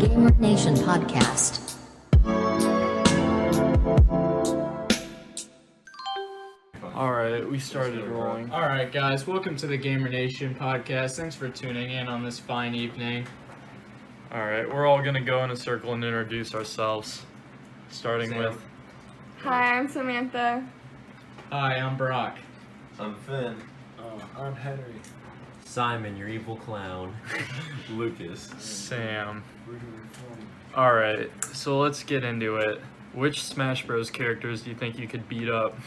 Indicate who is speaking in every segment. Speaker 1: Gamer Nation podcast.
Speaker 2: All right, we started rolling.
Speaker 3: All right, guys, welcome to the Gamer Nation podcast. Thanks for tuning in on this fine evening.
Speaker 2: All right, we're all gonna go in a circle and introduce ourselves, starting
Speaker 3: Sam.
Speaker 2: with.
Speaker 4: Hi, I'm Samantha.
Speaker 3: Hi, I'm Brock.
Speaker 5: I'm Finn.
Speaker 6: I'm Henry.
Speaker 5: Simon, your evil clown. Lucas.
Speaker 2: Sam. All right, so let's get into it. Which Smash Bros. characters do you think you could beat up?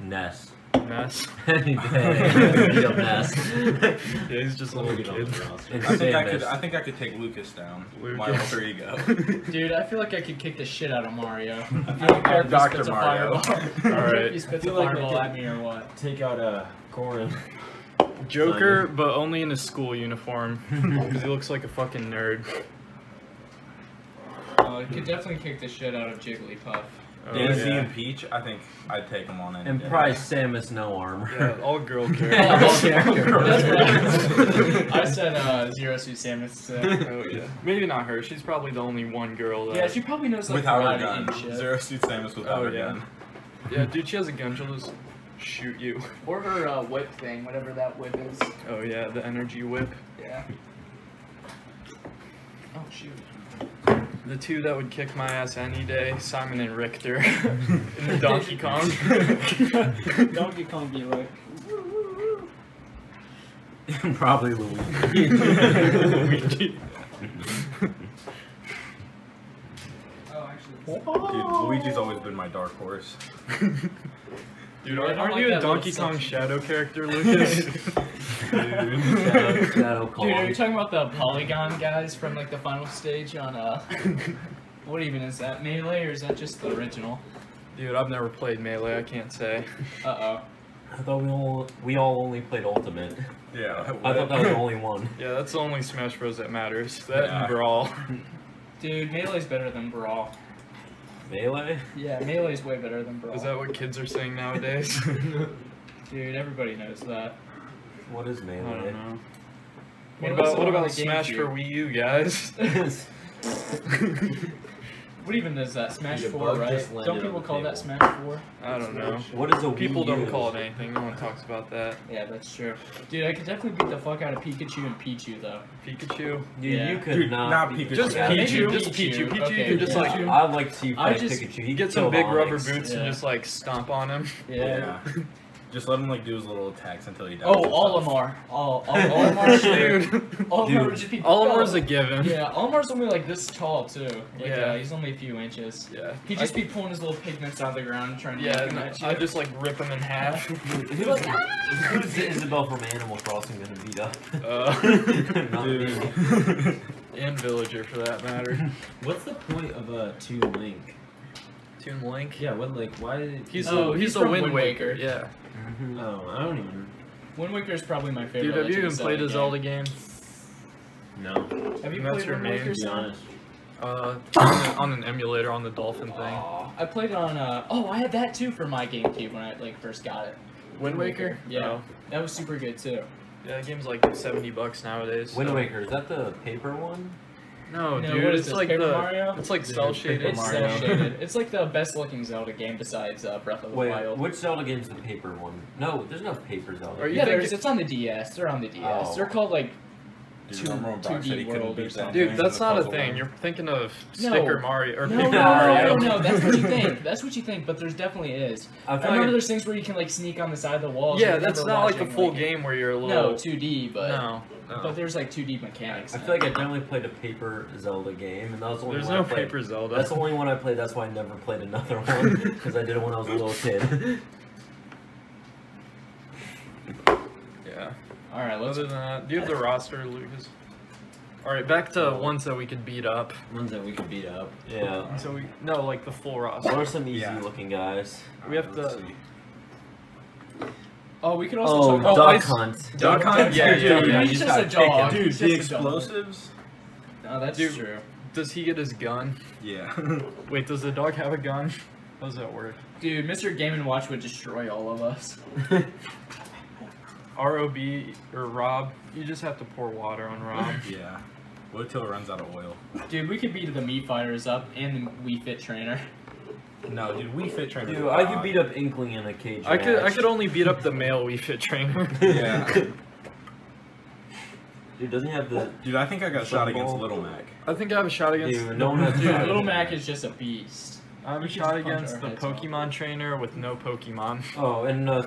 Speaker 5: Ness.
Speaker 2: Ness.
Speaker 5: Any day. Beat up Ness.
Speaker 2: Yeah, he's just a
Speaker 5: We'll
Speaker 2: little
Speaker 5: get on
Speaker 2: kid.
Speaker 5: the roster.
Speaker 6: I think I
Speaker 5: Sandus.
Speaker 6: could. I think I could take Lucas down. My
Speaker 2: Lucas.
Speaker 6: alter ego.
Speaker 3: Dude, I feel like I could kick the shit out of Mario. I don't care
Speaker 6: I'm
Speaker 3: if he
Speaker 6: Dr.
Speaker 3: spits a
Speaker 6: Mario.
Speaker 3: fireball. I don't care if he
Speaker 2: Alright.
Speaker 3: spits
Speaker 5: I
Speaker 3: a
Speaker 5: feel like I
Speaker 3: fireball
Speaker 5: could-
Speaker 3: at me or what.
Speaker 5: Take out uh, Goran.
Speaker 2: Joker, but only in his school uniform, because he looks like a fucking nerd.
Speaker 3: Uh, I could definitely kick the shit out of Jigglypuff.
Speaker 2: Oh,
Speaker 6: Daisy
Speaker 2: yeah.
Speaker 6: and Peach. I think I'd take them on any
Speaker 5: And
Speaker 6: day.
Speaker 5: probably Samus no armor.
Speaker 2: Yeah, all girl
Speaker 3: Yeah,
Speaker 2: characters.
Speaker 3: all girl
Speaker 2: That's
Speaker 3: characters. I said uh, Zero Suit Samus. Uh,
Speaker 2: oh yeah. Maybe not her. She's probably the only one girl. That...
Speaker 3: yeah, she probably knows like
Speaker 6: without her
Speaker 3: karate
Speaker 6: gun.
Speaker 3: and shit.
Speaker 6: Zero Suit Samus without
Speaker 2: Oh,
Speaker 6: her
Speaker 2: yeah.
Speaker 6: gun.
Speaker 2: Yeah, dude, she has a gun. She'll just shoot you.
Speaker 3: Or her uh, whip thing, whatever that whip is.
Speaker 2: Oh yeah, the energy whip.
Speaker 3: Yeah. Oh shoot.
Speaker 2: The two that would kick my ass any day, Simon and Richter. in the Donkey Kong.
Speaker 3: Donkey Kong be like.
Speaker 5: And probably Luigi.
Speaker 2: Luigi.
Speaker 3: Oh, actually.
Speaker 6: Dude, Luigi's always been my dark horse.
Speaker 2: Dude,
Speaker 3: I
Speaker 2: aren't,
Speaker 3: don't
Speaker 2: aren't
Speaker 3: like
Speaker 2: you a
Speaker 3: that little
Speaker 2: Donkey Kong
Speaker 3: section.
Speaker 2: shadow character, Lucas?
Speaker 5: Shadow,
Speaker 2: Dude.
Speaker 5: Shadow
Speaker 3: Dude, are you
Speaker 5: Kong.
Speaker 3: talking about the polygon guys from like the final stage on uh what even is that? Melee or is that just the original?
Speaker 2: Dude, I've never played Melee, I can't say.
Speaker 3: Uh
Speaker 5: I thought we all, we all only played Ultimate.
Speaker 6: Yeah.
Speaker 5: I thought that was the only one.
Speaker 2: Yeah, that's the only Smash Bros. that matters. That
Speaker 6: Yeah.
Speaker 2: and Brawl.
Speaker 3: oh. Dude, melee's better than Brawl.
Speaker 5: Melee?
Speaker 3: Yeah, melee's way better than Brawl.
Speaker 2: Is that what kids are saying nowadays?
Speaker 3: Dude, everybody knows that.
Speaker 5: What is
Speaker 2: I
Speaker 5: Melee?
Speaker 2: don't know. What
Speaker 3: Melee's
Speaker 2: about
Speaker 3: the
Speaker 2: what
Speaker 3: one on
Speaker 2: about
Speaker 3: the
Speaker 2: Smash for
Speaker 3: GameCube.
Speaker 2: Wii U, guys?
Speaker 3: What even is that? Smash
Speaker 5: Yeah,
Speaker 3: four,
Speaker 5: bug
Speaker 3: right?
Speaker 5: just landed
Speaker 3: Don't
Speaker 5: on
Speaker 3: people
Speaker 5: the
Speaker 3: call that
Speaker 5: table.
Speaker 3: Smash four?
Speaker 2: I don't know.
Speaker 5: what is a
Speaker 2: People
Speaker 5: Wii
Speaker 2: don't
Speaker 5: U?
Speaker 2: call it anything. No one talks about that.
Speaker 3: Yeah, that's true. Dude, I could definitely beat the fuck out of Pikachu and Pichu though.
Speaker 2: Pikachu.
Speaker 5: Dude,
Speaker 3: Yeah.
Speaker 5: you could
Speaker 6: Dude,
Speaker 5: not.
Speaker 6: not
Speaker 5: beat
Speaker 6: Pikachu.
Speaker 2: Just
Speaker 5: that.
Speaker 3: Maybe
Speaker 2: Pichu. Just
Speaker 3: Pichu.
Speaker 2: Pichu. You
Speaker 3: Okay,
Speaker 2: can just
Speaker 3: yeah.
Speaker 2: like
Speaker 5: I would like to see you
Speaker 3: I
Speaker 5: fight
Speaker 3: just-
Speaker 5: Pikachu. He
Speaker 2: You get some
Speaker 5: killed
Speaker 2: big rubber
Speaker 5: Onyx.
Speaker 2: boots
Speaker 3: Yeah.
Speaker 2: and just like stomp on him.
Speaker 3: Yeah.
Speaker 6: Just let him like do his little attacks until he dies.
Speaker 3: Oh,
Speaker 6: himself.
Speaker 3: Olimar. Oh, oh Olimar's
Speaker 2: Dude,
Speaker 3: Olimar would just be
Speaker 2: Olimar's a given.
Speaker 3: Yeah, Olimar's only like this tall too. Like,
Speaker 2: Yeah.
Speaker 3: uh, he's only a few inches.
Speaker 2: yeah.
Speaker 3: He'd just be pulling his little pigments out of the ground
Speaker 2: I,
Speaker 3: trying to
Speaker 2: yeah,
Speaker 3: make
Speaker 2: and
Speaker 3: them at
Speaker 2: I
Speaker 3: you.
Speaker 2: just like rip him in half.
Speaker 5: Dude, Who is, who is Isabel from Animal Crossing gonna beat up?
Speaker 2: Uh,
Speaker 5: Not me.
Speaker 6: Dude.
Speaker 2: and Villager for that matter.
Speaker 7: What's the point of a two link?
Speaker 2: Toon Link.
Speaker 7: Yeah, what like why did it
Speaker 2: He's
Speaker 3: Oh,
Speaker 2: a
Speaker 3: he's
Speaker 2: he's, a
Speaker 3: from
Speaker 2: Wind
Speaker 3: Wind
Speaker 2: Waker.
Speaker 3: Waker.
Speaker 2: Yeah.
Speaker 7: Oh, I don't even
Speaker 3: Wind Waker is probably my favorite.
Speaker 2: Dude, have you even
Speaker 3: Legend of
Speaker 2: played a Zelda
Speaker 3: Zelda
Speaker 2: game?
Speaker 7: know.
Speaker 3: game. Have you
Speaker 2: That's
Speaker 3: played
Speaker 2: your
Speaker 3: Wind
Speaker 2: main-
Speaker 3: Waker?
Speaker 7: To be
Speaker 3: Sam?
Speaker 7: honest.
Speaker 2: Uh, on, an- on an emulator on the Dolphin thing.
Speaker 3: I played it on. Uh, oh, I had that too for my GameCube when I like first got it.
Speaker 2: Wind Waker.
Speaker 3: Yeah.
Speaker 2: Oh.
Speaker 3: That was super good too.
Speaker 2: Yeah, that game's like seventy bucks nowadays.
Speaker 5: Wind
Speaker 2: so-
Speaker 5: Waker, is that the paper one?
Speaker 2: No,
Speaker 3: No,
Speaker 2: dude,
Speaker 3: what is
Speaker 2: it's
Speaker 3: this,
Speaker 2: like
Speaker 3: Paper
Speaker 2: the
Speaker 3: Mario?
Speaker 2: it's like
Speaker 5: Dude,
Speaker 2: cell
Speaker 5: Paper
Speaker 2: shaded.
Speaker 3: It's
Speaker 5: Mario.
Speaker 3: cel shaded. It's like the best looking Zelda game besides uh, Breath of the
Speaker 5: Wait,
Speaker 3: Wild.
Speaker 5: which Zelda game's the paper one? No, there's no paper Zelda.
Speaker 2: Are you
Speaker 3: yeah,
Speaker 2: think
Speaker 3: there's,
Speaker 2: it-
Speaker 3: it's on the DS. They're on the DS.
Speaker 5: Oh.
Speaker 3: They're called like
Speaker 6: Dude,
Speaker 3: Two-
Speaker 6: remember when Brock
Speaker 3: 2D
Speaker 6: said he couldn't
Speaker 3: world
Speaker 6: beat
Speaker 3: or
Speaker 6: that
Speaker 3: something.
Speaker 6: thing
Speaker 2: Dude,
Speaker 6: in
Speaker 2: that's
Speaker 6: the
Speaker 2: not a
Speaker 6: puzzle
Speaker 2: thing.
Speaker 6: one?
Speaker 2: You're thinking of
Speaker 3: No.
Speaker 2: Sticker Mario or
Speaker 3: No, no,
Speaker 2: Paper
Speaker 3: no,
Speaker 2: Mario.
Speaker 3: no, no, that's what you think. That's what you think, but there's definitely is.
Speaker 5: I
Speaker 3: I
Speaker 5: feel
Speaker 3: remember
Speaker 5: like
Speaker 3: there's things where you can like sneak on the side of the walls. I
Speaker 2: Yeah,
Speaker 3: remember
Speaker 2: that's not like the
Speaker 3: watching,
Speaker 2: full game where you're a little.
Speaker 3: No, 2D, but
Speaker 2: no, no.
Speaker 3: but there's like 2D
Speaker 5: I
Speaker 3: mechanics. in
Speaker 5: feel like I
Speaker 3: it.
Speaker 5: definitely played a paper Zelda game, and that was the only
Speaker 2: There's
Speaker 5: one
Speaker 2: no
Speaker 5: I played.
Speaker 2: Paper Zelda.
Speaker 5: That's the only one I played. That's why I never played another one because I did it when I was a little kid.
Speaker 2: yeah.
Speaker 3: All right, let's.
Speaker 2: Other than that, do you have the roster, Lucas? All right, back to ones that we could beat up.
Speaker 7: Ones that we could beat up.
Speaker 5: Yeah.
Speaker 2: So we no, like the full
Speaker 5: What
Speaker 2: roster.
Speaker 5: are some easy
Speaker 6: Yeah.
Speaker 5: looking guys?
Speaker 2: We have
Speaker 6: Let's
Speaker 2: to-
Speaker 6: see.
Speaker 3: Oh, we could also
Speaker 5: Oh,
Speaker 3: talk.
Speaker 2: I
Speaker 5: Duck
Speaker 2: s-
Speaker 5: Hunt.
Speaker 2: Duck Hunt. Yeah, yeah,
Speaker 3: Dude,
Speaker 2: yeah.
Speaker 3: he's
Speaker 5: you
Speaker 3: just a
Speaker 5: gotta pick
Speaker 3: dog.
Speaker 5: him.
Speaker 6: Dude,
Speaker 3: He's
Speaker 6: the
Speaker 3: just a dog.
Speaker 6: explosives.
Speaker 3: No, Oh, that's
Speaker 2: Dude.
Speaker 3: true.
Speaker 2: Does he get his gun?
Speaker 6: Yeah.
Speaker 2: Wait, does the dog have a gun? How does that work?
Speaker 3: Dude, Mr. Game and Watch would destroy all of us.
Speaker 2: Rob or Rob? You just have to pour water on Rob.
Speaker 6: yeah. Wait till it runs out of oil.
Speaker 3: Dude, we could beat the Mii Fighters up and the Wii Fit Trainer.
Speaker 6: No, dude, we fit trainers.
Speaker 5: Dude, I could beat up Inkling in a cage.
Speaker 2: I could I
Speaker 5: match.
Speaker 2: could only beat up the male Wii Fit trainer.
Speaker 6: Yeah.
Speaker 5: Dude, doesn't he have the?
Speaker 6: Dude, I think I got shot against
Speaker 5: Ball.
Speaker 6: Little Mac.
Speaker 2: I think I have a shot against.
Speaker 5: Dude, no one has.
Speaker 3: Dude, Little Mac is just a beast.
Speaker 2: I have
Speaker 3: we
Speaker 2: a
Speaker 3: should
Speaker 2: shot
Speaker 3: just punch
Speaker 2: against
Speaker 3: our
Speaker 2: the
Speaker 3: heads off.
Speaker 2: Pokemon trainer with no Pokemon.
Speaker 5: Oh, and uh,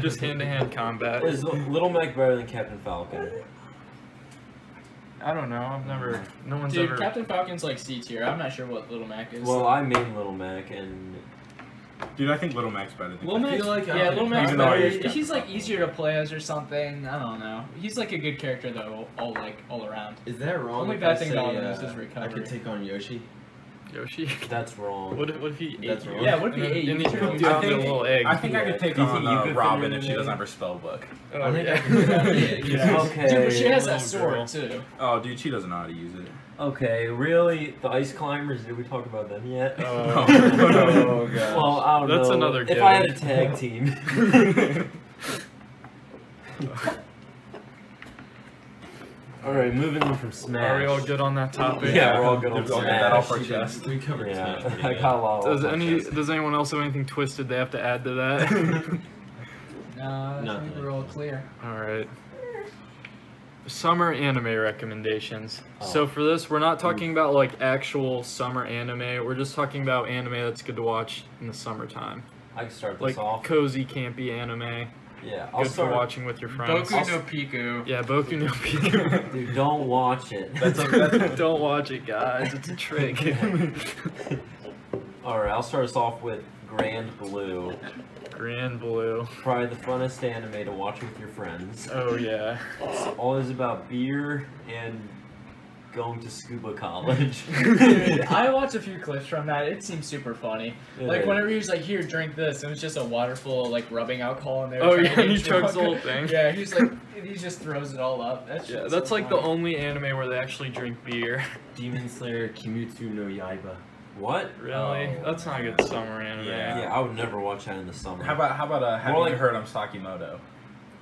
Speaker 2: Just hand to hand combat.
Speaker 5: is Little Mac better than Captain Falcon?
Speaker 2: I don't know. I've never. No one's
Speaker 3: Dude,
Speaker 2: ever.
Speaker 3: Captain Falcon's like C tier. I'm not sure what Little Mac is.
Speaker 5: Well, I main Little Mac, and
Speaker 6: Dude, I think Little Mac's better than
Speaker 3: Little
Speaker 6: Captain-
Speaker 3: Mac,
Speaker 7: feel like uh, I
Speaker 3: yeah,
Speaker 7: don't
Speaker 3: Little Mac's
Speaker 6: even though I
Speaker 3: better.
Speaker 6: use Captain
Speaker 3: He's like
Speaker 6: Falcon.
Speaker 3: easier to play as or something. I don't know. He's like a good character though, all like all around.
Speaker 7: Is that wrong?
Speaker 3: Only
Speaker 7: if
Speaker 3: bad
Speaker 7: I
Speaker 3: thing
Speaker 7: say,
Speaker 3: about him is
Speaker 7: uh,
Speaker 3: his
Speaker 7: I
Speaker 3: recovery.
Speaker 7: could take on Yoshi.
Speaker 2: Yoshi.
Speaker 5: that's wrong.
Speaker 2: What, if- what if he ate
Speaker 7: That's
Speaker 2: you?
Speaker 7: wrong.
Speaker 3: Yeah, what if
Speaker 2: And
Speaker 3: he
Speaker 2: then- and
Speaker 3: ate you?
Speaker 2: then you
Speaker 3: too?
Speaker 2: do-
Speaker 6: I
Speaker 2: Down the
Speaker 6: think,
Speaker 2: little egg.
Speaker 6: I, think I could take
Speaker 5: Do you
Speaker 6: on
Speaker 5: think you
Speaker 6: uh,
Speaker 5: could fit
Speaker 6: Robin
Speaker 5: him
Speaker 6: if she
Speaker 5: in?
Speaker 6: doesn't have her spell book.
Speaker 2: Oh,
Speaker 7: I think I
Speaker 2: yeah.
Speaker 7: could do that.
Speaker 3: Yeah.
Speaker 5: Okay.
Speaker 3: Dude, but she has
Speaker 2: Little
Speaker 3: that sword
Speaker 2: girl.
Speaker 3: too.
Speaker 6: Oh, dude, she doesn't know how to use it.
Speaker 5: Okay, really, the ice climbers? Did we talk about them yet?
Speaker 2: Oh.
Speaker 6: No.
Speaker 7: oh god.
Speaker 5: well, I don't
Speaker 2: That's
Speaker 5: know.
Speaker 2: another
Speaker 5: If I had a
Speaker 2: gimmick.
Speaker 5: tag team, all right, moving on from Smash.
Speaker 2: Are we all good on that topic?
Speaker 5: Yeah, we're all good on
Speaker 6: Dude, we all got that off our
Speaker 5: Smash.
Speaker 6: chest.
Speaker 7: We covered Smash
Speaker 5: Yeah,
Speaker 7: pretty
Speaker 5: I
Speaker 7: good.
Speaker 5: got a lot.
Speaker 2: Does
Speaker 5: off my
Speaker 2: any
Speaker 5: chest.
Speaker 2: does anyone else have anything twisted they have to add to that?
Speaker 3: No, I think
Speaker 7: Nothing.
Speaker 3: we're all clear.
Speaker 2: All right. Summer anime recommendations.
Speaker 5: Oh.
Speaker 2: So for this, we're not talking about like actual summer anime. We're just talking about anime that's good to watch in the summertime,
Speaker 5: I can start this
Speaker 2: like
Speaker 5: off.
Speaker 2: cozy, campy anime,
Speaker 5: yeah, I'll
Speaker 2: good
Speaker 5: start.
Speaker 2: for watching with your friends.
Speaker 3: Boku no Piku.
Speaker 2: Yeah, Boku no Pico.
Speaker 5: Dude, don't watch it.
Speaker 6: That's a- that's-
Speaker 2: Don't watch it, guys. It's a trick.
Speaker 5: all right. I'll start us off with Grand Blue,
Speaker 2: Grand Blue.
Speaker 5: probably the funnest anime to watch with your friends.
Speaker 2: Oh yeah.
Speaker 5: It's always about beer and going to scuba college.
Speaker 3: Dude, I watched a few clips from that. It seems super funny.
Speaker 5: It
Speaker 3: like
Speaker 5: is.
Speaker 3: whenever he was like, "Here, drink this," and it's just a water full of like rubbing alcohol in there.
Speaker 2: Oh yeah, and he chugs
Speaker 3: chugs
Speaker 2: the whole thing.
Speaker 3: Yeah, he's like, he just throws it all up. That's
Speaker 2: Yeah,
Speaker 3: just
Speaker 2: that's
Speaker 3: so
Speaker 2: like the
Speaker 3: funny.
Speaker 2: only anime where they actually drink beer.
Speaker 7: Demon Slayer Kimitsu no Yaiba.
Speaker 5: What?
Speaker 2: Really?
Speaker 6: Oh,
Speaker 2: that's not a good summer anime.
Speaker 6: Yeah.
Speaker 5: Yeah, I would never watch that in the summer.
Speaker 6: How about how about uh, have
Speaker 5: More
Speaker 6: you
Speaker 5: like-
Speaker 6: heard I'm Sakimoto?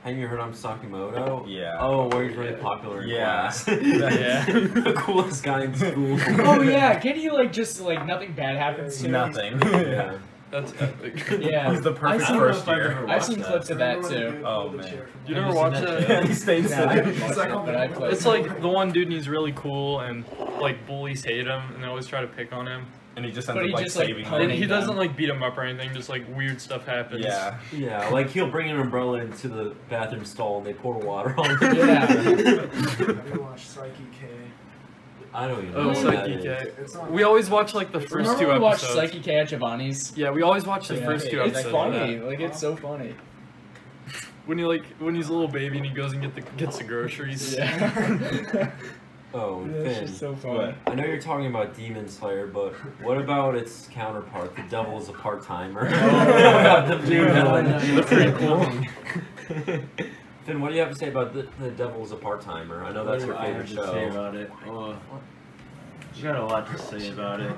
Speaker 5: Have you heard I'm Sakimoto?
Speaker 6: Yeah.
Speaker 5: Oh, where he's really popular in
Speaker 6: Yeah.
Speaker 5: class.
Speaker 6: Yeah.
Speaker 5: the coolest guy in school.
Speaker 3: Oh yeah, can he like just like nothing bad happens to him?
Speaker 6: Nothing.
Speaker 5: Yeah.
Speaker 2: That's epic.
Speaker 3: Yeah.
Speaker 6: He's the perfect
Speaker 3: seen-
Speaker 6: first year.
Speaker 3: I've seen clips of that too.
Speaker 6: Oh man.
Speaker 2: You never watch that?
Speaker 5: he stays
Speaker 3: Nah, I
Speaker 5: there.
Speaker 3: haven't watched it, but I played
Speaker 2: It's
Speaker 3: it.
Speaker 2: like the one dude and he's really cool and like bullies hate him and they always try to pick on him.
Speaker 6: And he just
Speaker 3: But
Speaker 6: ends
Speaker 3: he
Speaker 6: up like
Speaker 3: just, like,
Speaker 2: and
Speaker 6: saving
Speaker 3: Oh,
Speaker 6: them.
Speaker 3: punted
Speaker 2: he
Speaker 3: man.
Speaker 2: doesn't like beat him up or anything, just like weird stuff happens.
Speaker 6: Yeah.
Speaker 5: Yeah, like he'll bring an umbrella into the bathroom stall and they pour water on him.
Speaker 8: I never watched Psyche K.
Speaker 5: I don't even know
Speaker 2: Oh,
Speaker 5: what that
Speaker 2: Psyche
Speaker 5: is.
Speaker 2: K.
Speaker 8: It's on
Speaker 2: We always watch like the first
Speaker 3: Remember
Speaker 2: two
Speaker 3: we watched
Speaker 2: episodes.
Speaker 3: Psyche K at Giovanni's?
Speaker 2: yeah, we always watch the
Speaker 3: Yeah.
Speaker 2: first two
Speaker 3: it's
Speaker 2: episodes. of
Speaker 3: funny.
Speaker 2: that.
Speaker 3: Like it's so funny.
Speaker 2: When he like when he's a little baby and he goes and get the gets the groceries.
Speaker 3: Yeah.
Speaker 5: Oh, and
Speaker 3: That's
Speaker 5: Finn.
Speaker 3: just so funny.
Speaker 5: I know you're talking about Demon Slayer, but what about its counterpart, the Devil is a part timer?
Speaker 2: Oh.
Speaker 5: the new villain.
Speaker 2: The prequel.
Speaker 5: Finn, what do you have to say about the, the Devil is a part timer? I know that's your
Speaker 7: What do I
Speaker 5: favorite
Speaker 7: have to say
Speaker 5: show.
Speaker 7: about it. Oh, you got a lot to say about it.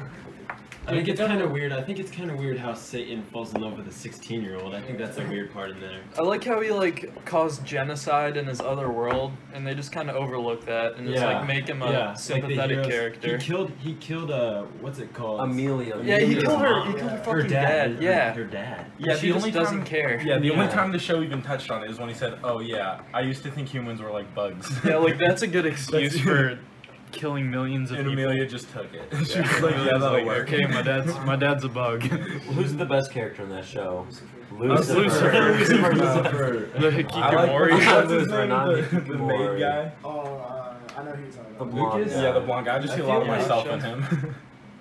Speaker 7: I
Speaker 3: Dude,
Speaker 7: think
Speaker 3: the
Speaker 7: it's kind
Speaker 3: devil-
Speaker 7: of weird. I think it's kind of weird how Satan falls in love with a 16 year old. I think that's a weird part in there.
Speaker 2: I like how he like caused genocide in his other world, and they just kind of overlook that and just
Speaker 7: Yeah.
Speaker 2: like make him a
Speaker 7: yeah, like the
Speaker 2: sympathetic
Speaker 7: heroes-
Speaker 2: character.
Speaker 7: He killed. He killed. Uh, what's it called?
Speaker 5: Amelia.
Speaker 2: Yeah, he
Speaker 7: Amelia's
Speaker 2: killed her.
Speaker 7: mom.
Speaker 2: He killed her
Speaker 8: Her
Speaker 2: fucking
Speaker 7: dad.
Speaker 2: dad. Yeah.
Speaker 7: Her dad.
Speaker 2: Yeah,
Speaker 6: she
Speaker 2: she just
Speaker 6: only
Speaker 2: doesn't
Speaker 6: time-
Speaker 2: care.
Speaker 6: Yeah, the only
Speaker 5: Yeah.
Speaker 6: time the show even touched on it is when he said, "Oh yeah, I used to think humans were like bugs."
Speaker 2: Yeah, like that's a good excuse
Speaker 6: That's-
Speaker 2: for killing millions of
Speaker 6: And
Speaker 2: people.
Speaker 6: Amelia just took it. She was like,
Speaker 2: Amelia's
Speaker 6: "Yeah, that'll
Speaker 2: like,
Speaker 6: work."
Speaker 2: okay, my dad's my dad's a bug.
Speaker 5: Who's the best character in that show?
Speaker 2: Lucifer.
Speaker 5: Lucifer.
Speaker 2: Lucifer.
Speaker 5: Lucifer.
Speaker 2: the
Speaker 5: I like-
Speaker 2: Hikikomori.
Speaker 5: I like-
Speaker 6: What's his name?
Speaker 5: Renani
Speaker 6: The, the
Speaker 5: Kitamori.
Speaker 6: maid guy.
Speaker 8: Oh, uh, I know who you're talking
Speaker 5: The
Speaker 8: about.
Speaker 5: blonde.
Speaker 7: Lucas?
Speaker 6: Yeah. the blonde guy. I just
Speaker 7: I
Speaker 6: see a lot of
Speaker 7: feel like-
Speaker 6: myself in him.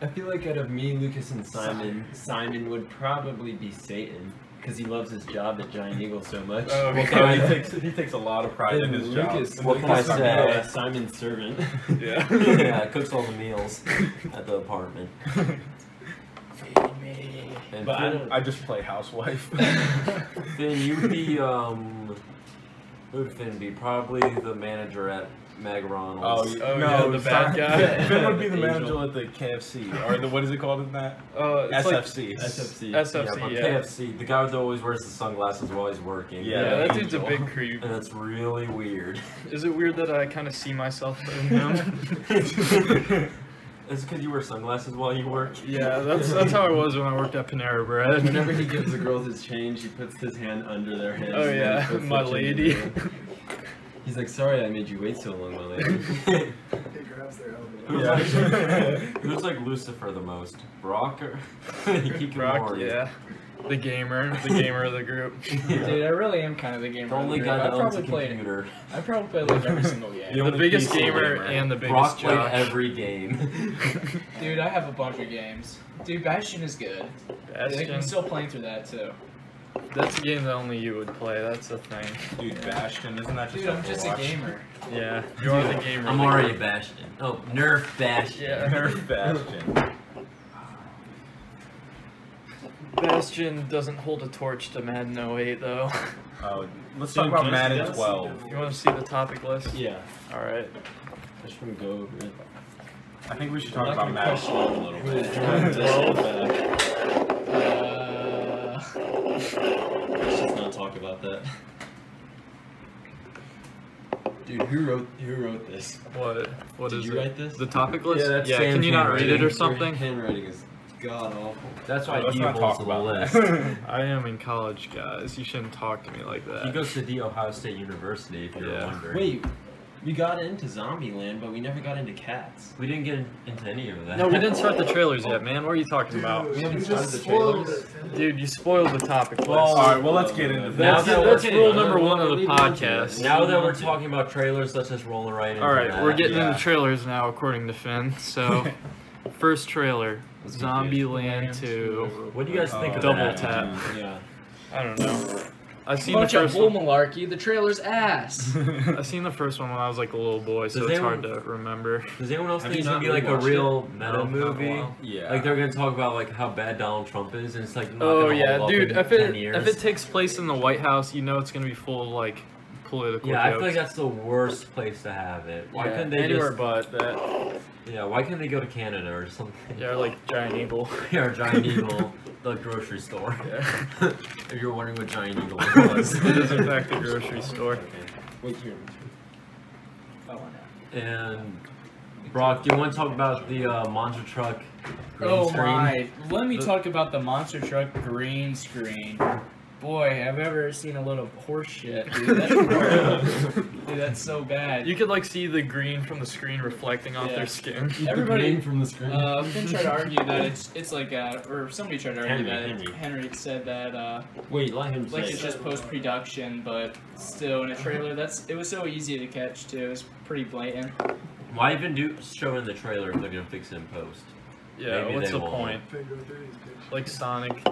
Speaker 7: I feel like out of me, Lucas, and Simon, Simon would probably be Satan because he loves his job at Giant Eagle so much.
Speaker 2: Oh, okay.
Speaker 6: Oh, he takes he takes a lot of pride in
Speaker 7: And
Speaker 6: his
Speaker 7: Lucas,
Speaker 6: job.
Speaker 5: What can I
Speaker 7: Lucas would be,
Speaker 5: say?
Speaker 7: uh, Simon's servant.
Speaker 2: yeah.
Speaker 5: yeah, cooks all the meals at the apartment. And
Speaker 7: But I
Speaker 5: Finn,
Speaker 7: don't.
Speaker 6: I just play housewife.
Speaker 5: Finn, you'd be um, who would Finn be? Probably the manager at Meg
Speaker 6: Oh,
Speaker 5: Ronalds.
Speaker 6: you-
Speaker 3: Oh,
Speaker 6: no,
Speaker 3: yeah, the
Speaker 6: it's
Speaker 3: bad
Speaker 6: not-
Speaker 3: guy.
Speaker 6: Finn would be the
Speaker 3: Angel.
Speaker 6: manager at the KFC or the what is it called in that?
Speaker 2: Uh, it's like
Speaker 6: SFC.
Speaker 7: SFC.
Speaker 2: SFC.
Speaker 5: but
Speaker 2: Yeah,
Speaker 5: KFC, the guy that always wears the sunglasses while he's working.
Speaker 2: yeah.
Speaker 6: Yeah,
Speaker 2: that dude's a
Speaker 6: Angel.
Speaker 2: big creep.
Speaker 5: And that's really weird.
Speaker 2: Is it weird that I kind of see myself in him?
Speaker 5: It's because you wear sunglasses while you work.
Speaker 2: yeah, that's that's how I was when I worked at Panera Bread.
Speaker 7: Whenever he gives the girls his change, he puts his hand under their head.
Speaker 2: Oh,
Speaker 7: and
Speaker 2: yeah,
Speaker 7: puts the
Speaker 2: my
Speaker 7: change
Speaker 2: lady.
Speaker 7: in there. He's like, sorry, I made you wait so long, my lady.
Speaker 5: Who's
Speaker 8: He grabs their elbow.
Speaker 6: Yeah.
Speaker 5: like, who's like Lucifer the most? Brock or
Speaker 2: Brock,
Speaker 5: Hikikomori?
Speaker 2: yeah, the gamer, the gamer of the group.
Speaker 3: Dude, I really am kind of the gamer.
Speaker 5: The only
Speaker 3: of
Speaker 5: guy
Speaker 3: group.
Speaker 5: that
Speaker 3: I
Speaker 5: owns a
Speaker 3: probably played.
Speaker 5: computer.
Speaker 3: I probably played like every single game.
Speaker 6: The
Speaker 2: The
Speaker 6: only
Speaker 2: biggest
Speaker 6: peaceful
Speaker 2: gamer
Speaker 6: gamer.
Speaker 2: and the biggest
Speaker 5: Brock played
Speaker 2: jock.
Speaker 5: every game.
Speaker 3: Dude, I have a bunch of games. Dude, Bastion is good. Like, I'm
Speaker 2: Bastion.
Speaker 3: still playing through that too.
Speaker 2: That's a game that only you would play. That's the thing.
Speaker 6: Dude, Bastion, isn't that just
Speaker 3: Dude, I'm just a
Speaker 6: Overwatch?
Speaker 3: gamer.
Speaker 2: Yeah, you are the gamer. of
Speaker 5: I'm
Speaker 2: the
Speaker 5: already
Speaker 2: group.
Speaker 5: Bastion. Oh, Nerf Bastion.
Speaker 2: Yeah,
Speaker 6: Nerf Bastion.
Speaker 2: Bastion doesn't hold a torch to Madden 08 though.
Speaker 6: Oh, let's
Speaker 2: Dude,
Speaker 6: talk about
Speaker 2: can I
Speaker 6: Madden
Speaker 2: suggest-
Speaker 6: 12.
Speaker 2: You want to see the topic list?
Speaker 7: yeah,
Speaker 2: All right.
Speaker 7: I just want to go over it.
Speaker 6: I think we should talk
Speaker 7: I'm not
Speaker 6: about
Speaker 7: gonna
Speaker 6: Madden 12
Speaker 7: question
Speaker 6: a little
Speaker 7: Who is
Speaker 6: bit.
Speaker 7: Jordan back?
Speaker 3: Uh,
Speaker 7: Let's just not talk about that. Dude, who wrote who wrote this?
Speaker 2: What? What is
Speaker 7: Did you
Speaker 2: it?
Speaker 7: write this?
Speaker 2: The topic list?
Speaker 5: Yeah, that's
Speaker 2: can
Speaker 5: Sam's
Speaker 2: you not read it or
Speaker 5: handwriting.
Speaker 2: something?
Speaker 7: Your handwriting is god awful.
Speaker 5: That's why
Speaker 6: Let's
Speaker 5: D
Speaker 6: not
Speaker 5: holds
Speaker 6: talk
Speaker 5: the
Speaker 6: about
Speaker 5: list.
Speaker 6: that.
Speaker 2: I am in college, guys. You shouldn't talk to me like that.
Speaker 5: He goes to the Ohio State University, if you're
Speaker 2: Yeah.
Speaker 5: wondering.
Speaker 7: Wait, we got into Zombieland, but we never got into cats.
Speaker 5: we didn't get in- into any of that.
Speaker 2: no, we didn't start the trailers yet, man. What are you talking about?
Speaker 8: Dude,
Speaker 7: We haven't
Speaker 8: you
Speaker 7: started
Speaker 8: just
Speaker 7: the
Speaker 8: spoiled
Speaker 7: trailers.
Speaker 8: it.
Speaker 2: Dude, you spoiled the topic list.
Speaker 6: All right, well let's get into
Speaker 5: Now
Speaker 2: that's
Speaker 6: this.
Speaker 5: that
Speaker 2: that's
Speaker 5: we're-
Speaker 2: rule number one of
Speaker 7: Lead
Speaker 2: the
Speaker 7: on to it.
Speaker 2: podcast.
Speaker 5: Now that we're talking about trailers, let's just roll right into
Speaker 2: All right,
Speaker 5: that.
Speaker 2: we're getting
Speaker 6: yeah.
Speaker 2: into trailers now, according to Finn. So, first trailer,
Speaker 5: Let's get
Speaker 2: Zombieland
Speaker 3: Zombieland
Speaker 2: 2.
Speaker 5: What do you guys think of
Speaker 2: Double
Speaker 6: Oh,
Speaker 5: that? Mm,
Speaker 2: tap.
Speaker 7: Yeah.
Speaker 2: I don't know. I've seen the
Speaker 3: bunch of
Speaker 2: first
Speaker 3: bull
Speaker 2: one.
Speaker 3: malarkey. The trailer's ass.
Speaker 2: I've seen the first one when I was like a little boy, so
Speaker 5: Does
Speaker 2: it's
Speaker 5: anyone-
Speaker 2: hard to remember.
Speaker 5: Does anyone else
Speaker 7: Have
Speaker 5: think it's
Speaker 7: you
Speaker 5: gonna be
Speaker 7: not
Speaker 5: like a
Speaker 7: rewatched
Speaker 5: real
Speaker 2: No,
Speaker 5: meta
Speaker 2: not in a
Speaker 5: movie?
Speaker 2: while.
Speaker 6: Yeah.
Speaker 5: Like they're gonna talk about like how bad Donald Trump is, and it's like not
Speaker 2: Oh
Speaker 5: gonna
Speaker 2: yeah,
Speaker 5: hold up
Speaker 2: dude.
Speaker 5: in
Speaker 2: If
Speaker 5: 10
Speaker 2: it
Speaker 5: years.
Speaker 2: if it takes place in the White House, you know it's gonna be full of like political
Speaker 5: yeah, I feel like
Speaker 2: jokes.
Speaker 5: that's the worst place to have it. Why
Speaker 2: Yeah,
Speaker 5: couldn't they
Speaker 2: anywhere but
Speaker 5: just?
Speaker 2: that?
Speaker 5: Yeah, why couldn't they go to Canada or something?
Speaker 2: Yeah, like giant eagle.
Speaker 5: Yeah, or Giant Eagle, the grocery store.
Speaker 2: Yeah.
Speaker 5: if you're wondering what Giant Eagle was.
Speaker 2: it is in fact a grocery store.
Speaker 7: Wait here.
Speaker 3: oh, no.
Speaker 5: And Brock, do you want to talk about the uh, monster truck green
Speaker 3: Oh
Speaker 5: screen?
Speaker 3: my! Let me
Speaker 2: The-
Speaker 3: talk about the monster truck green screen. Boy, have I ever seen a load of horse shit, dude. That's, dude, that's so bad.
Speaker 2: You could like see the green from the screen reflecting off
Speaker 3: Yeah.
Speaker 2: their skin.
Speaker 3: Everybody-
Speaker 7: Everybody from the screen.
Speaker 3: Uh, Finn tried to argue that it's it's like uh, or somebody tried to argue
Speaker 7: Henry,
Speaker 3: that Henry said that uh,
Speaker 7: Wait, let him
Speaker 3: like
Speaker 7: say.
Speaker 3: it's
Speaker 7: it.
Speaker 3: just post production, but still in a trailer that's it was so easy to catch too. It was pretty blatant.
Speaker 5: Why even do show in the trailer if they're gonna fix it in post?
Speaker 2: Yeah,
Speaker 5: Maybe
Speaker 2: what's
Speaker 5: they
Speaker 2: the
Speaker 5: won't.
Speaker 2: point?
Speaker 8: Finger through these pictures.
Speaker 2: Like Sonic,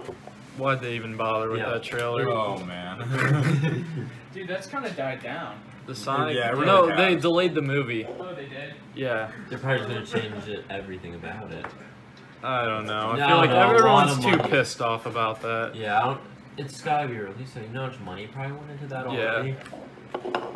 Speaker 2: why'd they even bother with
Speaker 5: Yeah.
Speaker 2: that trailer?
Speaker 6: Oh man.
Speaker 3: Dude, that's kind of died down.
Speaker 2: The Sonic.
Speaker 6: Yeah, it really
Speaker 2: no, they
Speaker 6: has.
Speaker 2: delayed the movie.
Speaker 3: Oh, they did.
Speaker 2: Yeah,
Speaker 5: They're probably just gonna change it, everything about it.
Speaker 2: I don't know. I
Speaker 5: No,
Speaker 2: feel like
Speaker 5: no, a lot
Speaker 2: everyone's
Speaker 5: of
Speaker 2: too
Speaker 5: money.
Speaker 2: pissed off about that.
Speaker 5: Yeah, I don't, it's gotta be released. So you know how much money probably went into that
Speaker 2: Yeah.
Speaker 5: already.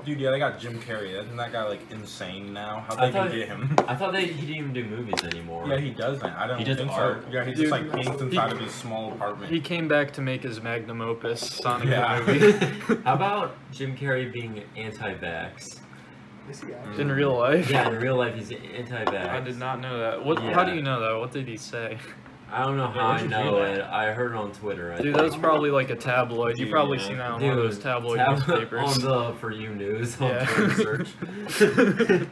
Speaker 6: Dude, yeah, they got Jim Carrey. Isn't that guy like insane now? How'd
Speaker 5: I
Speaker 6: they even
Speaker 5: thought-
Speaker 6: get him?
Speaker 5: I thought they he didn't even do movies anymore.
Speaker 6: Yeah, he doesn't. I don't
Speaker 5: He does
Speaker 6: think
Speaker 5: art.
Speaker 6: so. Yeah, he
Speaker 2: Dude,
Speaker 6: just like paints
Speaker 8: he-
Speaker 6: inside of his small apartment.
Speaker 2: He came back to make his magnum opus, Sonic
Speaker 6: Yeah.
Speaker 2: the Movie,
Speaker 5: How about Jim Carrey being anti-vax?
Speaker 8: Is he actually?
Speaker 2: in real life.
Speaker 5: Yeah, in real life he's anti-vax.
Speaker 2: I did not know that. What? How do
Speaker 5: Yeah.
Speaker 2: you know that? What did he say?
Speaker 5: I don't know how
Speaker 6: where'd
Speaker 5: I
Speaker 6: you
Speaker 5: know
Speaker 6: hear that?
Speaker 5: it. I heard it on Twitter. I
Speaker 2: Dude,
Speaker 5: think.
Speaker 2: that was probably like a tabloid. You
Speaker 7: Dude,
Speaker 2: probably
Speaker 7: yeah.
Speaker 2: seen that on
Speaker 5: Dude,
Speaker 2: one of those tabloid
Speaker 5: tab-
Speaker 2: newspapers.
Speaker 5: on the for you news on
Speaker 2: Yeah.
Speaker 5: Twitter search.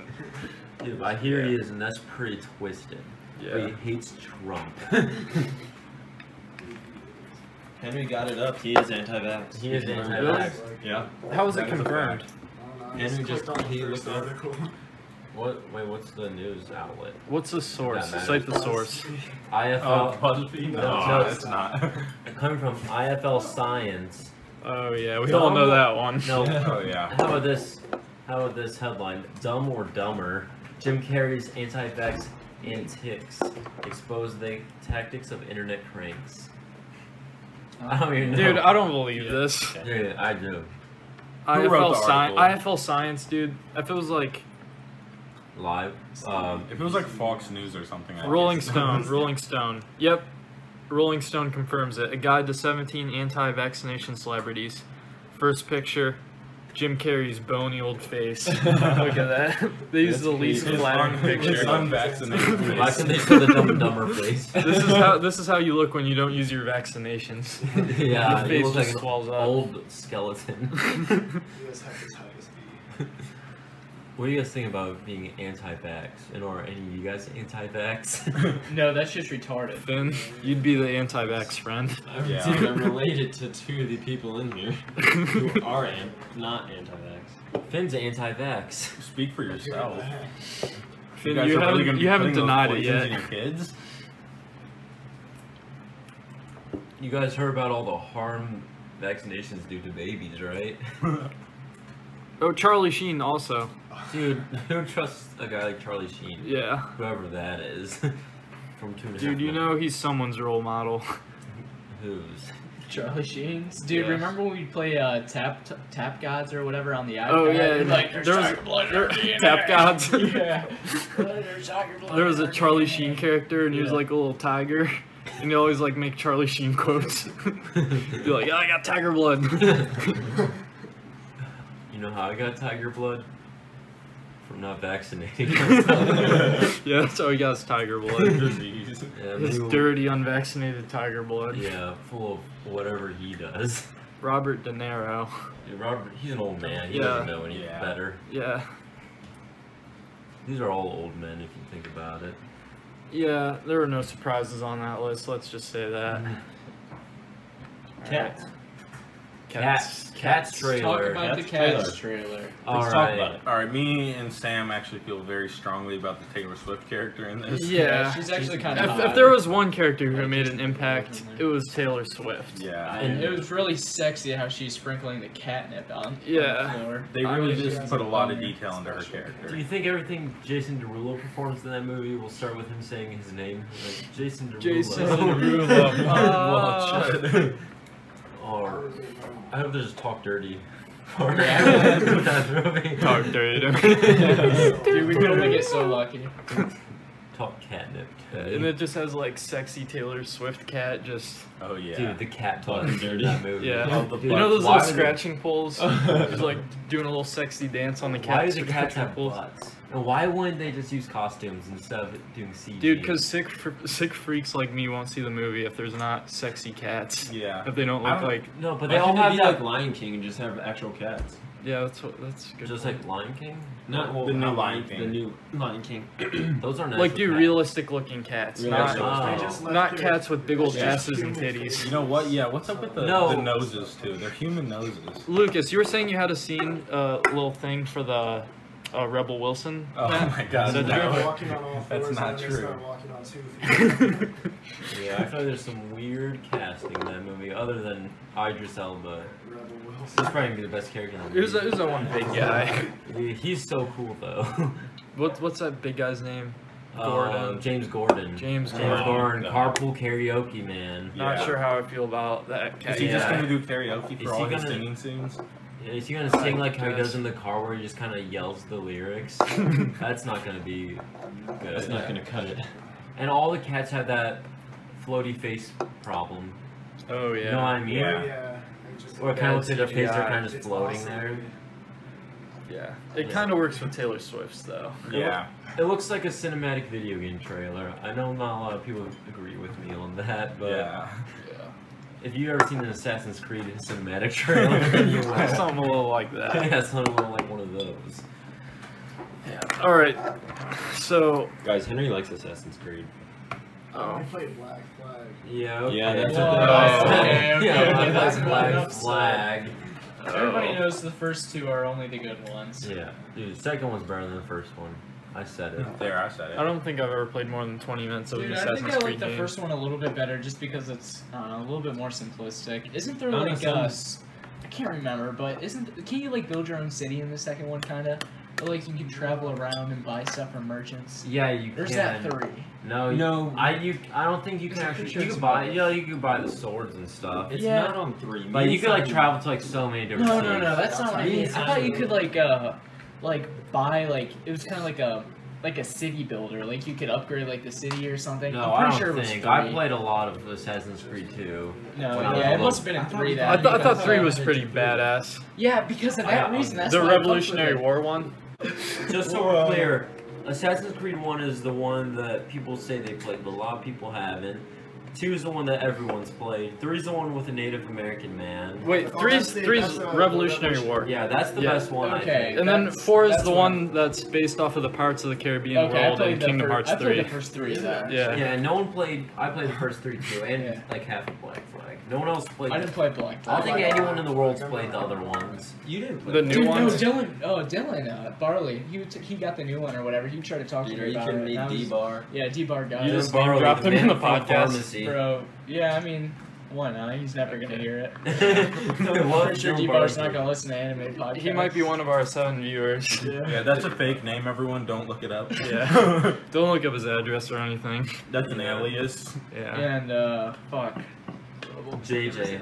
Speaker 5: Dude, I hear he is, and that's pretty twisted. But
Speaker 2: yeah.
Speaker 5: he hates Trump.
Speaker 7: Henry got it up. He is anti-vax.
Speaker 5: He is
Speaker 7: He's learned.
Speaker 5: anti-vax.
Speaker 8: Like,
Speaker 7: Yeah.
Speaker 2: How was it
Speaker 6: That is a
Speaker 2: confirmed?
Speaker 6: fact.
Speaker 8: I don't know, I
Speaker 7: And he
Speaker 8: clicked
Speaker 7: just-
Speaker 8: on the
Speaker 7: he
Speaker 8: first
Speaker 7: looked up.
Speaker 8: article.
Speaker 5: What? Wait, what's the news outlet?
Speaker 2: What's the source?
Speaker 5: matters.
Speaker 2: Cite the source. Oh.
Speaker 5: IFL.
Speaker 6: BuzzFeed? No,
Speaker 5: No,
Speaker 6: no,
Speaker 5: it's
Speaker 6: it's not.
Speaker 5: coming from IFL Science.
Speaker 2: Oh yeah, we all know that one.
Speaker 5: No.
Speaker 6: oh yeah.
Speaker 5: How about this? How about this headline? Dumb or dumber? Jim Carrey's anti-vax antics expose the tactics of internet cranks. I don't even know.
Speaker 2: Dude, I don't believe this.
Speaker 5: Dude, I do.
Speaker 2: IFL
Speaker 6: wrote the
Speaker 2: science,
Speaker 6: article?
Speaker 2: IFL science, dude. If it was like
Speaker 5: live. Um,
Speaker 6: If it was like Fox News or something, I'd
Speaker 2: Rolling
Speaker 6: guess.
Speaker 2: Stone, Rolling Stone. Yep. Rolling Stone confirms it. A guide to 17 anti vaccination celebrities. First picture Jim Carrey's bony old face. Look at that. They use
Speaker 7: That's
Speaker 2: the least
Speaker 6: His
Speaker 2: flattering
Speaker 6: un- his
Speaker 2: picture.
Speaker 6: unvaccinated
Speaker 5: why can
Speaker 6: face.
Speaker 5: they show the dumb and dumber face?
Speaker 2: This is how this is how you look when you don't use your vaccinations.
Speaker 5: yeah,
Speaker 2: Your
Speaker 5: you
Speaker 2: face
Speaker 5: look like
Speaker 2: just
Speaker 5: an
Speaker 2: swells up.
Speaker 5: old skeleton.
Speaker 8: You guys have this highest speed.
Speaker 5: what do you guys think about being anti-vax? And are any of you guys anti-vax?
Speaker 3: No, that's just retarded.
Speaker 2: Then you'd be the anti-vax friend.
Speaker 7: I'm,
Speaker 6: Yeah.
Speaker 7: dude, I'm related to two of the people in here who are an- not anti-vax.
Speaker 5: Finn's anti-vax.
Speaker 6: Speak for yourself.
Speaker 2: Finn,
Speaker 6: guys
Speaker 2: you
Speaker 6: are really
Speaker 2: haven't-
Speaker 6: gonna be
Speaker 2: you haven't
Speaker 6: putting those
Speaker 2: denied it
Speaker 6: poisons
Speaker 2: yet.
Speaker 6: in your kids?
Speaker 5: You guys heard about all the harm vaccinations do to babies, right?
Speaker 2: Oh, Charlie Sheen also.
Speaker 5: Dude, who trusts a guy like Charlie Sheen?
Speaker 2: Yeah.
Speaker 5: Whoever that is. From two and a half
Speaker 2: Dude, you
Speaker 5: Men.
Speaker 2: know he's someone's role model.
Speaker 5: who's
Speaker 3: Charlie Sheen's. Dude,
Speaker 2: Yeah.
Speaker 3: remember when we play uh, Tap Tap Gods or whatever on the iPad?
Speaker 2: Oh, yeah,
Speaker 3: And, like there's
Speaker 2: there was-
Speaker 3: tiger blood in
Speaker 2: there-
Speaker 3: our DNA.
Speaker 2: Tap Gods.
Speaker 3: yeah. There's tiger blood
Speaker 2: There was
Speaker 3: in
Speaker 2: a
Speaker 3: our
Speaker 2: Charlie
Speaker 3: DNA.
Speaker 2: Sheen character, and he was
Speaker 3: Yeah.
Speaker 2: like a little tiger, and he always like make Charlie Sheen quotes. Be like, "Oh, I got tiger blood."
Speaker 5: You know how I got tiger blood? From not vaccinating
Speaker 2: yeah, that's how he got his tiger blood.
Speaker 6: Disease.
Speaker 5: yeah,
Speaker 2: His
Speaker 5: maybe-
Speaker 2: dirty, unvaccinated tiger blood.
Speaker 5: yeah, full of whatever he does.
Speaker 2: Robert De Niro.
Speaker 5: Yeah, Robert, he's an old man. He
Speaker 2: Yeah.
Speaker 5: doesn't know any
Speaker 6: Yeah.
Speaker 5: better.
Speaker 2: Yeah,
Speaker 5: These are all old men if you think about it.
Speaker 2: yeah. There were no surprises on that list. Let's just say that.
Speaker 7: Cats.
Speaker 5: Cats. Cats
Speaker 3: Talk
Speaker 5: trailer.
Speaker 3: about the
Speaker 7: That's
Speaker 3: Cats trailer.
Speaker 5: All
Speaker 7: Let's talk
Speaker 5: right.
Speaker 7: about it.
Speaker 6: All right, me and Sam actually feel very strongly about the Taylor Swift character in this.
Speaker 2: Yeah.
Speaker 3: she's actually kind of.
Speaker 2: If, if there was one character who made an impact, it was Taylor Swift.
Speaker 6: Yeah,
Speaker 3: and it was really sexy how she's sprinkling the catnip on, on
Speaker 2: Yeah.
Speaker 3: the floor.
Speaker 6: they
Speaker 2: I
Speaker 6: really
Speaker 2: mean,
Speaker 6: just
Speaker 8: she's
Speaker 6: put a lot of
Speaker 3: funny.
Speaker 6: detail into her
Speaker 5: Do
Speaker 6: character.
Speaker 5: you think everything Jason Derulo performs in that movie will start with him saying his name? Like, Jason Derulo.
Speaker 2: Jason
Speaker 3: Derulo.
Speaker 5: Watch it.
Speaker 8: I oh.
Speaker 5: Or
Speaker 8: would be wrong.
Speaker 5: I hope there's talk dirty. Or
Speaker 3: Yeah.
Speaker 5: that movie.
Speaker 2: Talk dirty.
Speaker 3: Dude, we could only get so lucky.
Speaker 5: Talk catnip.
Speaker 2: and it just has like sexy Taylor Swift cat just.
Speaker 6: Oh yeah.
Speaker 5: Dude, the cat
Speaker 7: Talking
Speaker 5: buttons in
Speaker 7: dirty.
Speaker 5: that movie.
Speaker 2: Yeah.
Speaker 5: Oh, the
Speaker 2: You know those
Speaker 5: buttons. Why
Speaker 2: little
Speaker 5: do they-
Speaker 2: scratching poles? She's like doing a little sexy dance on the
Speaker 5: Why do
Speaker 2: cats.
Speaker 5: the
Speaker 2: with
Speaker 5: cats
Speaker 2: scratching
Speaker 5: have
Speaker 2: poles.
Speaker 5: butts? And why wouldn't they just use costumes instead of doing CG?
Speaker 2: Dude, because sick fr- sick freaks like me won't see the movie if there's not sexy cats.
Speaker 6: yeah.
Speaker 2: If they don't
Speaker 6: I
Speaker 2: look
Speaker 6: don't-
Speaker 2: like
Speaker 5: no, but
Speaker 7: But
Speaker 5: they all have
Speaker 7: be
Speaker 5: that.
Speaker 7: like Lion King and just have actual cats.
Speaker 2: yeah, that's what, that's a good.
Speaker 5: just like Lion King.
Speaker 7: Not well,
Speaker 6: The new
Speaker 7: not
Speaker 6: Lion
Speaker 7: The
Speaker 6: King.
Speaker 7: new Lion King.
Speaker 5: Those are nice.
Speaker 2: like do
Speaker 5: real.
Speaker 2: realistic looking cats,
Speaker 6: Realistic.
Speaker 2: not
Speaker 5: Oh.
Speaker 8: They just left
Speaker 2: not
Speaker 8: their-
Speaker 2: cats with big old
Speaker 8: Just
Speaker 2: asses and
Speaker 8: human
Speaker 2: titties.
Speaker 8: faces.
Speaker 6: You know what? Yeah. What's up with the,
Speaker 5: No.
Speaker 6: the noses too? They're human noses.
Speaker 2: Lucas, you were saying you had a scene, uh, little thing for the uh, Rebel Wilson.
Speaker 6: Oh my god.
Speaker 2: So
Speaker 8: They're
Speaker 2: no.
Speaker 8: walking on all
Speaker 6: That's
Speaker 8: fours
Speaker 6: not
Speaker 8: and then
Speaker 6: true.
Speaker 8: They start walking on two feet.
Speaker 2: thing.
Speaker 5: Yeah, I feel like there's some weird casting in that movie, other than Idris Elba.
Speaker 8: Rebel
Speaker 5: He's
Speaker 8: Wilson.
Speaker 5: probably gonna be the best character in the movie.
Speaker 2: who's, that, who's that one big guy?
Speaker 5: Dude, he's so cool though.
Speaker 2: What, what's that big guy's name?
Speaker 5: Um,
Speaker 2: Gordon.
Speaker 5: James Gordon.
Speaker 2: James
Speaker 5: James
Speaker 2: Gordon.
Speaker 5: Gordon. Carpool karaoke man.
Speaker 6: Yeah.
Speaker 2: Not sure how I feel about that
Speaker 6: Is
Speaker 2: cat.
Speaker 6: he just
Speaker 5: Yeah.
Speaker 6: gonna do karaoke
Speaker 5: Is
Speaker 6: for all
Speaker 5: he
Speaker 6: his
Speaker 5: gonna-
Speaker 6: singing scenes?
Speaker 5: Yeah, Is he gonna sing
Speaker 2: I
Speaker 5: like how he
Speaker 2: guess.
Speaker 5: does in the car, where he just kind of yells the lyrics? That's not gonna be good.
Speaker 7: That's not gonna cut it.
Speaker 5: And all the cats have that floaty face problem.
Speaker 2: Oh yeah.
Speaker 5: You know what I mean?
Speaker 6: Yeah.
Speaker 8: Yeah. it just-
Speaker 5: Or it kind of looks at their face, they're
Speaker 2: Yeah.
Speaker 5: kind of just
Speaker 8: It's
Speaker 5: floating
Speaker 8: awesome.
Speaker 5: there.
Speaker 2: Yeah. It
Speaker 5: Yeah.
Speaker 2: kind of works with Taylor Swift's though.
Speaker 6: Yeah.
Speaker 5: It looks like a cinematic video game trailer. I know not a lot of people agree with me on that, but
Speaker 6: Yeah.
Speaker 5: if you've ever seen an Assassin's Creed cinematic trailer, you will.
Speaker 2: Something a little like that.
Speaker 5: yeah, something like one of those.
Speaker 2: All right. So.
Speaker 7: Guys, Henry likes Assassin's Creed.
Speaker 8: Oh, we played Black Flag.
Speaker 5: Yeah. Okay.
Speaker 7: Yeah, that's
Speaker 3: what
Speaker 2: that is.
Speaker 5: Yeah,
Speaker 3: Oh, Okay,
Speaker 5: yeah,
Speaker 3: okay,
Speaker 5: black
Speaker 3: that's
Speaker 5: flag,
Speaker 3: enough said.
Speaker 5: flag.
Speaker 3: Everybody knows the first two are only the good ones.
Speaker 5: Yeah, dude, the second one's better than the first one. I said it.
Speaker 6: There, I said it.
Speaker 2: I don't think I've ever played more than 20 minutes of
Speaker 3: Dude,
Speaker 2: an
Speaker 3: I
Speaker 2: Assassin's
Speaker 3: think I like
Speaker 2: Creed
Speaker 3: the
Speaker 2: game.
Speaker 3: first one a little bit better just because it's I don't know, a little bit more simplistic. Isn't there
Speaker 7: Not
Speaker 3: like
Speaker 7: some-
Speaker 3: a s- I can't remember, but isn't can you like build your own city in the second one kinda? Or like you can travel around and buy stuff from merchants.
Speaker 5: Yeah, you
Speaker 3: There's
Speaker 5: can.
Speaker 3: that three.
Speaker 5: No, Oh, you-
Speaker 7: No,
Speaker 5: I you. I don't think you
Speaker 3: There's
Speaker 5: can
Speaker 3: a
Speaker 5: actually.
Speaker 3: picture
Speaker 5: You
Speaker 3: of
Speaker 5: can
Speaker 3: some
Speaker 5: buy.
Speaker 3: of it.
Speaker 5: Yeah, you can buy the swords and stuff.
Speaker 7: it's
Speaker 3: Yeah.
Speaker 7: not on three.
Speaker 5: But you
Speaker 7: It's
Speaker 5: could like
Speaker 7: on-
Speaker 5: travel to like so many different.
Speaker 3: No, no,
Speaker 5: cities.
Speaker 3: no, that's not what I mean. I
Speaker 7: Outside.
Speaker 3: thought you could like uh like buy like it was kind of like a like a city builder. Like you could upgrade like the city or something.
Speaker 5: No,
Speaker 3: I'm
Speaker 5: I
Speaker 3: pretty
Speaker 5: don't
Speaker 3: sure it was
Speaker 5: think.
Speaker 3: three.
Speaker 5: I played a lot of Assassin's Creed 2.
Speaker 3: no,
Speaker 5: when I was
Speaker 3: yeah, it
Speaker 5: little.
Speaker 3: must have been in three. That
Speaker 2: I, th- I thought
Speaker 3: because-
Speaker 2: three was pretty badass.
Speaker 3: Yeah, because of
Speaker 5: I
Speaker 3: that
Speaker 5: got
Speaker 3: reason.
Speaker 5: one.
Speaker 3: That's
Speaker 2: the
Speaker 3: why I fucked with
Speaker 2: Revolutionary
Speaker 3: it.
Speaker 2: War one.
Speaker 5: Just so
Speaker 6: Well-
Speaker 5: we're clear, Assassin's Creed 1 is the one that people say they played, but a lot of people haven't. 2 is the one that everyone's played. 3 is the one with the Native American man.
Speaker 2: Wait,
Speaker 8: Oh,
Speaker 2: three's
Speaker 8: that's the-
Speaker 2: three's
Speaker 8: that's the
Speaker 2: Revolutionary
Speaker 8: Revolutionary
Speaker 2: War.
Speaker 5: Yeah, that's the
Speaker 2: Yeah.
Speaker 5: best one.
Speaker 3: Okay.
Speaker 5: I think.
Speaker 2: And then
Speaker 3: That's-
Speaker 2: four is
Speaker 3: that's
Speaker 2: the
Speaker 3: what-
Speaker 2: one that's based off of the Pirates of the Caribbean
Speaker 3: Okay, I
Speaker 2: world
Speaker 3: played
Speaker 2: and
Speaker 3: the
Speaker 2: Kingdom
Speaker 3: fir-
Speaker 2: Hearts
Speaker 3: I played
Speaker 2: three.
Speaker 3: the first three of that.
Speaker 2: Yeah.
Speaker 5: Yeah, no one played. I played the first three too, and
Speaker 3: Yeah.
Speaker 5: like half of Black Flag. No one else played.
Speaker 3: I didn't play Black
Speaker 5: I don't
Speaker 3: Flag.
Speaker 5: think anyone in the world's played the other ones.
Speaker 7: You didn't play
Speaker 2: The
Speaker 7: that.
Speaker 2: new
Speaker 3: Dude, no,
Speaker 2: ones?
Speaker 3: Dylan. Oh, Dylan uh, Barley. He t- he got the new one or whatever. He tried to talk to
Speaker 7: Peter,
Speaker 3: me
Speaker 7: you
Speaker 3: about
Speaker 7: can
Speaker 3: it.
Speaker 7: meet
Speaker 3: and I was-
Speaker 7: D-Bar.
Speaker 3: Yeah, D Bar got
Speaker 2: You
Speaker 3: it.
Speaker 2: just
Speaker 5: borrowed
Speaker 2: name-dropped him in the podcast.
Speaker 3: Bro, yeah, I mean, why not? He's never gonna hear it.
Speaker 5: Well,
Speaker 3: I'm sure
Speaker 5: Dylan
Speaker 3: D
Speaker 5: borrowed
Speaker 3: Bar's not
Speaker 5: it.
Speaker 3: gonna listen to anime podcasts.
Speaker 2: He might be one of our seven viewers.
Speaker 6: Yeah, that's a fake name, everyone. Don't look it up.
Speaker 2: Yeah. Don't look up his address or anything.
Speaker 6: That's an alias.
Speaker 2: Yeah. Yeah,
Speaker 3: And uh, fuck.
Speaker 5: JJ.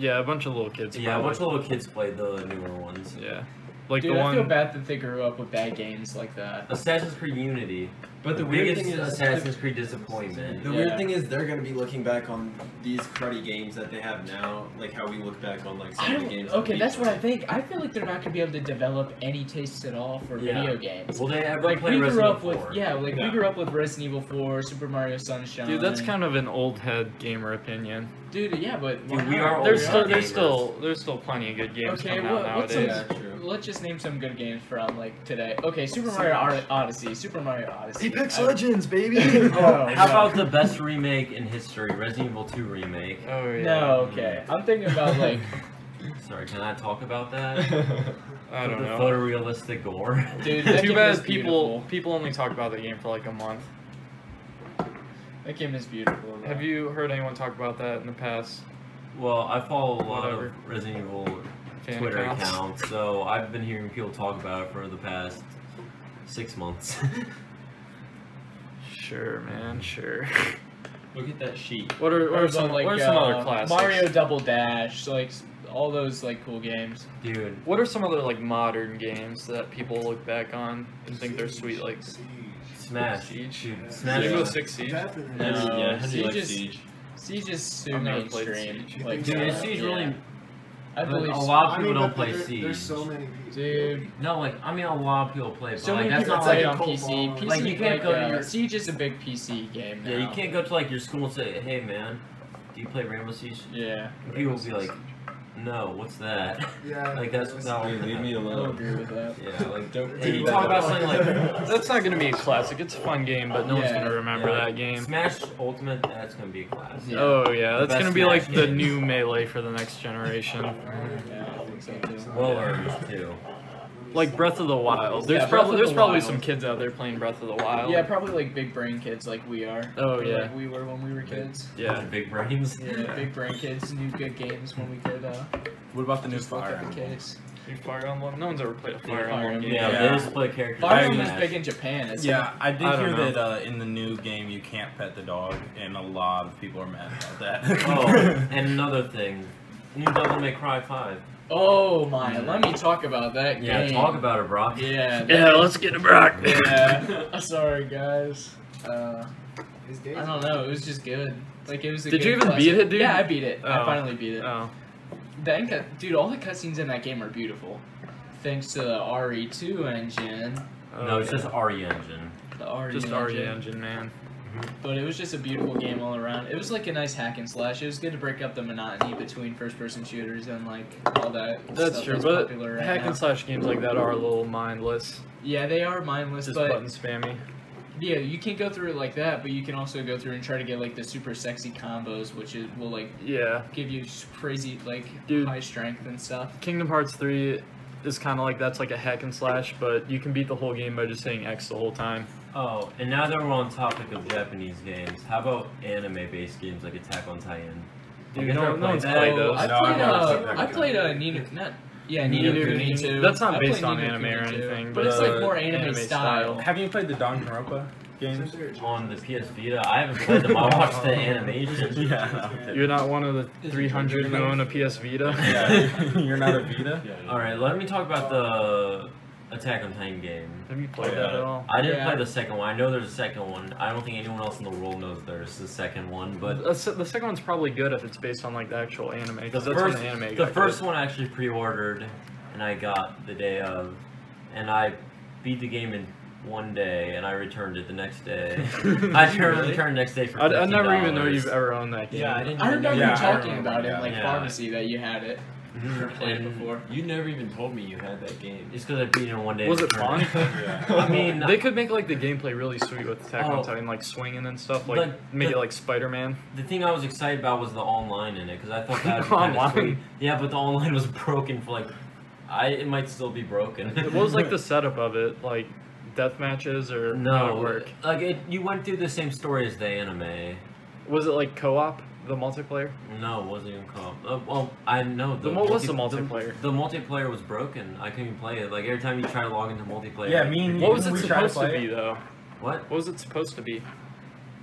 Speaker 2: a bunch of little kids.
Speaker 5: Yeah, a bunch
Speaker 2: probably.
Speaker 5: of little kids played the newer ones.
Speaker 2: Yeah. Like
Speaker 3: Dude,
Speaker 2: the
Speaker 3: I feel
Speaker 2: one.
Speaker 3: bad that they grew up with bad games like that.
Speaker 5: Assassin's Creed Unity.
Speaker 7: But the weird
Speaker 5: biggest
Speaker 7: thing is,
Speaker 5: Assassin's
Speaker 7: the,
Speaker 5: Creed disappointment.
Speaker 7: the
Speaker 3: Yeah.
Speaker 7: weird thing is, they're gonna be looking back on these cruddy games that they have now, like how we look back on like
Speaker 3: I
Speaker 7: some of the
Speaker 3: don't,
Speaker 7: games.
Speaker 3: okay, that's what I think. I feel like they're not gonna be able to develop any tastes at all for
Speaker 5: Yeah.
Speaker 3: video games.
Speaker 5: Will they ever
Speaker 3: Like
Speaker 5: play
Speaker 3: we grew
Speaker 5: Resident
Speaker 3: up
Speaker 5: Evil
Speaker 3: with,
Speaker 5: 4?
Speaker 3: yeah, like we
Speaker 7: No.
Speaker 3: grew up with Resident Evil 4, Super Mario Sunshine.
Speaker 2: Dude, that's kind of an old head gamer opinion.
Speaker 3: Dude, yeah, but why
Speaker 5: Dude, we
Speaker 3: not?
Speaker 5: are
Speaker 2: There's
Speaker 5: old
Speaker 2: still
Speaker 5: head
Speaker 2: there's
Speaker 5: gamers.
Speaker 2: still there's still plenty of good games
Speaker 3: Okay,
Speaker 2: coming out
Speaker 3: what- what's
Speaker 2: nowadays.
Speaker 7: Yeah, true.
Speaker 3: Let's just name some good games from like today. Okay, Super Mario Ar- Odyssey, Super Mario Odyssey, I-
Speaker 8: Legends, baby!
Speaker 3: Oh,
Speaker 5: How
Speaker 3: no.
Speaker 5: about the best remake in history, Resident Evil 2 remake?
Speaker 2: Oh yeah.
Speaker 3: No, okay. I'm thinking about like,
Speaker 5: Sorry, can I talk about that?
Speaker 7: I.
Speaker 2: I don't
Speaker 5: the
Speaker 2: know.
Speaker 5: photorealistic gore.
Speaker 3: dude. That
Speaker 2: Too
Speaker 3: game
Speaker 2: bad
Speaker 3: is
Speaker 2: people
Speaker 3: beautiful.
Speaker 2: people only talk about the game for like a month.
Speaker 3: That game is beautiful. bro.
Speaker 2: Have you heard anyone talk about that in the past?
Speaker 5: Well, I follow a lot
Speaker 2: Whatever.
Speaker 5: of Resident Evil
Speaker 2: Fan
Speaker 5: Twitter
Speaker 2: accounts?
Speaker 5: accounts, so I've been hearing people talk about it for the past six months.
Speaker 2: Sure, man. Sure.
Speaker 7: Look at that sheet.
Speaker 2: What are what
Speaker 3: Or
Speaker 2: are
Speaker 3: about,
Speaker 2: some
Speaker 3: like,
Speaker 2: what are some
Speaker 3: uh,
Speaker 2: other classics?
Speaker 3: Mario Double Dash, like s- all those like cool games.
Speaker 5: Dude,
Speaker 2: What are some other like modern games that people look back on and think they're sweet? Like
Speaker 5: Smash.
Speaker 2: Siege.
Speaker 5: Dude,
Speaker 2: Did
Speaker 5: Smash.
Speaker 2: you go
Speaker 5: Dude,
Speaker 2: Six Siege?
Speaker 7: Yeah,
Speaker 3: No,
Speaker 7: yeah, how do you
Speaker 3: Siege
Speaker 7: like
Speaker 3: is-
Speaker 7: Siege?
Speaker 3: Siege is too
Speaker 2: I've never played
Speaker 3: mainstream.
Speaker 2: Siege.
Speaker 3: Like,
Speaker 8: Dude,
Speaker 3: uh,
Speaker 5: it's Siege really.
Speaker 3: I believe.
Speaker 5: a
Speaker 3: so.
Speaker 5: lot of
Speaker 8: I
Speaker 5: people
Speaker 8: mean,
Speaker 5: don't
Speaker 8: but
Speaker 5: play
Speaker 8: there-
Speaker 5: Siege.
Speaker 8: There's so many people.
Speaker 3: Dude,
Speaker 5: No, like I mean, a lot of people play, it, but
Speaker 3: so many
Speaker 5: like that's
Speaker 3: people
Speaker 5: not
Speaker 3: play
Speaker 5: like
Speaker 3: it on
Speaker 8: a cold
Speaker 3: PC.
Speaker 8: ball.
Speaker 3: PC
Speaker 5: Like, you can't go to
Speaker 3: uh,
Speaker 5: your-
Speaker 3: Siege is a big PC game.
Speaker 5: yeah, you
Speaker 3: now.
Speaker 5: can't go to like your school and say, "Hey, man, do you play Rainbow Siege?"
Speaker 3: Yeah,
Speaker 5: And People will be like, "No, what's that?"
Speaker 8: Yeah.
Speaker 5: like that's not.
Speaker 7: Hey, leave me
Speaker 3: I don't
Speaker 7: alone.
Speaker 3: agree with that.
Speaker 5: Yeah, like
Speaker 7: Don't
Speaker 5: Hey,
Speaker 7: do
Speaker 5: you
Speaker 7: that.
Speaker 5: talk about something like
Speaker 2: That's not gonna be a classic. It's a fun game, but no one's
Speaker 3: Yeah.
Speaker 2: gonna remember
Speaker 5: Yeah.
Speaker 2: that game.
Speaker 5: Smash Ultimate. That's gonna be a class.
Speaker 3: Yeah.
Speaker 2: Oh yeah,
Speaker 5: The
Speaker 2: that's gonna
Speaker 5: best
Speaker 2: be like
Speaker 5: Smash
Speaker 2: the
Speaker 5: game.
Speaker 2: new melee for the next generation.
Speaker 3: Yeah, I think so too.
Speaker 5: Well earned too.
Speaker 2: Like Breath of the Wild. There's
Speaker 3: Yeah, Breath
Speaker 2: probably
Speaker 3: of
Speaker 2: there's
Speaker 3: the
Speaker 2: probably
Speaker 3: Wild.
Speaker 2: some kids out there playing Breath of the Wild.
Speaker 3: Yeah, probably like big brain kids like we are.
Speaker 2: Oh,
Speaker 3: Or,
Speaker 2: yeah.
Speaker 3: Like we were when we were kids.
Speaker 2: Yeah.
Speaker 5: Big brains.
Speaker 3: Yeah, big brain kids knew good games when we could uh
Speaker 6: What about the new
Speaker 3: just look
Speaker 6: Fire
Speaker 3: up the
Speaker 6: Emblem?
Speaker 3: case.
Speaker 2: Fire Emblem. No one's ever played a Fire
Speaker 3: Fire
Speaker 2: Emblem
Speaker 3: Emblem.
Speaker 2: game.
Speaker 5: Yeah,
Speaker 6: Yeah.
Speaker 5: they just play characters.
Speaker 3: Fire
Speaker 5: in
Speaker 3: Emblem is
Speaker 5: Smash.
Speaker 3: big in Japan, isn't
Speaker 6: Yeah, I did
Speaker 2: I don't
Speaker 6: hear
Speaker 2: know.
Speaker 6: that uh, in the new game you can't pet the dog, and a lot of people are mad about that.
Speaker 5: Oh, and another thing, new Devil May Cry Five.
Speaker 3: it? Oh my, let me talk about that
Speaker 5: Yeah,
Speaker 3: game.
Speaker 5: talk about it, bro.
Speaker 3: Yeah.
Speaker 2: Yeah, let's get to Brock.
Speaker 3: yeah. Sorry guys. Uh,
Speaker 8: Is
Speaker 3: I
Speaker 8: Daisy-
Speaker 3: don't know. It was just good. Like it was. A
Speaker 2: Did you
Speaker 3: good
Speaker 2: even beat
Speaker 3: classic-
Speaker 2: it, dude?
Speaker 3: Yeah, I beat it. I
Speaker 2: Oh.
Speaker 3: finally beat it.
Speaker 2: Oh.
Speaker 3: The end cut, dude. All the cutscenes in that game are beautiful, thanks to the RE2 engine.
Speaker 5: No, it's
Speaker 2: Okay.
Speaker 5: just RE Engine.
Speaker 3: The RE
Speaker 2: oh, just
Speaker 3: E
Speaker 2: E
Speaker 3: engine.
Speaker 2: RE engine, man.
Speaker 3: But it was just a beautiful game all around. It was like a nice hack and slash. It was good to break up the monotony between first person shooters and like all that.
Speaker 2: That's
Speaker 3: stuff
Speaker 2: true,
Speaker 3: that's
Speaker 2: but
Speaker 3: popular right
Speaker 2: hack
Speaker 3: now.
Speaker 2: and slash games like that are a little mindless.
Speaker 3: yeah, they are mindless,
Speaker 2: Just
Speaker 3: but
Speaker 2: button spammy.
Speaker 3: yeah, you can go through it like that. But you can also go through and try to get like the super sexy combos, which is, will like
Speaker 2: Yeah.
Speaker 3: give you s- crazy like
Speaker 2: Dude.
Speaker 3: high strength and stuff.
Speaker 2: Kingdom Hearts 3 is kind of like that's like a hack and slash, but you can beat the whole game by just saying X the whole time.
Speaker 5: Oh, and now that we're on topic of Japanese games, how about anime-based games like Attack on Titan?
Speaker 2: Dude,
Speaker 5: Have you
Speaker 2: no-
Speaker 5: ever
Speaker 2: no
Speaker 5: played
Speaker 2: one's
Speaker 5: that?
Speaker 2: played
Speaker 3: Oh,
Speaker 2: those.
Speaker 3: I
Speaker 6: No,
Speaker 3: played,
Speaker 6: I've
Speaker 3: uh,
Speaker 6: never seen that
Speaker 3: I
Speaker 6: game.
Speaker 3: played uh, Nino, not yeah,
Speaker 2: Nino
Speaker 3: Nino Kuni
Speaker 2: Kuni.
Speaker 3: too.
Speaker 2: That's not
Speaker 3: I played
Speaker 2: based on
Speaker 3: Nino
Speaker 2: anime
Speaker 3: Kuni
Speaker 2: or
Speaker 3: too,
Speaker 2: anything,
Speaker 3: but it's
Speaker 2: but, uh,
Speaker 3: like more anime,
Speaker 2: anime
Speaker 3: style.
Speaker 2: style.
Speaker 6: Have you played the Don Garopa
Speaker 8: Isn't
Speaker 6: games?
Speaker 8: there a
Speaker 5: On the PS Vita, I haven't played them. I watched the animation.
Speaker 6: yeah.
Speaker 2: You're not one of the
Speaker 7: it
Speaker 2: 300 who
Speaker 7: Japanese?
Speaker 2: own a PS Vita.
Speaker 6: yeah. You're not a Vita?
Speaker 7: Yeah, I know.
Speaker 5: All right, let me talk about the Attack on Titan game.
Speaker 2: Have you played
Speaker 6: Yeah.
Speaker 2: that at all?
Speaker 5: I didn't
Speaker 3: Yeah.
Speaker 5: play the second one. I know there's a second one. I don't think anyone else in the world knows there's the second one, but
Speaker 2: The se- the second one's probably good if it's based on like the actual anime.
Speaker 5: the
Speaker 2: Because that's
Speaker 5: first
Speaker 2: when the anime.
Speaker 5: the
Speaker 2: got
Speaker 5: first
Speaker 2: good.
Speaker 5: one I actually pre-ordered, and I got the day of, and I beat the game in one day, and I returned it the next day.
Speaker 2: Did
Speaker 5: I
Speaker 2: you
Speaker 5: turned
Speaker 2: really?
Speaker 5: returned next day for.
Speaker 2: I, I never even know
Speaker 5: $15.
Speaker 2: you've ever owned that game.
Speaker 7: Yeah, I didn't.
Speaker 3: I
Speaker 7: even know
Speaker 3: remember you
Speaker 7: you
Speaker 6: Yeah.
Speaker 7: had
Speaker 3: talking
Speaker 7: one.
Speaker 3: about it in like
Speaker 5: Yeah.
Speaker 3: pharmacy that you had it. Never
Speaker 5: Mhm,
Speaker 3: played it
Speaker 5: And
Speaker 3: before.
Speaker 7: You never even told me you had that game.
Speaker 5: just because I beat it in one day.
Speaker 2: Was
Speaker 5: and
Speaker 2: it
Speaker 5: returned
Speaker 2: fun?
Speaker 6: Yeah.
Speaker 5: I mean,
Speaker 2: They could make like the gameplay really sweet with Attack
Speaker 5: Oh.
Speaker 2: on Titan, like swinging and stuff. Like
Speaker 5: Like,
Speaker 2: make
Speaker 5: the-
Speaker 2: it like Spider Man.
Speaker 5: the thing I was excited about was the online in it because I thought that
Speaker 2: Online?
Speaker 5: Sweet. Yeah, but the online was broken for like, I it might still be broken.
Speaker 2: What was like the setup of it? Like death matches or how
Speaker 5: no
Speaker 2: it work?
Speaker 5: Like it, you went through the same story as the anime.
Speaker 2: Was it like co op the multiplayer?
Speaker 5: No, it wasn't even co-op. Uh, well, I know the
Speaker 2: Then what was the multiplayer?
Speaker 5: The, multiplayer was broken. I couldn't even play it. Like every time you try to log into multiplayer.
Speaker 6: Yeah, me and
Speaker 2: What was it
Speaker 6: We tried to
Speaker 2: supposed to
Speaker 6: play
Speaker 2: be though?
Speaker 5: What?
Speaker 2: What was it supposed to be?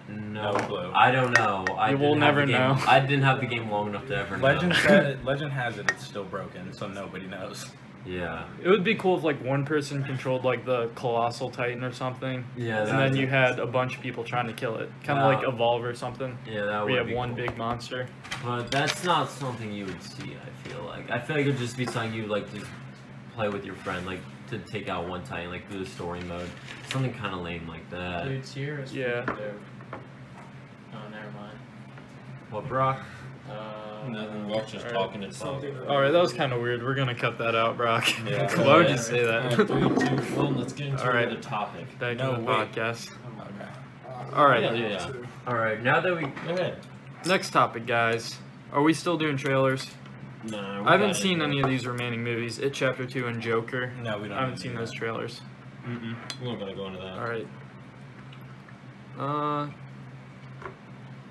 Speaker 5: No,
Speaker 6: No clue.
Speaker 5: I don't know. I
Speaker 2: You will
Speaker 5: didn't have
Speaker 2: never
Speaker 5: the game-
Speaker 2: know.
Speaker 5: I didn't have the game long enough to ever. know.
Speaker 6: Legend said it, legend has it it's still broken, so nobody knows.
Speaker 5: Yeah.
Speaker 2: It would be cool if like one person controlled like the colossal titan or something,
Speaker 5: Yeah.
Speaker 2: and
Speaker 5: that
Speaker 2: then
Speaker 5: was-
Speaker 2: you had a bunch of people trying to kill it, kind of
Speaker 5: Wow.
Speaker 2: like evolve or something.
Speaker 5: Yeah, that
Speaker 2: We
Speaker 5: would
Speaker 2: have
Speaker 5: be
Speaker 2: one
Speaker 5: cool.
Speaker 2: big monster.
Speaker 5: But that's not something you would see. I feel like I feel like it'd just be something you like to play with your friend, like to take out one time, like do the story mode, something kind of lame like that.
Speaker 3: Dude, Sierra's
Speaker 2: Yeah.
Speaker 3: freaking dope. Oh, never mind.
Speaker 5: What, Brock?
Speaker 3: Uh,
Speaker 7: Nothing. We're just
Speaker 2: Alright.
Speaker 7: talking to Tom.
Speaker 8: Something
Speaker 2: All right, that was kind of weird. We're gonna cut that out, Brock.
Speaker 6: Yeah.
Speaker 2: Why would
Speaker 7: Yeah. Uh,
Speaker 2: you say
Speaker 7: Alright,
Speaker 2: that?
Speaker 7: three, two, one. Let's get into
Speaker 2: Alright.
Speaker 7: another topic.
Speaker 2: Back
Speaker 6: No,
Speaker 2: in the
Speaker 6: wait.
Speaker 2: podcast.
Speaker 6: Okay.
Speaker 8: uh,
Speaker 2: All right.
Speaker 7: Yeah, yeah, yeah.
Speaker 5: All right, now that we
Speaker 7: Go ahead.
Speaker 2: Next topic, guys. Are we still doing trailers?
Speaker 7: No,
Speaker 2: I haven't seen any of these remaining movies. It Chapter Two and Joker.
Speaker 6: No, we don't.
Speaker 2: I haven't seen those trailers.
Speaker 6: Mm-mm.
Speaker 7: We're not gonna go into that.
Speaker 2: All right. Uh,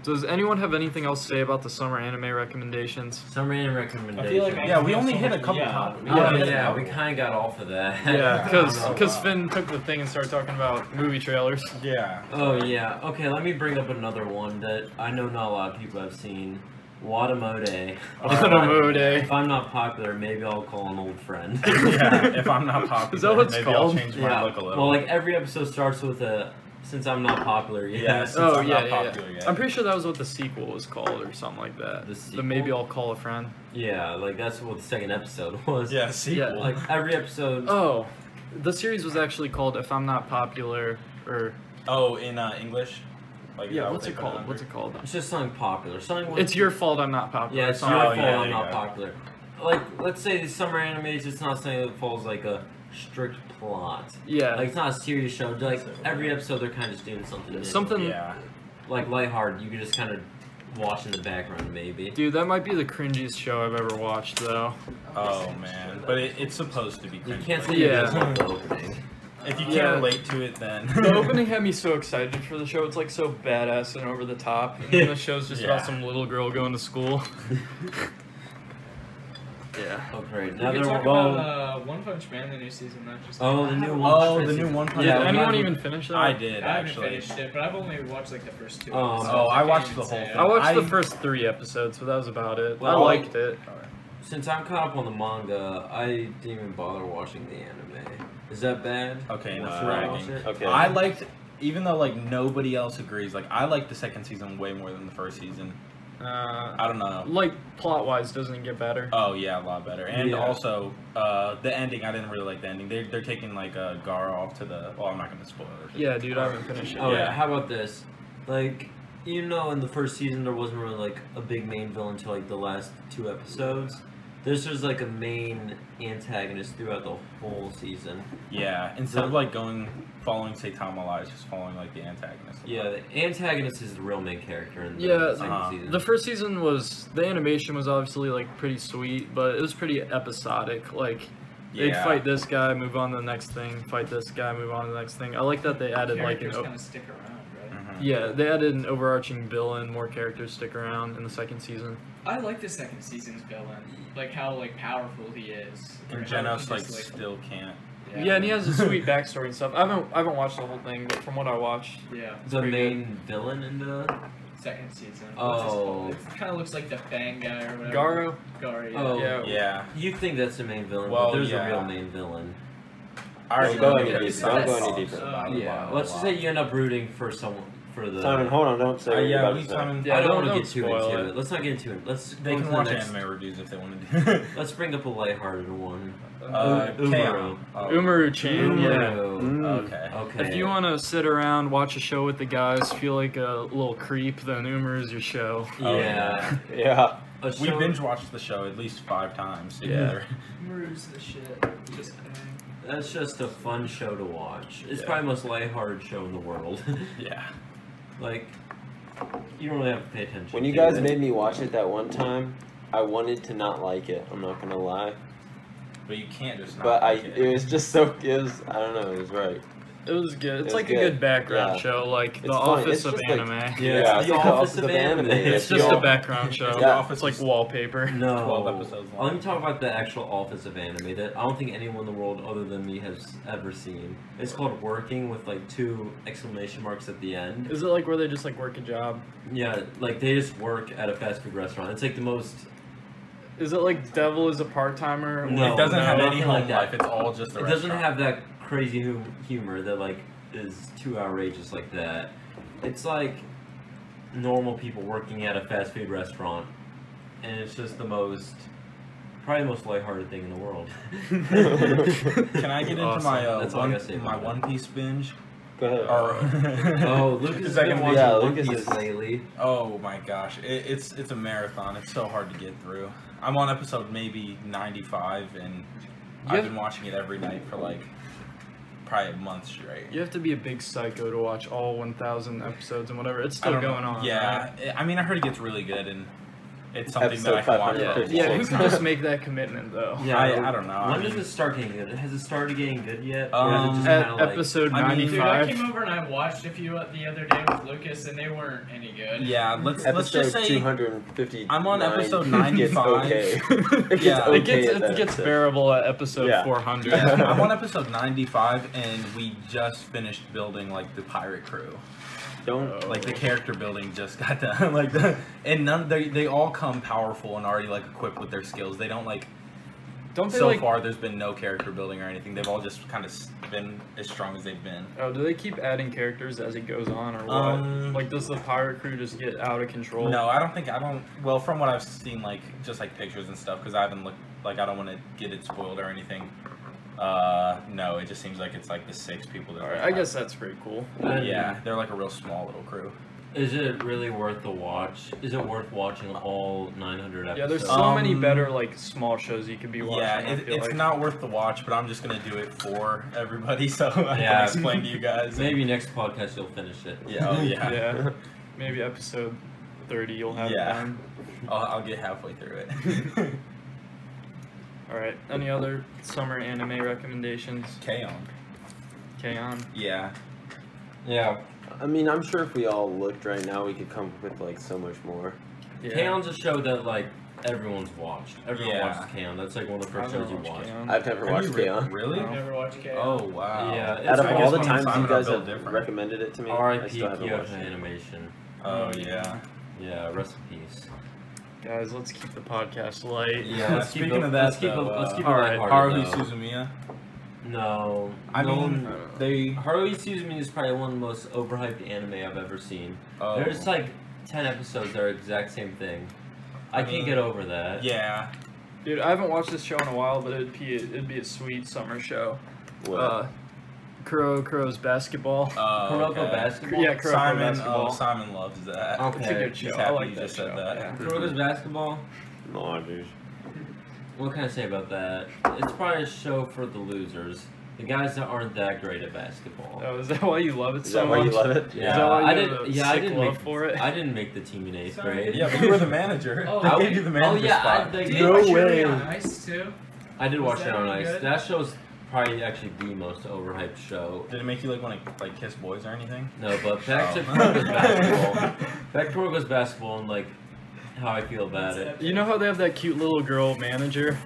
Speaker 2: does anyone have anything else to say about the summer anime recommendations?
Speaker 5: summary and recommendation.
Speaker 7: I feel like I
Speaker 6: Yeah, we
Speaker 7: know
Speaker 6: only
Speaker 7: so
Speaker 6: hit a
Speaker 7: much-
Speaker 6: couple
Speaker 7: yeah,
Speaker 6: topics.
Speaker 5: Oh,
Speaker 2: Yeah.
Speaker 5: yeah, we kind of got off of that.
Speaker 2: Yeah,
Speaker 6: I don't know.
Speaker 2: because Finn took the thing and started talking about movie trailers.
Speaker 6: Yeah.
Speaker 5: oh yeah. Okay, let me bring up another one that I know not a lot of people have seen. Watamode.
Speaker 2: Watamode.
Speaker 5: If I'm not popular, maybe I'll call an old friend.
Speaker 6: yeah. If I'm not popular,
Speaker 2: Is that what it's
Speaker 6: maybe
Speaker 2: called?
Speaker 6: I'll change my look a little.
Speaker 5: Well, like every episode starts with a since I'm not popular yet.
Speaker 6: Yeah, since
Speaker 2: Oh
Speaker 6: I'm
Speaker 2: yeah,
Speaker 6: not
Speaker 2: yeah,
Speaker 6: popular
Speaker 2: yeah.
Speaker 6: yet.
Speaker 2: I'm pretty sure that was what the sequel was called or something like that.
Speaker 5: The
Speaker 2: The maybe
Speaker 5: sequel?
Speaker 2: I'll call a friend.
Speaker 5: Yeah, like that's what the second episode was.
Speaker 6: yeah, sequel.
Speaker 2: Yeah,
Speaker 5: Like every episode.
Speaker 2: Oh, the series was actually called If I'm Not Popular or
Speaker 6: oh, in uh, English. Like, is that
Speaker 2: yeah,
Speaker 6: what
Speaker 2: what's
Speaker 6: they
Speaker 2: it
Speaker 6: put
Speaker 2: called?
Speaker 6: under?
Speaker 2: What's it called?
Speaker 5: It's just something popular. Something. with-
Speaker 2: It's your fault I'm not popular.
Speaker 5: Yeah, it's your
Speaker 2: something
Speaker 5: fault
Speaker 2: like that.
Speaker 6: Oh, yeah,
Speaker 5: I'm
Speaker 6: yeah,
Speaker 5: not
Speaker 6: yeah.
Speaker 5: popular. Like, let's say the summer animes, it's not something that follows like a strict plot.
Speaker 2: Yeah.
Speaker 5: Like, it's not a serious show. Like, every episode they're kind of just doing something. different.
Speaker 2: Something-
Speaker 6: Yeah.
Speaker 5: like lighthearted. You can just kind of watch in the background, maybe.
Speaker 2: Dude, that might be the cringiest show I've ever watched, though.
Speaker 6: Oh man, but it, it's supposed to be.
Speaker 5: You
Speaker 6: cringe,
Speaker 5: can't
Speaker 6: but
Speaker 5: say you
Speaker 2: Yeah.
Speaker 5: guys love the opening.
Speaker 6: If you can't
Speaker 2: Yeah.
Speaker 6: relate to it, then
Speaker 2: The opening had me so excited for the show. It's like so badass and over the top. And then the show's just
Speaker 6: Yeah.
Speaker 2: about some little girl going to school. yeah.
Speaker 5: Okay,
Speaker 3: we could
Speaker 5: another
Speaker 3: talk
Speaker 5: one.
Speaker 3: about uh, One Punch Man, the new season that just.
Speaker 5: oh, the
Speaker 3: came out.
Speaker 5: new one.
Speaker 6: Oh, the new One Punch
Speaker 2: Did
Speaker 5: Yeah,
Speaker 6: Man.
Speaker 5: I'm
Speaker 2: anyone
Speaker 5: not-
Speaker 2: even finish that?
Speaker 6: I did
Speaker 3: I haven't
Speaker 6: actually.
Speaker 3: finished it, but I've only watched like the first two.
Speaker 5: Oh,
Speaker 3: episodes.
Speaker 6: oh, I
Speaker 3: can't
Speaker 6: watched
Speaker 3: even
Speaker 6: the whole
Speaker 3: say
Speaker 6: thing.
Speaker 2: I watched the
Speaker 6: I-
Speaker 2: first three episodes, but that was about it.
Speaker 5: Well,
Speaker 2: I liked it.
Speaker 5: Since I'm caught up on the manga, I didn't even bother watching the anime. Is that bad?
Speaker 6: Okay,
Speaker 5: Or
Speaker 6: no,
Speaker 5: should I
Speaker 6: I
Speaker 5: watch
Speaker 6: mean-
Speaker 5: it?
Speaker 7: Okay.
Speaker 6: I liked, even though like nobody else agrees. Like I liked the second season way more than the first season.
Speaker 2: Uh,
Speaker 6: I don't know.
Speaker 2: like, plot wise, doesn't it get better?
Speaker 6: Oh yeah, a lot better. And
Speaker 5: Yeah.
Speaker 6: also, uh, the ending. I didn't really like the ending. They they're taking like uh, Gara off to the. Well, I'm not gonna spoil it.
Speaker 2: Yeah, dude, I haven't finished it.
Speaker 5: Oh
Speaker 6: Yeah.
Speaker 5: yeah. How about this? Like, you know, in the first season there wasn't really like a big main villain until like the last two episodes. This was like a main antagonist throughout the whole season.
Speaker 6: Yeah. Instead of like going following Saitama, lies just following like the antagonist.
Speaker 5: Yeah, the antagonist is the real main character in the
Speaker 2: Yeah,
Speaker 5: second
Speaker 6: uh-huh.
Speaker 5: season.
Speaker 2: The first season was the animation was obviously like pretty sweet, but it was pretty episodic. Like they'd
Speaker 6: Yeah.
Speaker 2: fight this guy, move on to the next thing, fight this guy, move on to the next thing. I like that they added like an
Speaker 3: Characters
Speaker 2: o-
Speaker 3: kinda stick around, right?
Speaker 6: Mhm.
Speaker 2: yeah, they added an overarching villain, more characters stick around in the second season.
Speaker 3: I like the second season's villain, like how like powerful he is.
Speaker 6: And
Speaker 3: Or how he
Speaker 6: Genos like
Speaker 3: just,
Speaker 6: still can't.
Speaker 2: Yeah, and he has a sweet backstory and stuff. I haven't I haven't watched the whole thing, but from what I watched,
Speaker 3: yeah,
Speaker 2: it's
Speaker 5: the
Speaker 2: pretty good.
Speaker 5: main villain in the
Speaker 3: second season.
Speaker 5: Oh.
Speaker 3: It kind of looks like the Fang guy or whatever.
Speaker 2: Garo.
Speaker 3: Garo. Yeah.
Speaker 5: Oh.
Speaker 2: Yeah.
Speaker 6: Yeah.
Speaker 5: You think that's the main villain,
Speaker 6: Well,
Speaker 5: but there's
Speaker 6: yeah.
Speaker 5: a real main villain.
Speaker 6: I already
Speaker 7: Don't go
Speaker 6: know
Speaker 7: any
Speaker 6: that
Speaker 7: deeper,
Speaker 6: Simon
Speaker 7: don't go any
Speaker 6: Fox
Speaker 7: deeper.
Speaker 6: is about
Speaker 5: Yeah,
Speaker 6: Obama
Speaker 5: let's
Speaker 6: a
Speaker 5: just
Speaker 6: lot.
Speaker 5: say you end up rooting for someone for the.
Speaker 7: Simon, hold on, don't say
Speaker 6: Uh,
Speaker 7: what you're
Speaker 6: yeah,
Speaker 7: about
Speaker 6: we
Speaker 7: to say.
Speaker 6: Simon.
Speaker 5: I
Speaker 2: Yeah,
Speaker 5: don't want to
Speaker 2: don't-
Speaker 5: get too
Speaker 2: don't spoil
Speaker 5: into it.
Speaker 2: it.
Speaker 5: Let's not get into it. Let's go
Speaker 6: They can
Speaker 5: to the
Speaker 6: watch
Speaker 5: next-
Speaker 6: anime reviews if they want to. do
Speaker 5: Let's bring up a lighthearted one.
Speaker 6: Uh,
Speaker 5: Um,
Speaker 6: K-On. Oh,
Speaker 2: Umaru Chan, yeah.
Speaker 5: Umaru.
Speaker 7: Mm.
Speaker 6: Okay.
Speaker 5: Okay.
Speaker 2: If you want to sit around, watch a show with the guys, feel like a little creep, then Umaru's your show.
Speaker 6: Oh,
Speaker 5: yeah,
Speaker 7: Yeah.
Speaker 5: A
Speaker 6: We
Speaker 5: show-
Speaker 6: binge watched the show at least five times.
Speaker 2: Yeah.
Speaker 3: Maru's the shit. Just kidding.
Speaker 5: That's just a fun show to watch. It's
Speaker 6: Yeah.
Speaker 5: probably the most lighthearted show in the world.
Speaker 6: Yeah.
Speaker 5: like, you don't really have to pay attention.
Speaker 7: When you
Speaker 5: to
Speaker 7: guys
Speaker 5: it.
Speaker 7: made me watch it that one time, I wanted to not like it. I'm not gonna lie,
Speaker 6: But you can't just. Not
Speaker 7: but I
Speaker 6: like it.
Speaker 7: it was just so it was I don't know it was right.
Speaker 2: It was good. It's
Speaker 7: It's
Speaker 2: like
Speaker 7: good.
Speaker 2: a good background
Speaker 7: Yeah.
Speaker 2: show, like The
Speaker 7: funny.
Speaker 2: Office
Speaker 7: It's
Speaker 2: of
Speaker 7: just like-
Speaker 2: Anime.
Speaker 5: Yeah,
Speaker 7: Yeah,
Speaker 5: it's the office of anime.
Speaker 2: It's
Speaker 7: the
Speaker 2: just a
Speaker 7: Office.
Speaker 2: background show.
Speaker 6: It's
Speaker 7: The
Speaker 6: Office.
Speaker 2: It's like wallpaper.
Speaker 5: No.
Speaker 6: 12 episodes long.
Speaker 5: Let me talk about the actual office of anime that I don't think anyone in the world other than me has ever seen. It's called Working with like two exclamation marks at the end.
Speaker 2: Is it like where they just like work a job?
Speaker 5: Yeah, like they just work at a fast food restaurant. It's like the most.
Speaker 2: Is it like Devil is a part timer?
Speaker 5: No,
Speaker 6: it doesn't
Speaker 5: no,
Speaker 6: have any
Speaker 5: nothing
Speaker 6: home
Speaker 5: like that.
Speaker 6: life. It's all just. A
Speaker 5: it doesn't
Speaker 6: restaurant.
Speaker 5: have that crazy hum- humor that like is too outrageous like that. It's like normal people working at a fast food restaurant, and it's just the most, probably the most lighthearted thing in the world.
Speaker 6: Can I get into
Speaker 2: Awesome.
Speaker 6: my uh,
Speaker 5: That's all I
Speaker 6: one,
Speaker 5: gotta say
Speaker 6: my
Speaker 5: about it.
Speaker 6: One Piece binge?
Speaker 7: Go ahead.
Speaker 6: Or
Speaker 5: Oh, Lucas
Speaker 6: Is
Speaker 5: has
Speaker 6: that
Speaker 5: been
Speaker 6: gonna
Speaker 5: watching
Speaker 6: be-
Speaker 7: Yeah,
Speaker 5: One
Speaker 7: Lucas
Speaker 5: Piece
Speaker 7: is-
Speaker 5: lately.
Speaker 6: Oh my gosh, it, it's it's a marathon. It's so hard to get through. I'm on episode maybe 95, and
Speaker 2: Yeah.
Speaker 6: I've been watching it every night for like probably a month straight.
Speaker 2: You have to be a big psycho to watch all 1,000 episodes and whatever. It's
Speaker 6: I
Speaker 2: still
Speaker 6: don't
Speaker 2: going
Speaker 6: know.
Speaker 2: on. right?
Speaker 6: Yeah, I I mean, I heard it gets really good, and it's something
Speaker 7: Episode
Speaker 6: that I can watch.
Speaker 7: 556.
Speaker 6: all
Speaker 2: Yeah,
Speaker 6: the
Speaker 2: who can
Speaker 6: time.
Speaker 2: just make that commitment though?
Speaker 5: Yeah,
Speaker 6: I, I don't know. Uh, I
Speaker 5: When does
Speaker 6: mean,
Speaker 5: it start getting good? Has it started getting good yet?
Speaker 6: Um,
Speaker 5: or is it just
Speaker 2: At
Speaker 5: kinda like,
Speaker 2: episode
Speaker 6: I mean-
Speaker 3: Dude,
Speaker 2: 95.
Speaker 3: I came over and I watched a few up the other day with Lucas, and they weren't any good.
Speaker 6: yeah, let's let's
Speaker 7: Episode
Speaker 6: just say
Speaker 7: 250.
Speaker 6: I'm on episode
Speaker 7: It's
Speaker 6: 95.
Speaker 7: okay. It gets
Speaker 6: Yeah.
Speaker 7: okay
Speaker 2: it gets
Speaker 7: at that
Speaker 2: it gets
Speaker 7: episode.
Speaker 2: bearable at episode
Speaker 7: Yeah.
Speaker 2: 400.
Speaker 6: Yeah, I'm on episode 95, and we just finished building like the pirate crew.
Speaker 7: Don't
Speaker 6: Like the character building just got done. Like the and none they they all come powerful and already like equipped with their skills. They don't like
Speaker 2: Don't they
Speaker 6: so
Speaker 2: like?
Speaker 6: far. There's been no character building or anything. They've all just kind of been as strong as they've been.
Speaker 2: Oh, do they keep adding characters as it goes on, or what?
Speaker 6: Um,
Speaker 2: like, does the pirate crew just get out of control?
Speaker 6: No, I don't think I don't. Well, from what I've seen, like just like pictures and stuff, because I haven't looked. Like I don't want to get it spoiled or anything. Uh, no, it just seems like it's like the six people that.
Speaker 2: All right, I guess that's pretty cool.
Speaker 5: I don't
Speaker 6: Yeah, they're like a real small little crew.
Speaker 5: know. Is it really worth the watch? Is it worth watching all 900 episodes?
Speaker 2: Yeah, there's so
Speaker 6: Um,
Speaker 2: many better like small shows you could be watching.
Speaker 6: yeah,
Speaker 2: I
Speaker 6: it,
Speaker 2: feel
Speaker 6: it's
Speaker 2: like.
Speaker 6: not worth the watch, but I'm just gonna do it for everybody, so I
Speaker 5: Yeah.
Speaker 6: can explain to you guys.
Speaker 5: Maybe next podcast you'll finish it.
Speaker 6: Yeah, oh, yeah.
Speaker 2: Yeah, maybe episode 30 you'll have
Speaker 6: Yeah.
Speaker 2: time.
Speaker 6: I'll, I'll get halfway through it.
Speaker 2: All right. Any other summer anime recommendations?
Speaker 6: K
Speaker 2: K on.
Speaker 6: Yeah.
Speaker 5: Yeah.
Speaker 7: I mean, I'm sure if we all looked right now, we could come up with like so much more.
Speaker 2: Yeah.
Speaker 5: Kan's a show that, like, everyone's watched. Everyone
Speaker 6: Yeah.
Speaker 5: watches Kan. That's, like, one of the
Speaker 2: I've
Speaker 5: first
Speaker 2: never
Speaker 5: shows you
Speaker 2: watched
Speaker 5: watch.
Speaker 2: K-On.
Speaker 7: I've
Speaker 6: Have Mm.
Speaker 7: never
Speaker 6: you
Speaker 7: watched
Speaker 6: re-
Speaker 7: K-On.
Speaker 6: Really?
Speaker 2: No.
Speaker 3: Never watched K.
Speaker 6: Oh wow.
Speaker 5: Yeah, it's-
Speaker 7: Out of
Speaker 5: I
Speaker 7: all
Speaker 5: guess
Speaker 7: the
Speaker 5: when
Speaker 7: times you
Speaker 6: Simon
Speaker 7: guys
Speaker 6: Abel
Speaker 7: have
Speaker 6: different.
Speaker 7: recommended it to me, I
Speaker 5: R.I.P.
Speaker 7: still haven't
Speaker 5: Kyoto
Speaker 7: watched it.
Speaker 5: Animation.
Speaker 6: Oh yeah.
Speaker 5: Yeah, rest in peace.
Speaker 2: Guys, let's keep the podcast light.
Speaker 5: Yeah, let's keep
Speaker 6: Speaking
Speaker 5: it-
Speaker 6: of that,
Speaker 5: let's keep it-
Speaker 6: though,
Speaker 5: let's
Speaker 6: uh,
Speaker 5: keep it
Speaker 2: all right,
Speaker 5: lighthearted,
Speaker 6: Haruhi
Speaker 5: though.
Speaker 6: Suzumiya.
Speaker 5: No.
Speaker 6: I
Speaker 5: no
Speaker 6: mean,
Speaker 5: one-
Speaker 6: they.
Speaker 5: Haruhi Suzumiya is probably one of the most overhyped anime I've ever seen.
Speaker 6: Oh,
Speaker 5: There's like 10 episodes that are exact same thing. I,
Speaker 6: I
Speaker 5: can't
Speaker 7: Uh,
Speaker 6: mean,
Speaker 5: get over that.
Speaker 6: yeah.
Speaker 2: Dude, I haven't watched this show in a while, but it'd be it'd be a sweet summer show.
Speaker 7: What?
Speaker 2: Uh, Kuro Kuro's basketball.
Speaker 6: Uh,
Speaker 5: Kuroko Basketball?
Speaker 2: Yeah, Kuroko
Speaker 6: Simon.
Speaker 2: basketball.
Speaker 6: Oh, Simon loves that.
Speaker 5: Okay.
Speaker 2: It's a good
Speaker 6: He's
Speaker 2: show. I
Speaker 6: happy
Speaker 2: like
Speaker 6: you
Speaker 2: that
Speaker 6: just
Speaker 2: show.
Speaker 6: said that.
Speaker 2: yeah.
Speaker 5: Kuroko's Basketball?
Speaker 7: no, dude.
Speaker 5: What can I say about that? It's probably a show for the losers. The guys that aren't that great at basketball.
Speaker 2: Oh, is that why you love it
Speaker 7: Is
Speaker 2: so
Speaker 7: that why
Speaker 2: much?
Speaker 7: you love it?
Speaker 5: Yeah,
Speaker 2: Is that why you
Speaker 5: I
Speaker 2: have
Speaker 5: didn't.
Speaker 2: a
Speaker 5: Yeah, I
Speaker 2: sick
Speaker 5: didn't
Speaker 2: love
Speaker 5: make
Speaker 2: for it?
Speaker 5: I didn't make the team in eighth grade.
Speaker 6: Yeah, but you were the manager.
Speaker 3: Oh,
Speaker 6: they
Speaker 5: I-
Speaker 6: gave you the
Speaker 5: oh
Speaker 6: manager
Speaker 5: yeah,
Speaker 6: spot.
Speaker 5: I, they,
Speaker 3: Did
Speaker 5: did
Speaker 3: you
Speaker 7: No
Speaker 3: watch Fury
Speaker 7: way.
Speaker 3: on Ice too?
Speaker 5: I did watch
Speaker 3: Was
Speaker 5: it
Speaker 3: that
Speaker 5: on
Speaker 3: any
Speaker 5: ice.
Speaker 3: good?
Speaker 5: That show's probably actually the most overhyped show.
Speaker 6: Did it make you like want to like kiss boys or anything?
Speaker 5: No, but back to
Speaker 6: Oh.
Speaker 5: Kuroko's basketball. Back to Kuroko's basketball and like how I feel about it.
Speaker 2: You know how they have that cute little girl manager?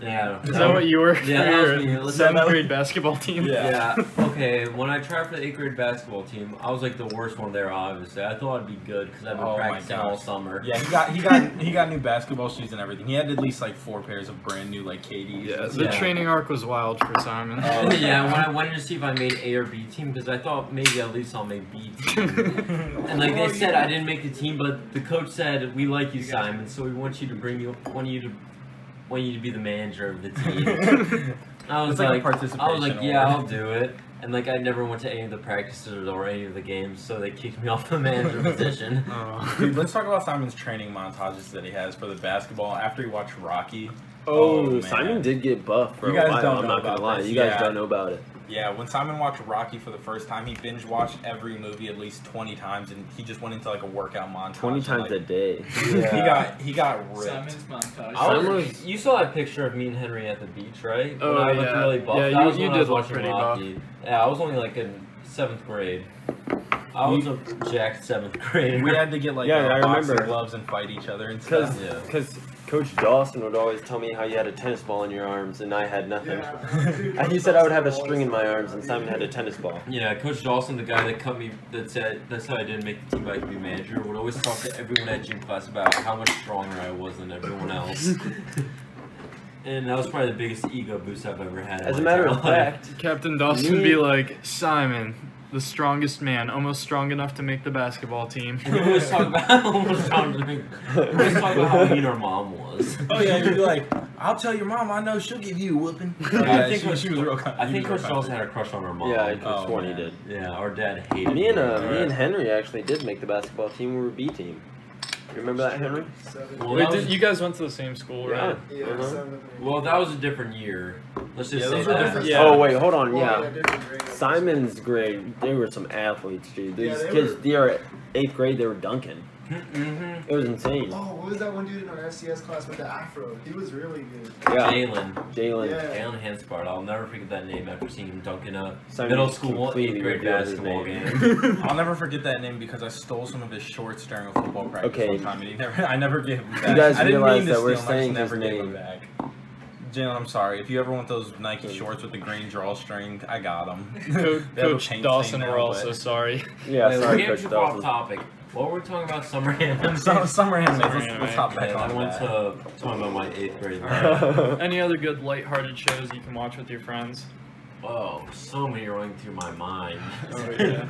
Speaker 5: Yeah.
Speaker 2: Is that what you were for
Speaker 5: Yeah, that was
Speaker 2: your
Speaker 5: me. Let's-
Speaker 2: seventh grade basketball team?
Speaker 6: Yeah.
Speaker 5: Yeah. Okay. When I tried for the eighth grade basketball team, I was like the worst one there. Obviously, I thought I'd be good because I've been
Speaker 6: Oh my
Speaker 5: practicing all
Speaker 6: gosh.
Speaker 5: summer.
Speaker 6: Yeah, he got he got he got new basketball shoes and everything. He had at least like four pairs of brand new like KDs.
Speaker 2: Yeah, the
Speaker 5: Yeah.
Speaker 2: training arc was wild for Simon.
Speaker 6: Oh.
Speaker 5: yeah. When I wanted to see if I made A or B team because I thought maybe at least I'll make B team. And like they said, I didn't make the team, but the coach said we like you, Simon, so we want you to bring you want you to want you to be the manager of the team. I was
Speaker 6: It's
Speaker 5: like, I was like,
Speaker 6: like a participation
Speaker 5: yeah, I'll
Speaker 6: award."
Speaker 5: do it. And like I never went to any of the practices or any of the games, so they kicked me off the manager position.
Speaker 2: Oh.
Speaker 6: Dude, let's talk about Simon's training montages that he has for the basketball after he watched Rocky.
Speaker 7: Oh,
Speaker 6: man.
Speaker 7: Simon did get buff for
Speaker 6: You
Speaker 7: a
Speaker 6: guys
Speaker 7: while.
Speaker 6: don't
Speaker 7: I'm
Speaker 6: know
Speaker 7: not gonna
Speaker 6: about
Speaker 7: lie.
Speaker 6: this,
Speaker 7: You guys
Speaker 6: yeah.
Speaker 7: don't know about it.
Speaker 6: Yeah, when Simon watched Rocky for the first time, he binge watched every movie at least twenty times, and he just went into like a workout montage.
Speaker 7: Twenty
Speaker 6: and,
Speaker 7: times
Speaker 6: like,
Speaker 7: a day.
Speaker 6: He got he got ripped.
Speaker 3: Simon's montage.
Speaker 5: I
Speaker 2: Simon
Speaker 5: was, you saw that picture of me and Henry at the beach, right? When
Speaker 2: Oh,
Speaker 5: I looked
Speaker 2: yeah.
Speaker 5: really buff.
Speaker 2: Yeah,
Speaker 5: That
Speaker 2: you-
Speaker 5: was
Speaker 2: you
Speaker 5: when I
Speaker 2: did
Speaker 5: was
Speaker 2: look
Speaker 5: watching
Speaker 2: pretty
Speaker 5: Rocky. Yeah, I was only like in seventh grade. I was a jacked seventh grade.
Speaker 6: We had to get like
Speaker 7: Yeah,
Speaker 6: uh,
Speaker 7: I
Speaker 6: boxing
Speaker 7: remember.
Speaker 6: gloves and fight each other and stuff.
Speaker 7: Because
Speaker 5: Yeah.
Speaker 7: Coach Dawson would always tell me how you had a tennis ball in your arms and I had nothing.
Speaker 8: Yeah.
Speaker 7: And he said I would have a string in my arms and Simon had a tennis ball.
Speaker 5: Yeah, Coach Dawson, the guy that cut me, that said that's how I didn't make the team by be manager, would always talk to everyone at gym class about how much stronger I was than everyone else. and that was probably the biggest ego boost I've ever had. in
Speaker 7: As a
Speaker 5: my
Speaker 7: matter of
Speaker 5: entire life.
Speaker 7: fact,
Speaker 2: Captain Dawson
Speaker 7: Me-
Speaker 2: be like, Simon, the strongest man, almost strong enough to make the basketball team.
Speaker 5: And we always talk about almost sounded like- we always talk about how mean our mom was.
Speaker 6: Oh yeah, you'd be like, I'll tell your mom. I know she'll give you a whooping.
Speaker 5: I
Speaker 6: Yeah,
Speaker 5: think
Speaker 6: she,
Speaker 5: Coach-
Speaker 6: she was real. kind-
Speaker 5: I
Speaker 6: he
Speaker 5: think
Speaker 6: was
Speaker 5: Coach
Speaker 6: real
Speaker 5: Dawson
Speaker 6: kind.
Speaker 5: had a crush on our mom.
Speaker 7: yeah, I could have
Speaker 6: Oh,
Speaker 7: sworn he
Speaker 6: man.
Speaker 7: did.
Speaker 5: Yeah, our dad hated
Speaker 7: Me and uh,
Speaker 5: her.
Speaker 7: me and Henry actually did make the basketball team. We were B team. You Remember that, Henry?
Speaker 8: Seven.
Speaker 5: Well,
Speaker 2: Wait,
Speaker 5: that
Speaker 2: did-
Speaker 5: was-
Speaker 2: you guys went to the same school, right?
Speaker 8: Yeah,
Speaker 7: Uh-huh.
Speaker 8: seven.
Speaker 5: well, that was a different year. Let's just
Speaker 6: Yeah,
Speaker 5: say
Speaker 6: those were
Speaker 5: that.
Speaker 6: different-
Speaker 2: Yeah.
Speaker 7: Oh wait, hold on.
Speaker 8: Well,
Speaker 7: Yeah,
Speaker 8: different grade.
Speaker 7: Simon's grade. They were some athletes, dude. These
Speaker 8: Yeah, they
Speaker 7: kids,
Speaker 8: were-
Speaker 7: they are eighth grade. They were dunking.
Speaker 5: Mm-hmm.
Speaker 7: It was insane.
Speaker 8: Oh, what was that one dude in our FCS class with the afro? He was really good.
Speaker 7: Yeah,
Speaker 5: Jalen.
Speaker 7: Jalen.
Speaker 8: Yeah.
Speaker 5: Alan Hanspart, I'll never forget that name after seeing him dunk in a
Speaker 7: Simon
Speaker 5: middle school
Speaker 7: completely
Speaker 5: eighth grade
Speaker 7: revealed his
Speaker 5: basketball
Speaker 7: name.
Speaker 5: game.
Speaker 6: I'll never forget that name because I stole some of his shorts during a football practice
Speaker 7: Okay.
Speaker 6: one time, and he never, I never gave him back.
Speaker 7: guys
Speaker 6: I didn't
Speaker 7: realize
Speaker 6: mean to
Speaker 7: that we're
Speaker 6: steal them, I just
Speaker 7: saying his
Speaker 6: never gave
Speaker 7: name.
Speaker 6: him back. Jalen, I'm sorry. If you ever want those Nike shorts with the green drawstring, I got
Speaker 2: Co-
Speaker 6: them.
Speaker 2: Coach Dawson, we're also sorry.
Speaker 7: Yeah,
Speaker 5: Wait, we're
Speaker 7: sorry,
Speaker 5: getting
Speaker 7: Coach
Speaker 5: too far off
Speaker 7: Dawson.
Speaker 5: topic. What were we talking about? Summer
Speaker 6: Some,
Speaker 5: hands.
Speaker 6: summer anime.
Speaker 2: Summer
Speaker 6: Let's,
Speaker 2: anime.
Speaker 6: let's hop back
Speaker 5: Yeah, I
Speaker 6: on
Speaker 5: went
Speaker 6: that.
Speaker 5: to talking about my eighth grade.
Speaker 2: Any other good lighthearted shows you can watch with your friends?
Speaker 5: Whoa, Oh, so many running through my mind.
Speaker 2: Oh, yeah.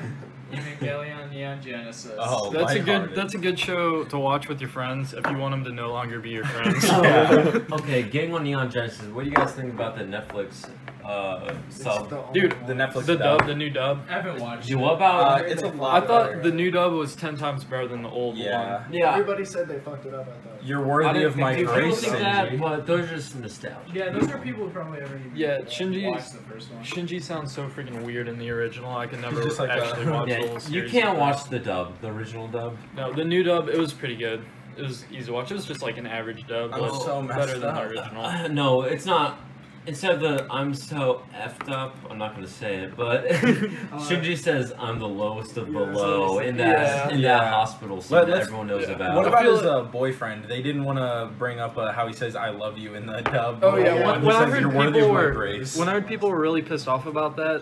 Speaker 3: Evangelion Neon Genesis.
Speaker 6: Oh,
Speaker 2: that's a good
Speaker 6: lighthearted.
Speaker 2: that's a good show to watch with your friends if you want them to no longer be your friends.
Speaker 6: Yeah.
Speaker 5: okay, Gang on Neon Genesis. What do you guys think about the Netflix uh,
Speaker 8: It's
Speaker 5: sub?
Speaker 8: the only
Speaker 2: Dude,
Speaker 8: one.
Speaker 6: The Netflix
Speaker 2: the
Speaker 6: stuff.
Speaker 2: dub, the new dub.
Speaker 3: I haven't watched
Speaker 5: Dude,
Speaker 3: it.
Speaker 5: what about?
Speaker 6: Uh, it's a
Speaker 2: I
Speaker 6: lot.
Speaker 2: thought the new dub was ten times better than the old one.
Speaker 6: Yeah.
Speaker 5: yeah,
Speaker 8: Everybody said they fucked it up. I thought.
Speaker 6: You're
Speaker 5: I
Speaker 6: worthy
Speaker 5: didn't
Speaker 6: of my
Speaker 5: think people
Speaker 6: grace,
Speaker 5: think that,
Speaker 6: Sinji.
Speaker 5: but those are just nostalgia.
Speaker 3: Yeah, those are people who probably haven't even
Speaker 2: Yeah,
Speaker 3: watched
Speaker 2: Shinji's-
Speaker 3: the first one.
Speaker 2: Shinji sounds so freaking weird in the original. I can never
Speaker 6: Just like
Speaker 2: actually
Speaker 6: a-
Speaker 2: watch the
Speaker 5: Yeah,
Speaker 2: whole
Speaker 5: you
Speaker 2: series.
Speaker 5: can't watch the dub, the original dub.
Speaker 2: No, the new dub. It was pretty good. It was easy to watch. It was just like an average dub,
Speaker 6: I'm
Speaker 2: but
Speaker 6: so messed
Speaker 2: better than the
Speaker 6: up.
Speaker 2: original.
Speaker 5: Uh, no, it's not. Instead of the I'm so effed up, I'm not gonna say it, but Shinji says I'm the lowest of the
Speaker 8: Yeah, that's
Speaker 5: low
Speaker 8: what he
Speaker 5: in
Speaker 2: said.
Speaker 5: that in
Speaker 6: Yeah.
Speaker 5: that hospital scene
Speaker 6: Let-
Speaker 5: that
Speaker 6: let's-
Speaker 5: everyone knows
Speaker 2: yeah.
Speaker 5: about.
Speaker 6: What
Speaker 2: I
Speaker 6: about
Speaker 2: feel
Speaker 6: his
Speaker 2: like-
Speaker 6: uh, boyfriend? They didn't want to bring up uh, how he says "I love you" in the dub.
Speaker 2: Oh yeah,
Speaker 8: Yeah.
Speaker 2: when,
Speaker 6: He
Speaker 2: when I
Speaker 6: says,
Speaker 2: heard
Speaker 6: "You're worthy
Speaker 2: people
Speaker 6: of my
Speaker 2: were
Speaker 6: grace."
Speaker 2: when I heard people were really pissed off about that,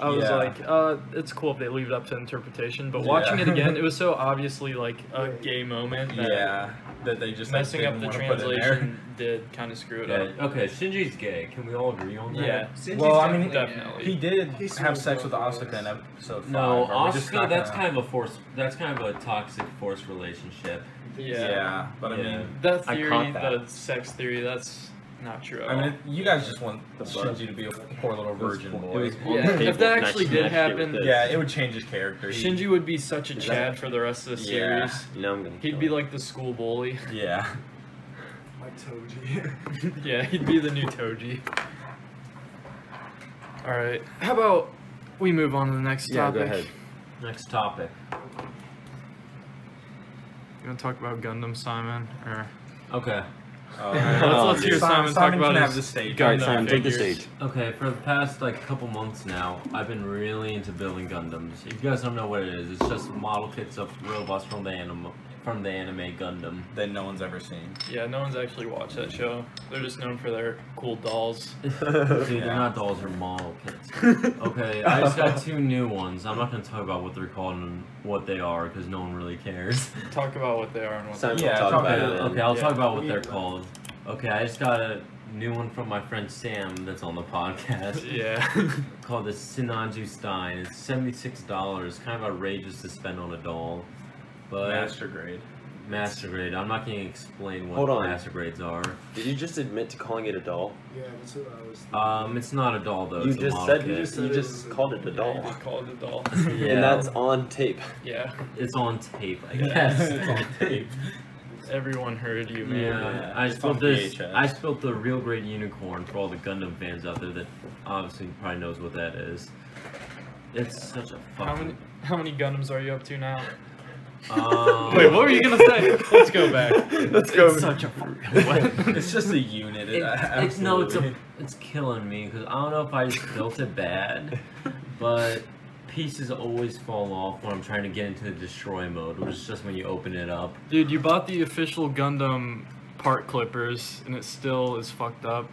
Speaker 2: I was
Speaker 6: Yeah.
Speaker 2: like, uh, it's cool if they leave it up to interpretation. But watching
Speaker 6: Yeah.
Speaker 2: it again, it was so obviously like a gay moment that
Speaker 6: Yeah, that they just like,
Speaker 2: messing up
Speaker 6: didn't
Speaker 2: the
Speaker 6: wanna put in there.
Speaker 2: translation did kind of screw it
Speaker 5: Okay,
Speaker 2: up.
Speaker 5: okay, Shinji's gay. Can we all agree on that?
Speaker 2: Yeah,
Speaker 3: Shinji's
Speaker 6: Well, I mean,
Speaker 3: definitely-
Speaker 2: definitely.
Speaker 6: He did
Speaker 8: He
Speaker 6: have
Speaker 8: smokes
Speaker 6: sex with
Speaker 8: both
Speaker 6: Asuka
Speaker 8: boys.
Speaker 6: in episode five.
Speaker 5: No,
Speaker 6: Are we just
Speaker 5: Asuka,
Speaker 6: not
Speaker 5: that's
Speaker 6: gonna-
Speaker 5: kind of a force. That's kind of a toxic force relationship.
Speaker 2: yeah.
Speaker 6: Yeah, but I
Speaker 5: Yeah.
Speaker 6: mean,
Speaker 2: That
Speaker 7: I
Speaker 2: theory,
Speaker 7: caught that.
Speaker 2: the sex theory, that's not true. At
Speaker 6: I mean,
Speaker 2: all.
Speaker 6: it- you guys just want
Speaker 7: The
Speaker 6: Shinji to be a poor little
Speaker 7: was
Speaker 6: virgin
Speaker 7: cool. It
Speaker 6: boy.
Speaker 7: was-
Speaker 2: Yeah,
Speaker 7: Table
Speaker 2: if that
Speaker 7: next-
Speaker 2: actually did
Speaker 7: next year with
Speaker 2: happen,
Speaker 7: this.
Speaker 6: Yeah, it would change his character. He-
Speaker 2: Shinji would be such a
Speaker 7: Is
Speaker 2: Chad
Speaker 7: that-
Speaker 2: for the rest of the
Speaker 6: Yeah.
Speaker 2: series.
Speaker 7: No, I'm gonna.
Speaker 2: He'd be like the school bully.
Speaker 6: Yeah.
Speaker 8: Like Toji.
Speaker 2: yeah, he'd be the new Toji. All right. How about we move on to the next
Speaker 7: Yeah,
Speaker 2: topic?
Speaker 7: go ahead.
Speaker 5: Next topic.
Speaker 2: You want to talk about Gundam, Simon? Or
Speaker 5: Okay.
Speaker 6: Oh,
Speaker 7: Let's- let's
Speaker 2: hear Simon talk about
Speaker 6: can
Speaker 2: his
Speaker 6: have the stage.
Speaker 2: Gundam
Speaker 6: Gundam.
Speaker 2: Simon, take the figures.
Speaker 7: stage.
Speaker 5: Okay, for the past like couple months now, I've been really into building Gundams. If you guys don't know what it is, it's just model kits of robots from the anime from the anime Gundam.
Speaker 6: that no one's ever seen.
Speaker 2: Yeah, no one's actually watched that show. They're just known for their cool dolls.
Speaker 5: Dude, they're not dolls, they're model kits. Okay, I just got two new ones. I'm not gonna talk about what they're called and what they are because no one really cares.
Speaker 2: Talk about what they are and what.
Speaker 7: Simon will
Speaker 6: Yeah,
Speaker 7: talk
Speaker 6: probably-
Speaker 7: about it.
Speaker 5: okay, I'll
Speaker 2: Yeah.
Speaker 5: talk about what they're called. Okay, I just got a new one from my friend Sam that's on the podcast.
Speaker 2: Yeah.
Speaker 5: called the Sinanju Stein. It's seventy six dollars. Kind of outrageous to spend on a doll, but
Speaker 6: Master grade.
Speaker 5: master grade. I'm not gonna explain what
Speaker 7: Hold on.
Speaker 5: master grades are.
Speaker 7: Did you just admit to calling it a doll?
Speaker 8: Yeah, that's what I was thinking.
Speaker 5: Um, it's not a doll though.
Speaker 7: you
Speaker 5: it's a
Speaker 7: just
Speaker 5: model
Speaker 7: said you
Speaker 5: kit.
Speaker 7: just,
Speaker 8: said
Speaker 7: you
Speaker 8: it
Speaker 7: just
Speaker 8: was a
Speaker 7: called it
Speaker 2: Yeah,
Speaker 7: a
Speaker 2: you
Speaker 7: doll,
Speaker 2: did call it a doll.
Speaker 5: yeah,
Speaker 7: and that's on tape.
Speaker 2: Yeah,
Speaker 5: it's on tape. I
Speaker 2: Yeah,
Speaker 5: guess.
Speaker 6: it's on tape.
Speaker 2: everyone heard you, man.
Speaker 5: Yeah, I
Speaker 6: it's
Speaker 5: spilled
Speaker 6: on
Speaker 5: this.
Speaker 6: VHS.
Speaker 5: I spilled the real great unicorn for all the Gundam fans out there that obviously probably knows what that is. It's such a
Speaker 2: How many
Speaker 5: fucking.
Speaker 2: how many Gundams are you up to now?
Speaker 6: Uh,
Speaker 5: Um,
Speaker 2: Wait, what were you gonna say? Let's go back.
Speaker 7: Let's
Speaker 5: It's such a. what?
Speaker 6: it's just a unit. It,
Speaker 5: It, it's, no, it's a,
Speaker 6: absolutely-
Speaker 5: it's killing me because I don't know if I just built it bad, but pieces always fall off when I'm trying to get into the destroy mode, which is just when you open it up.
Speaker 2: Dude, you bought the official Gundam part clippers and it still is fucked up.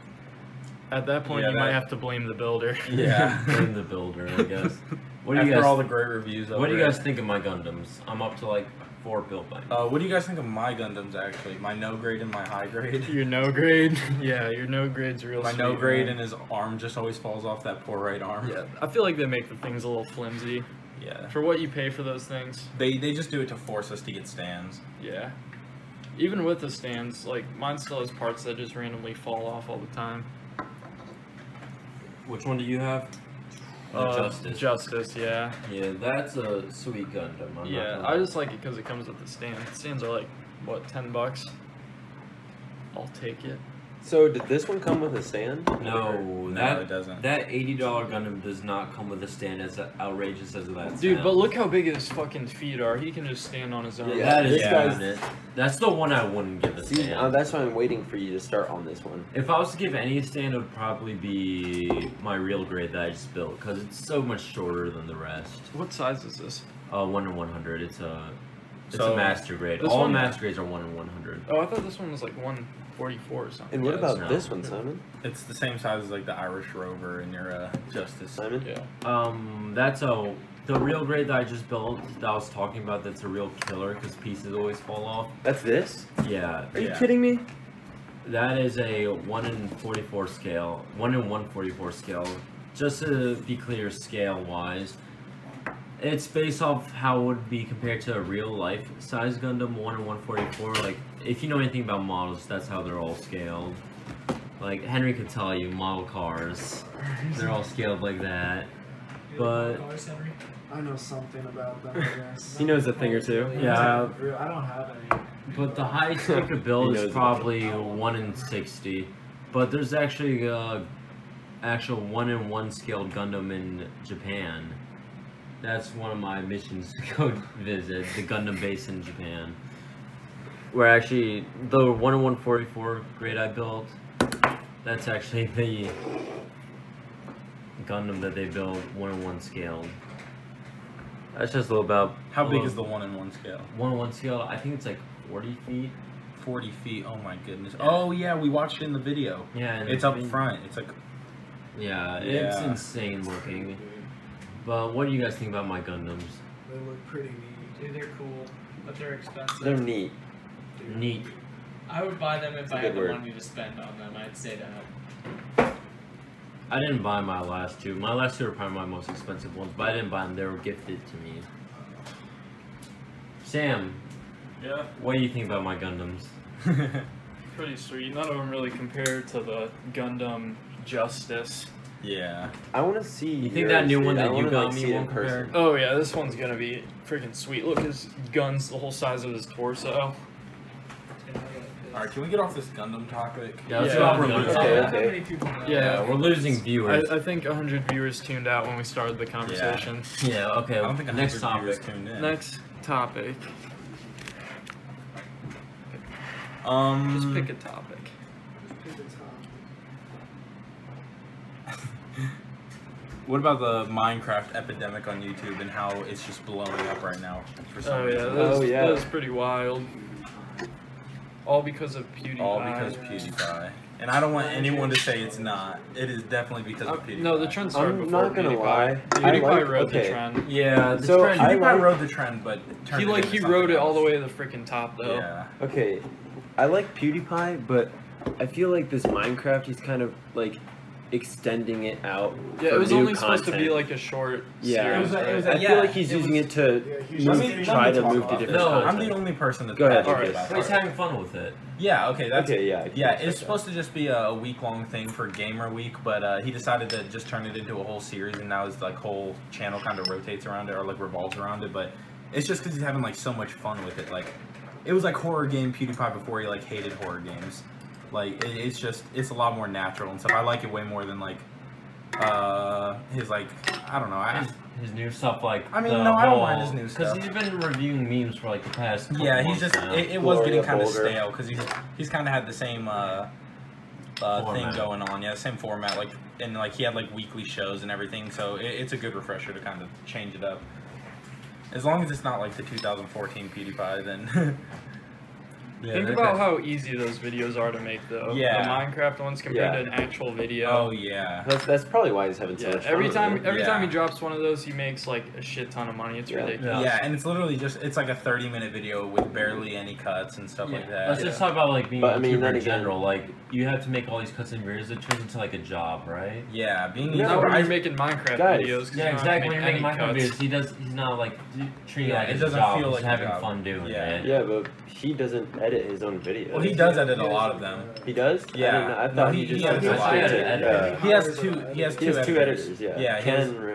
Speaker 2: At that point,
Speaker 6: Yeah,
Speaker 2: you might
Speaker 6: that-
Speaker 2: have to blame the builder.
Speaker 6: Yeah.
Speaker 5: Blame the builder, I guess. What do
Speaker 6: After
Speaker 5: you guys?
Speaker 6: all the great reviews.
Speaker 5: what do you
Speaker 6: over it.
Speaker 5: guys think of my Gundams? I'm up to like four built by.
Speaker 6: Uh, what do you guys think of my Gundams? Actually, my no grade and my high grade.
Speaker 2: Your no grade, yeah, your no grade's real.
Speaker 6: My
Speaker 2: sweet,
Speaker 6: no grade
Speaker 2: man.
Speaker 6: and his arm just always falls off that poor right arm.
Speaker 2: yeah, I feel like they make the things a little flimsy
Speaker 6: Yeah.
Speaker 2: for what you pay for those things.
Speaker 6: They they just do it to force us to get stands.
Speaker 2: Yeah, even with the stands, like mine still has parts that just randomly fall off all the time.
Speaker 5: Which one do you have?
Speaker 2: Uh,
Speaker 5: Justice.
Speaker 2: Justice, yeah,
Speaker 5: yeah, that's a sweet Gundam. I'm
Speaker 2: yeah.
Speaker 5: Not
Speaker 2: I
Speaker 5: gonna-
Speaker 2: just like it because it comes with the stand. Stands are like what ten bucks. I'll take it.
Speaker 7: So did this one come with a stand?
Speaker 5: no,
Speaker 6: No,
Speaker 5: that
Speaker 6: it doesn't.
Speaker 5: That eighty dollar Gundam does not come with a stand as outrageous as that.
Speaker 2: Dude, but
Speaker 5: sounds.
Speaker 2: look how big his fucking feet are. He can just stand on his own.
Speaker 7: Yeah,
Speaker 5: that is
Speaker 7: this
Speaker 5: yeah.
Speaker 7: guy's-
Speaker 5: That's the one I wouldn't give a
Speaker 7: See,
Speaker 5: stand.
Speaker 7: uh, that's why I'm waiting for you to start on this one.
Speaker 5: if I was to give any stand, it would probably be my real grade that I just built because it's so much shorter than the rest.
Speaker 2: What size is this?
Speaker 5: Uh, one in one hundred. It's a it's
Speaker 6: So,
Speaker 5: a master grade.
Speaker 2: this
Speaker 5: All
Speaker 2: one-
Speaker 5: master grades are one in one hundred.
Speaker 2: Oh, I thought this one was like 144 or something.
Speaker 7: And what
Speaker 5: Yeah,
Speaker 7: about
Speaker 5: it's
Speaker 7: this
Speaker 5: not-
Speaker 7: one, Simon?
Speaker 6: It's the same size as like the Irish Rover and your uh, Justice.
Speaker 7: Simon?
Speaker 2: Yeah.
Speaker 5: Um, that's a the real grade that I just built that I was talking about. That's a real killer because pieces always fall off.
Speaker 7: That's this?
Speaker 5: Yeah,
Speaker 7: Are you
Speaker 6: Yeah.
Speaker 7: kidding me?
Speaker 5: That is a 1 in 44 scale. 1 in 144 scale. Just to be clear, scale wise, it's based off how it would be compared to a real life size Gundam 1 in 144. Like, if you know anything about models, that's how they're all scaled. Like, Henry could tell you, model cars, they're all scaled like that. But-
Speaker 8: I know something about them, I guess.
Speaker 7: He knows a thing or two.
Speaker 5: Yeah.
Speaker 8: I don't have any.
Speaker 5: But the highest you could
Speaker 7: He
Speaker 5: build is
Speaker 7: knows it.
Speaker 5: probably one in sixty. But there's actually a actual one in one scaled Gundam in Japan. That's one of my missions to go visit the Gundam base in Japan. Where actually the one in one forty four grade I built, that's actually the Gundam that they build one in one scaled. That's just a little about
Speaker 6: How big is
Speaker 5: the
Speaker 6: the one in one scale?
Speaker 5: one on one scale, I think it's like 40 feet.
Speaker 6: Forty feet. Oh my goodness. Oh yeah, we watched it in the video.
Speaker 5: Yeah, and
Speaker 6: It's up front. It's like
Speaker 5: Yeah, it's
Speaker 6: Yeah.
Speaker 5: insane looking. But what do you guys think about my Gundams?
Speaker 8: They look pretty neat.
Speaker 3: Dude, they're cool, but they're expensive.
Speaker 7: They're neat.
Speaker 8: dude.
Speaker 5: Neat.
Speaker 3: I would buy them if
Speaker 7: a
Speaker 3: I had
Speaker 7: good
Speaker 3: the
Speaker 7: word.
Speaker 3: money to spend on them. I'd say that.
Speaker 5: I didn't buy my last two. My last two were probably my most expensive ones, but I didn't buy them. They were gifted to me. Sam,
Speaker 2: Yeah,
Speaker 5: what do you think about my Gundams?
Speaker 2: pretty sweet. None of them really compare to the Gundam Justice.
Speaker 6: yeah.
Speaker 7: I want to see.
Speaker 5: You think that
Speaker 7: yours,
Speaker 5: new one
Speaker 7: dude. I
Speaker 5: that you
Speaker 7: wanna,
Speaker 5: got
Speaker 7: like,
Speaker 5: me
Speaker 7: see it in
Speaker 5: won't compare?
Speaker 7: person.
Speaker 2: Oh yeah, this one's gonna be freaking sweet. Look, his gun's the whole size of his torso.
Speaker 6: All right, can we get off this Gundam topic?
Speaker 5: Yeah, let's
Speaker 2: Yeah.
Speaker 5: go off
Speaker 2: Okay,
Speaker 5: Gundams.
Speaker 7: okay.
Speaker 3: How many people know?
Speaker 2: Yeah.
Speaker 5: Yeah, we're losing
Speaker 2: I,
Speaker 5: viewers.
Speaker 2: I think 100 viewers tuned out when we started the conversation.
Speaker 5: yeah, okay.
Speaker 6: I don't think
Speaker 5: next
Speaker 6: 100 viewers
Speaker 5: topic.
Speaker 6: tuned in.
Speaker 2: Next topic.
Speaker 6: Um,
Speaker 2: Just pick a
Speaker 7: Mm.
Speaker 2: topic.
Speaker 8: Just pick a top.
Speaker 6: What about the Minecraft epidemic on YouTube and how it's just blowing up right now for some
Speaker 2: Oh yeah, that
Speaker 6: reason?
Speaker 2: was,
Speaker 7: Oh, yeah.
Speaker 2: that was pretty wild. All because of PewDiePie.
Speaker 6: All because PewDiePie. And I don't want anyone to say it's not. It is definitely because of
Speaker 2: Uh,
Speaker 6: PewDiePie.
Speaker 2: no, the trend started
Speaker 7: I'm
Speaker 2: before
Speaker 7: not gonna
Speaker 2: PewDiePie.
Speaker 7: lie. I
Speaker 2: PewDiePie
Speaker 7: like-
Speaker 2: rode the
Speaker 7: okay.
Speaker 2: trend.
Speaker 5: Yeah, the
Speaker 7: So
Speaker 5: trend-
Speaker 7: I
Speaker 6: PewDiePie
Speaker 7: like-
Speaker 6: rode the trend, but turned
Speaker 2: He
Speaker 6: it
Speaker 2: like
Speaker 6: into
Speaker 2: he
Speaker 6: something
Speaker 2: rode it all
Speaker 6: else.
Speaker 2: the way to the freaking top though.
Speaker 6: Yeah.
Speaker 7: Okay, I like PewDiePie, but I feel like this Minecraft, he's kind of like extending it out.
Speaker 2: Yeah,
Speaker 7: for
Speaker 2: it was
Speaker 7: new
Speaker 2: only supposed to be
Speaker 7: content.
Speaker 2: like a short
Speaker 7: Yeah.
Speaker 2: series.
Speaker 7: It was
Speaker 6: a- it was
Speaker 2: right?
Speaker 7: I
Speaker 6: Yeah,
Speaker 7: feel like he's
Speaker 6: it
Speaker 7: using
Speaker 6: was-
Speaker 7: it to
Speaker 8: Yeah, he's
Speaker 7: move-
Speaker 8: just- let me
Speaker 7: try to
Speaker 8: talk
Speaker 7: move to
Speaker 8: about
Speaker 7: different.
Speaker 5: No,
Speaker 7: content.
Speaker 6: I'm the only person that's
Speaker 7: Go ahead,
Speaker 6: passionate
Speaker 2: Lucas.
Speaker 6: about
Speaker 5: He's
Speaker 6: it.
Speaker 5: having fun with it.
Speaker 6: Yeah, okay, that's
Speaker 7: okay. Yeah. I can
Speaker 6: Yeah,
Speaker 7: respect
Speaker 6: it's
Speaker 7: that.
Speaker 6: supposed to just be a week long thing for Gamer Week, but uh, he decided to just turn it into a whole series, and now his like whole channel kind of rotates around it or like revolves around it. But it's just because he's having like so much fun with it. Like it was like horror game PewDiePie before he like hated horror games. Like it, it's just it's a lot more natural and stuff. I like it way more than like uh his like I don't know. I,
Speaker 5: His, his new stuff, like
Speaker 6: I mean,
Speaker 5: the
Speaker 6: no, I don't
Speaker 5: whole-
Speaker 6: mind his new stuff.
Speaker 5: Cause he's been reviewing memes for like the past. couple
Speaker 6: yeah,
Speaker 5: months
Speaker 6: he's just
Speaker 5: now.
Speaker 6: it, it was
Speaker 7: Gloria
Speaker 6: getting kind of
Speaker 7: Boulder.
Speaker 6: stale because he's he's kind of had the same uh, uh, thing
Speaker 5: Format.
Speaker 6: going on. Yeah, same format. Like and like he had like weekly shows and everything, so it, it's a good refresher to kind of change it up. As long as it's not like the 2014 PewDiePie, then yeah,
Speaker 2: Think about how easy those videos are to make though.
Speaker 6: Yeah.
Speaker 2: The Minecraft ones compared
Speaker 7: Yeah.
Speaker 2: to an actual video.
Speaker 6: Oh yeah,
Speaker 7: That's, that's probably why he's having so
Speaker 2: Yeah,
Speaker 7: much fun.
Speaker 2: every
Speaker 7: with
Speaker 2: time
Speaker 7: it.
Speaker 2: every
Speaker 6: Yeah.
Speaker 2: time he drops one of those, he makes like a shit ton of money. It's
Speaker 7: Yeah.
Speaker 2: ridiculous.
Speaker 5: Yeah.
Speaker 6: yeah, and it's literally just it's like a 30 minute video with barely any cuts and stuff like that.
Speaker 5: Let's just talk about like being
Speaker 7: But, I
Speaker 5: a
Speaker 7: mean,
Speaker 5: YouTuber
Speaker 7: then
Speaker 5: in
Speaker 7: again-
Speaker 5: general. Like you have to make all these cuts and videos. It turns into like a job, right?
Speaker 6: yeah, being
Speaker 7: Yeah,
Speaker 2: Not
Speaker 6: I-
Speaker 2: when you're making Minecraft
Speaker 7: Guys.
Speaker 2: videos. 'cause you
Speaker 5: Yeah,
Speaker 2: don't have to
Speaker 5: exactly.
Speaker 2: make
Speaker 5: When you're
Speaker 2: any
Speaker 5: making Minecraft
Speaker 2: cuts.
Speaker 5: videos, he does. He's not like d- treating
Speaker 6: Yeah,
Speaker 5: it like
Speaker 6: it
Speaker 5: it's a
Speaker 6: doesn't
Speaker 5: job.
Speaker 6: feel
Speaker 5: he's
Speaker 6: like a
Speaker 5: having
Speaker 6: job.
Speaker 5: fun doing
Speaker 6: Yeah.
Speaker 5: it.
Speaker 7: Yeah, but he doesn't edit his own videos.
Speaker 6: Well, he does edit a lot of them.
Speaker 7: He does? I
Speaker 6: Yeah.
Speaker 7: didn't know- I,
Speaker 6: No,
Speaker 7: thought
Speaker 6: he-
Speaker 7: he, just
Speaker 6: he has
Speaker 7: like,
Speaker 6: a
Speaker 7: just
Speaker 6: lot of
Speaker 7: did it.
Speaker 5: editing.
Speaker 7: Yeah.
Speaker 6: He has two. He has
Speaker 7: He
Speaker 6: two
Speaker 7: has two
Speaker 6: editors.
Speaker 7: editors. Yeah.
Speaker 6: Yeah, he has-
Speaker 7: Ken. Right.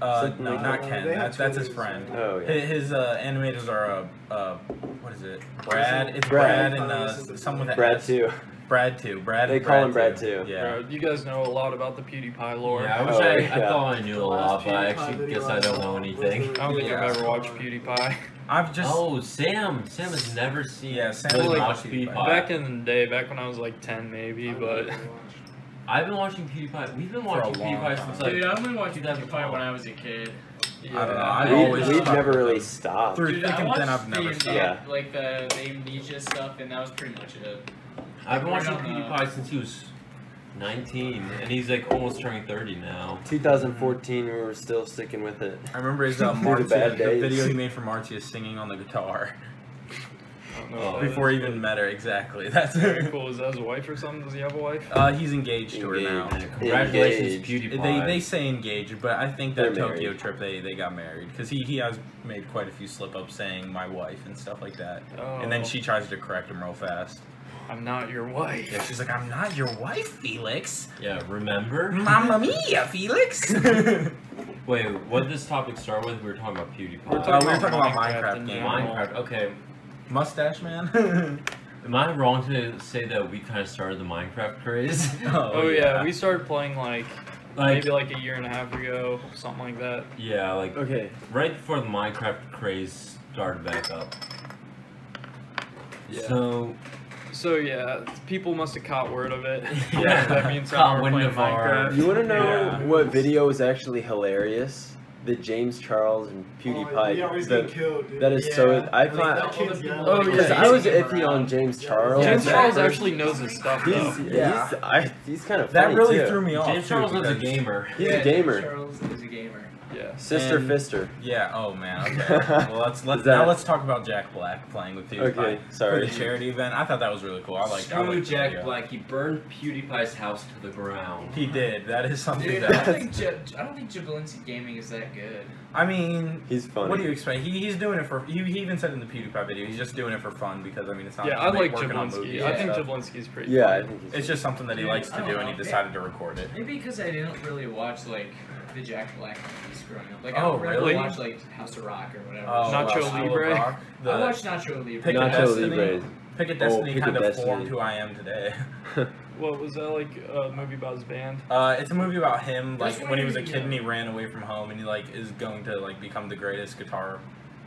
Speaker 6: Uh,
Speaker 7: Something
Speaker 6: no,
Speaker 7: like
Speaker 6: not
Speaker 7: that.
Speaker 6: Ken.
Speaker 8: They have
Speaker 6: That's, that's his
Speaker 8: Twitters.
Speaker 6: friend.
Speaker 7: Oh yeah.
Speaker 6: His, his uh, animators are uh, uh, what is it? Brad. It's Brad,
Speaker 7: Brad.
Speaker 2: Oh,
Speaker 6: and uh, someone that
Speaker 7: Brad too.
Speaker 6: Brad too. Brad.
Speaker 7: They
Speaker 6: and
Speaker 7: call him Brad
Speaker 6: too.
Speaker 7: too.
Speaker 6: Yeah.
Speaker 2: Bro, you guys know a lot about the PewDiePie lore.
Speaker 5: Yeah, I wish
Speaker 7: Oh,
Speaker 5: I, I
Speaker 7: yeah.
Speaker 5: thought I knew a
Speaker 8: The
Speaker 5: lot,
Speaker 8: last
Speaker 5: but I
Speaker 8: PewDiePie
Speaker 5: actually
Speaker 8: video
Speaker 5: guess I
Speaker 8: I
Speaker 5: don't
Speaker 8: saw
Speaker 5: know
Speaker 8: was
Speaker 5: anything.
Speaker 2: I don't think
Speaker 6: Yeah.
Speaker 2: I've ever watched PewDiePie.
Speaker 6: I've just.
Speaker 5: oh, Sam. Sam has never seen.
Speaker 6: Yeah, Sam
Speaker 5: really
Speaker 2: like-
Speaker 5: watched
Speaker 6: PewDiePie.
Speaker 5: PewDiePie.
Speaker 2: Back in the day, back when I was like 10 maybe, but
Speaker 5: I've been watching PewDiePie. We've been
Speaker 6: For a
Speaker 5: watching
Speaker 6: long
Speaker 5: PewDiePie
Speaker 6: time.
Speaker 5: since
Speaker 3: Dude,
Speaker 5: like.
Speaker 3: I've been watching
Speaker 5: 2012.
Speaker 3: PewDiePie when I was a kid.
Speaker 6: I don't know.
Speaker 2: Yeah.
Speaker 6: I
Speaker 7: We,
Speaker 6: always.
Speaker 7: we've
Speaker 6: stuck
Speaker 7: never
Speaker 6: with
Speaker 7: really
Speaker 6: him.
Speaker 7: stopped.
Speaker 6: Through
Speaker 3: Dude,
Speaker 6: thick
Speaker 3: I
Speaker 6: and
Speaker 3: watched
Speaker 6: thin, I've never
Speaker 3: the,
Speaker 6: stopped.
Speaker 7: Yeah.
Speaker 3: like the, the amnesia stuff, and that was pretty much it.
Speaker 5: I've been
Speaker 3: Right
Speaker 5: watching
Speaker 3: on the-
Speaker 5: PewDiePie since he was 19, and he's like almost turning 30 now.
Speaker 7: 2014, we were still sticking with it.
Speaker 6: I remember his uh,
Speaker 7: Through the
Speaker 6: Martia,
Speaker 7: bad
Speaker 6: the
Speaker 7: days.
Speaker 6: video he made for Martia singing on the guitar
Speaker 2: I don't know.
Speaker 5: Oh,
Speaker 2: what that
Speaker 6: before
Speaker 2: is.
Speaker 6: he even met her. Exactly. That's
Speaker 2: Very cool. Is that his wife or something? Does he have a wife?
Speaker 6: Uh, he's engaged to her now.
Speaker 7: Engaged.
Speaker 5: And congratulations,
Speaker 7: Engaged.
Speaker 6: They
Speaker 5: PewDiePie.
Speaker 6: they say engaged, but I think that
Speaker 7: They're
Speaker 6: Tokyo
Speaker 7: married.
Speaker 6: trip they, they got married because he, he has made quite a few slip ups saying my wife and stuff like that. And then
Speaker 2: Oh,
Speaker 6: she tries to correct him real fast.
Speaker 2: I'm not your wife.
Speaker 6: Yeah, she's like, I'm not your wife, Felix.
Speaker 5: yeah, remember?
Speaker 6: Mamma mia, Felix. uh,
Speaker 5: Wait, what did this topic start with? Oh, We were talking about PewDiePie.
Speaker 2: We're
Speaker 6: we were
Speaker 2: talking-
Speaker 6: talking about
Speaker 2: Minecraft
Speaker 6: Minecraft
Speaker 2: in
Speaker 6: game.
Speaker 2: general.
Speaker 5: Minecraft. Okay,
Speaker 6: Mustache man. Oh,
Speaker 5: am I wrong to say that we kind of started the Minecraft craze?
Speaker 2: Oh, yeah. we started playing like,
Speaker 5: like,
Speaker 2: maybe like a year and a half ago, something like that.
Speaker 5: yeah, like
Speaker 7: Okay.
Speaker 5: right before the Minecraft craze started back up.
Speaker 2: Yeah.
Speaker 5: So
Speaker 2: So yeah, people must have caught word of it.
Speaker 5: Yeah.
Speaker 2: that means
Speaker 5: Caught
Speaker 2: I'm
Speaker 5: wind
Speaker 2: playing
Speaker 5: of our-
Speaker 2: Minecraft.
Speaker 7: You want to know
Speaker 6: Yeah.
Speaker 7: what video is actually hilarious? The James Charles and
Speaker 8: Oh,
Speaker 7: PewDiePie.
Speaker 8: yeah, he's
Speaker 7: the-
Speaker 8: getting killed, dude.
Speaker 7: that is so. I
Speaker 8: Like, that
Speaker 7: find.
Speaker 8: kid's young.
Speaker 2: Oh, yeah,
Speaker 7: Because
Speaker 2: he's
Speaker 7: I was
Speaker 3: hanging
Speaker 7: iffy
Speaker 3: around.
Speaker 7: on James
Speaker 8: Yeah.
Speaker 7: Charles.
Speaker 2: James
Speaker 7: at
Speaker 2: Charles
Speaker 7: first.
Speaker 2: actually knows his stuff though.
Speaker 7: He's,
Speaker 6: Yeah.
Speaker 7: he's, I, he's kind of
Speaker 6: That
Speaker 7: funny
Speaker 6: really
Speaker 7: too.
Speaker 6: threw me off.
Speaker 5: James
Speaker 6: too,
Speaker 5: Charles was a
Speaker 6: because-
Speaker 5: gamer.
Speaker 7: He's
Speaker 3: Yeah,
Speaker 7: a gamer.
Speaker 3: Charles is a gamer.
Speaker 2: Yeah.
Speaker 7: Sister
Speaker 6: And-
Speaker 7: Fister.
Speaker 6: Yeah. Oh man. Okay. well, let's let's
Speaker 7: Is that-
Speaker 6: now let's talk about Jack Black playing with PewDiePie
Speaker 7: Okay,
Speaker 6: for
Speaker 7: sorry.
Speaker 6: the charity event. I thought that was really cool. I liked. I
Speaker 5: Screw
Speaker 6: liked the
Speaker 5: Jack
Speaker 6: video.
Speaker 5: Black. He burned PewDiePie's house to the ground.
Speaker 6: He did. That is something.
Speaker 3: Dude, I
Speaker 6: that,
Speaker 3: don't think Ja- I don't think Jablinski Gaming is that good.
Speaker 6: I mean,
Speaker 7: He's funny.
Speaker 6: What do you expect? He, he's doing it for. He, he even said in the PewDiePie video, he's just doing it for fun because I mean, it's not.
Speaker 2: Yeah,
Speaker 6: he's
Speaker 2: I like
Speaker 6: working on
Speaker 2: Jablinski.
Speaker 6: movies
Speaker 2: I
Speaker 6: and
Speaker 2: think
Speaker 6: stuff.
Speaker 2: Jablinski's pretty.
Speaker 7: yeah, I think he's.
Speaker 6: It's just something that he
Speaker 3: Dude,
Speaker 6: likes to
Speaker 3: I
Speaker 6: do,
Speaker 3: don't
Speaker 2: Oh,
Speaker 6: and he
Speaker 3: know.
Speaker 6: decided to record it.
Speaker 3: Maybe because I didn't really watch like the Jack Black movies growing up. Like I
Speaker 6: Oh,
Speaker 3: would rather
Speaker 2: really?
Speaker 3: watch like House of Rock or whatever.
Speaker 6: Oh,
Speaker 2: Nacho
Speaker 6: wow.
Speaker 2: Libre.
Speaker 6: Rock, The
Speaker 3: I watched Nacho Libre.
Speaker 6: Pick a
Speaker 7: Nacho
Speaker 6: Destiny.
Speaker 7: Libre.
Speaker 6: Pick a
Speaker 7: Oh,
Speaker 6: Destiny
Speaker 7: Pick a
Speaker 6: kind of
Speaker 7: Destiny.
Speaker 6: formed who I am today.
Speaker 2: What was that like? A movie about his band?
Speaker 6: Uh, it's a movie about him, like
Speaker 3: That's
Speaker 6: when he was a
Speaker 3: right,
Speaker 6: kid and he ran away from home, and he like is going to like become the greatest guitar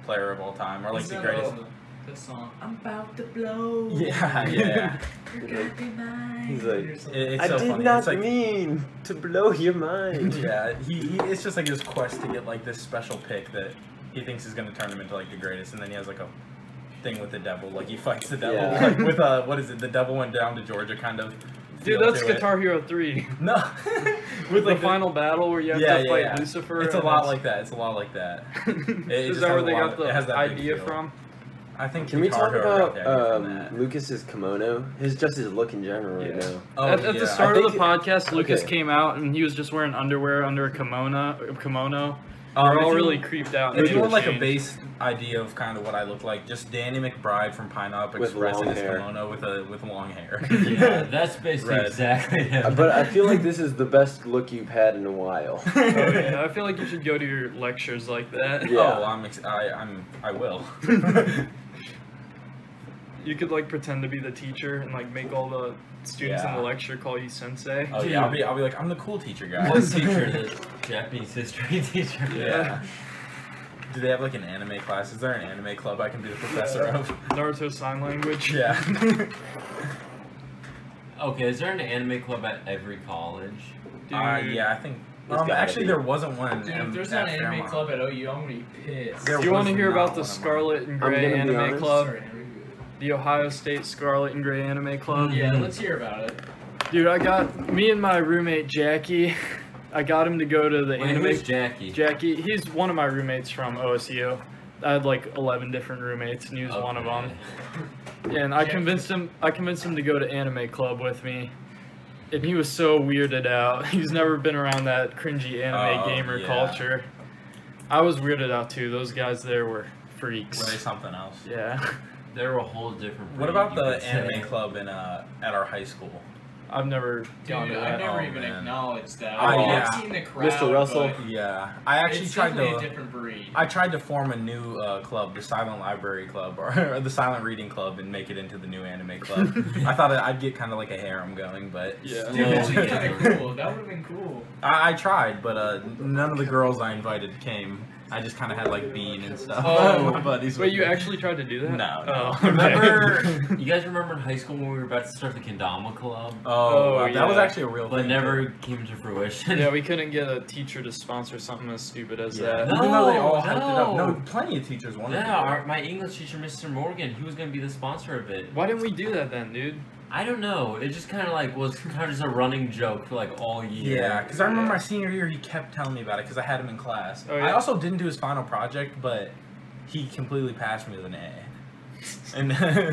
Speaker 6: player of all time, or like
Speaker 3: Is
Speaker 6: the
Speaker 3: that
Speaker 6: greatest.
Speaker 3: all- That song.
Speaker 5: I'm about to blow.
Speaker 6: Yeah, yeah.
Speaker 5: You're gonna be mine.
Speaker 7: He's like,
Speaker 5: You're so-
Speaker 6: It- it's
Speaker 7: I
Speaker 6: so
Speaker 7: did
Speaker 6: funny.
Speaker 7: not
Speaker 6: it's like,
Speaker 7: mean to blow your mind.
Speaker 6: yeah, he, he it's just like his quest to get like this special pick that he thinks is gonna turn him into like the greatest, and then he has like a thing with the devil, like he fights the devil
Speaker 7: Yeah.
Speaker 6: like, with uh what is it? The devil went down to Georgia, kind of.
Speaker 2: Dude,
Speaker 6: feel
Speaker 2: that's
Speaker 6: to it.
Speaker 2: Guitar Hero 3.
Speaker 6: No,
Speaker 2: With the
Speaker 6: like
Speaker 2: final battle where you have
Speaker 6: Yeah,
Speaker 2: to
Speaker 6: yeah,
Speaker 2: fight
Speaker 6: yeah.
Speaker 2: Lucifer.
Speaker 6: It's a
Speaker 2: and
Speaker 6: lot like that. It's a lot like that.
Speaker 2: it's-
Speaker 6: it
Speaker 2: Is
Speaker 6: just
Speaker 2: that
Speaker 6: has
Speaker 2: where
Speaker 6: a
Speaker 2: they
Speaker 6: lot
Speaker 2: got
Speaker 6: of-
Speaker 2: the
Speaker 6: it has that big
Speaker 2: idea
Speaker 6: feel.
Speaker 2: from?
Speaker 6: I think.
Speaker 7: Can we
Speaker 6: Guitar
Speaker 7: talk
Speaker 6: Hero right
Speaker 7: about
Speaker 6: there from
Speaker 7: um,
Speaker 6: that.
Speaker 7: Lucas's kimono? His just his look in general right
Speaker 2: Yeah.
Speaker 7: now.
Speaker 6: Oh,
Speaker 2: at, at
Speaker 6: yeah.
Speaker 2: the start of
Speaker 7: think
Speaker 2: the
Speaker 7: it-
Speaker 2: podcast, Lucas
Speaker 7: okay.
Speaker 2: came out and he was just wearing underwear under a kimono. a Kimono.
Speaker 6: Um,
Speaker 2: We're
Speaker 6: if
Speaker 2: all
Speaker 6: you-
Speaker 2: really creeped out.
Speaker 6: If
Speaker 2: They
Speaker 6: you want like
Speaker 2: changed.
Speaker 6: a base idea of kind of what I look like, just Danny McBride from Pineapple
Speaker 7: With
Speaker 6: Express in
Speaker 7: long
Speaker 6: his
Speaker 7: hair.
Speaker 6: kimono with a with long hair.
Speaker 5: yeah, that's basically
Speaker 6: Red.
Speaker 5: exactly
Speaker 7: Uh,
Speaker 5: him.
Speaker 7: But I feel like this is the best look you've had in a while.
Speaker 2: Oh, yeah, I feel like you should go to your lectures like that.
Speaker 7: Yeah.
Speaker 6: Oh, I'm ex- I, I'm I will.
Speaker 2: You could like pretend to be the teacher and like make all the students in
Speaker 6: Yeah.
Speaker 2: the lecture call you sensei.
Speaker 6: oh yeah, I'll be I'll be like I'm the cool teacher guy.
Speaker 5: What teacher? This Japanese history teacher.
Speaker 6: Yeah. Do they have like an anime class? Is there an anime club I can be the professor of?
Speaker 2: Naruto sign language.
Speaker 6: Yeah.
Speaker 5: Okay, is there an anime club at every college?
Speaker 2: Dude.
Speaker 6: Uh, yeah, I think.
Speaker 7: There's
Speaker 6: Um,
Speaker 7: gotta
Speaker 6: actually,
Speaker 7: be.
Speaker 6: there wasn't one.
Speaker 3: Dude,
Speaker 6: in-
Speaker 3: if there's
Speaker 6: at
Speaker 3: not an anime
Speaker 6: Fairmont.
Speaker 3: club at OU, I'm gonna be pissed.
Speaker 6: There
Speaker 2: Do you want to
Speaker 6: was
Speaker 2: hear
Speaker 6: not
Speaker 2: about the
Speaker 6: one of mine.
Speaker 2: Scarlet and
Speaker 7: I'm
Speaker 2: Gray
Speaker 7: gonna be
Speaker 2: Anime
Speaker 7: honest.
Speaker 2: Club?
Speaker 3: Sorry, I'm-
Speaker 2: The Ohio State Scarlet and Gray Anime
Speaker 6: Um,
Speaker 2: Club?
Speaker 3: yeah, let's hear about it.
Speaker 2: Dude, I got me and my roommate Jackie. I got him to go to the
Speaker 5: Wait,
Speaker 2: anime.
Speaker 5: who's Jackie?
Speaker 2: Jackie, he's one of my roommates from OSU. I had like eleven different roommates, and he was one of them. And I
Speaker 3: Jackie.
Speaker 2: convinced him. I convinced him to go to anime club with me, and he was so weirded out. He's never been around that cringy anime
Speaker 6: Oh,
Speaker 2: gamer
Speaker 6: yeah.
Speaker 2: culture. I was weirded out too. Those guys there were
Speaker 6: Were they
Speaker 2: freaks.
Speaker 6: something else?
Speaker 2: Yeah,
Speaker 5: There were a whole different.
Speaker 6: What
Speaker 5: breed,
Speaker 6: about
Speaker 5: you
Speaker 6: the
Speaker 5: could say.
Speaker 6: anime club in uh at our high school?
Speaker 2: I've never
Speaker 3: Dude,
Speaker 2: gone to
Speaker 3: I
Speaker 2: that.
Speaker 3: never
Speaker 6: Oh,
Speaker 3: even
Speaker 6: man.
Speaker 3: acknowledged that.
Speaker 6: Oh,
Speaker 3: I mean,
Speaker 6: yeah.
Speaker 3: I've seen the crowd.
Speaker 7: Russell.
Speaker 3: but
Speaker 6: Yeah, I actually
Speaker 3: it's
Speaker 6: tried
Speaker 3: definitely
Speaker 6: to. uh,
Speaker 3: a different breed.
Speaker 6: I tried to form a new uh, club, the Silent Library Club or, or the Silent Reading Club, and make it into the new anime club. I thought I'd get kind of like a harem going, but
Speaker 2: Yeah.
Speaker 3: Dude, that's
Speaker 5: Yeah.
Speaker 3: kind of cool. That would have been cool.
Speaker 6: I, I tried, but uh, none of the girls I invited came. I just kind of had like Bean and stuff.
Speaker 3: Oh.
Speaker 6: my buddies.
Speaker 2: Wait,
Speaker 6: with
Speaker 2: you
Speaker 6: me.
Speaker 2: actually tried to do that?
Speaker 6: No,
Speaker 2: Oh,
Speaker 6: no.
Speaker 2: okay.
Speaker 5: Remember, you guys remember in high school when we were about to start the Kendama Club,
Speaker 6: Oh,
Speaker 2: Oh,
Speaker 6: wow,
Speaker 2: yeah.
Speaker 6: that was actually a real
Speaker 5: but
Speaker 6: thing.
Speaker 5: never came to fruition.
Speaker 2: yeah, we couldn't get a teacher to sponsor something as stupid as
Speaker 6: Yeah.
Speaker 2: that.
Speaker 5: No,
Speaker 6: Even though they all hyped it up.
Speaker 5: no.
Speaker 6: No, plenty of teachers wanted
Speaker 5: Yeah,
Speaker 6: to. do
Speaker 5: our, my English teacher, Mr. Morgan, he was gonna be the sponsor of it.
Speaker 2: Why didn't we do that then, dude?
Speaker 5: I don't know. It just kind of like was kind of just a running joke for like all
Speaker 6: it.
Speaker 5: year.
Speaker 6: Yeah, because I remember my senior year, he kept telling me about it because I had him in class.
Speaker 2: Oh, yeah.
Speaker 6: I also didn't do his final project, but he completely passed me with an A. And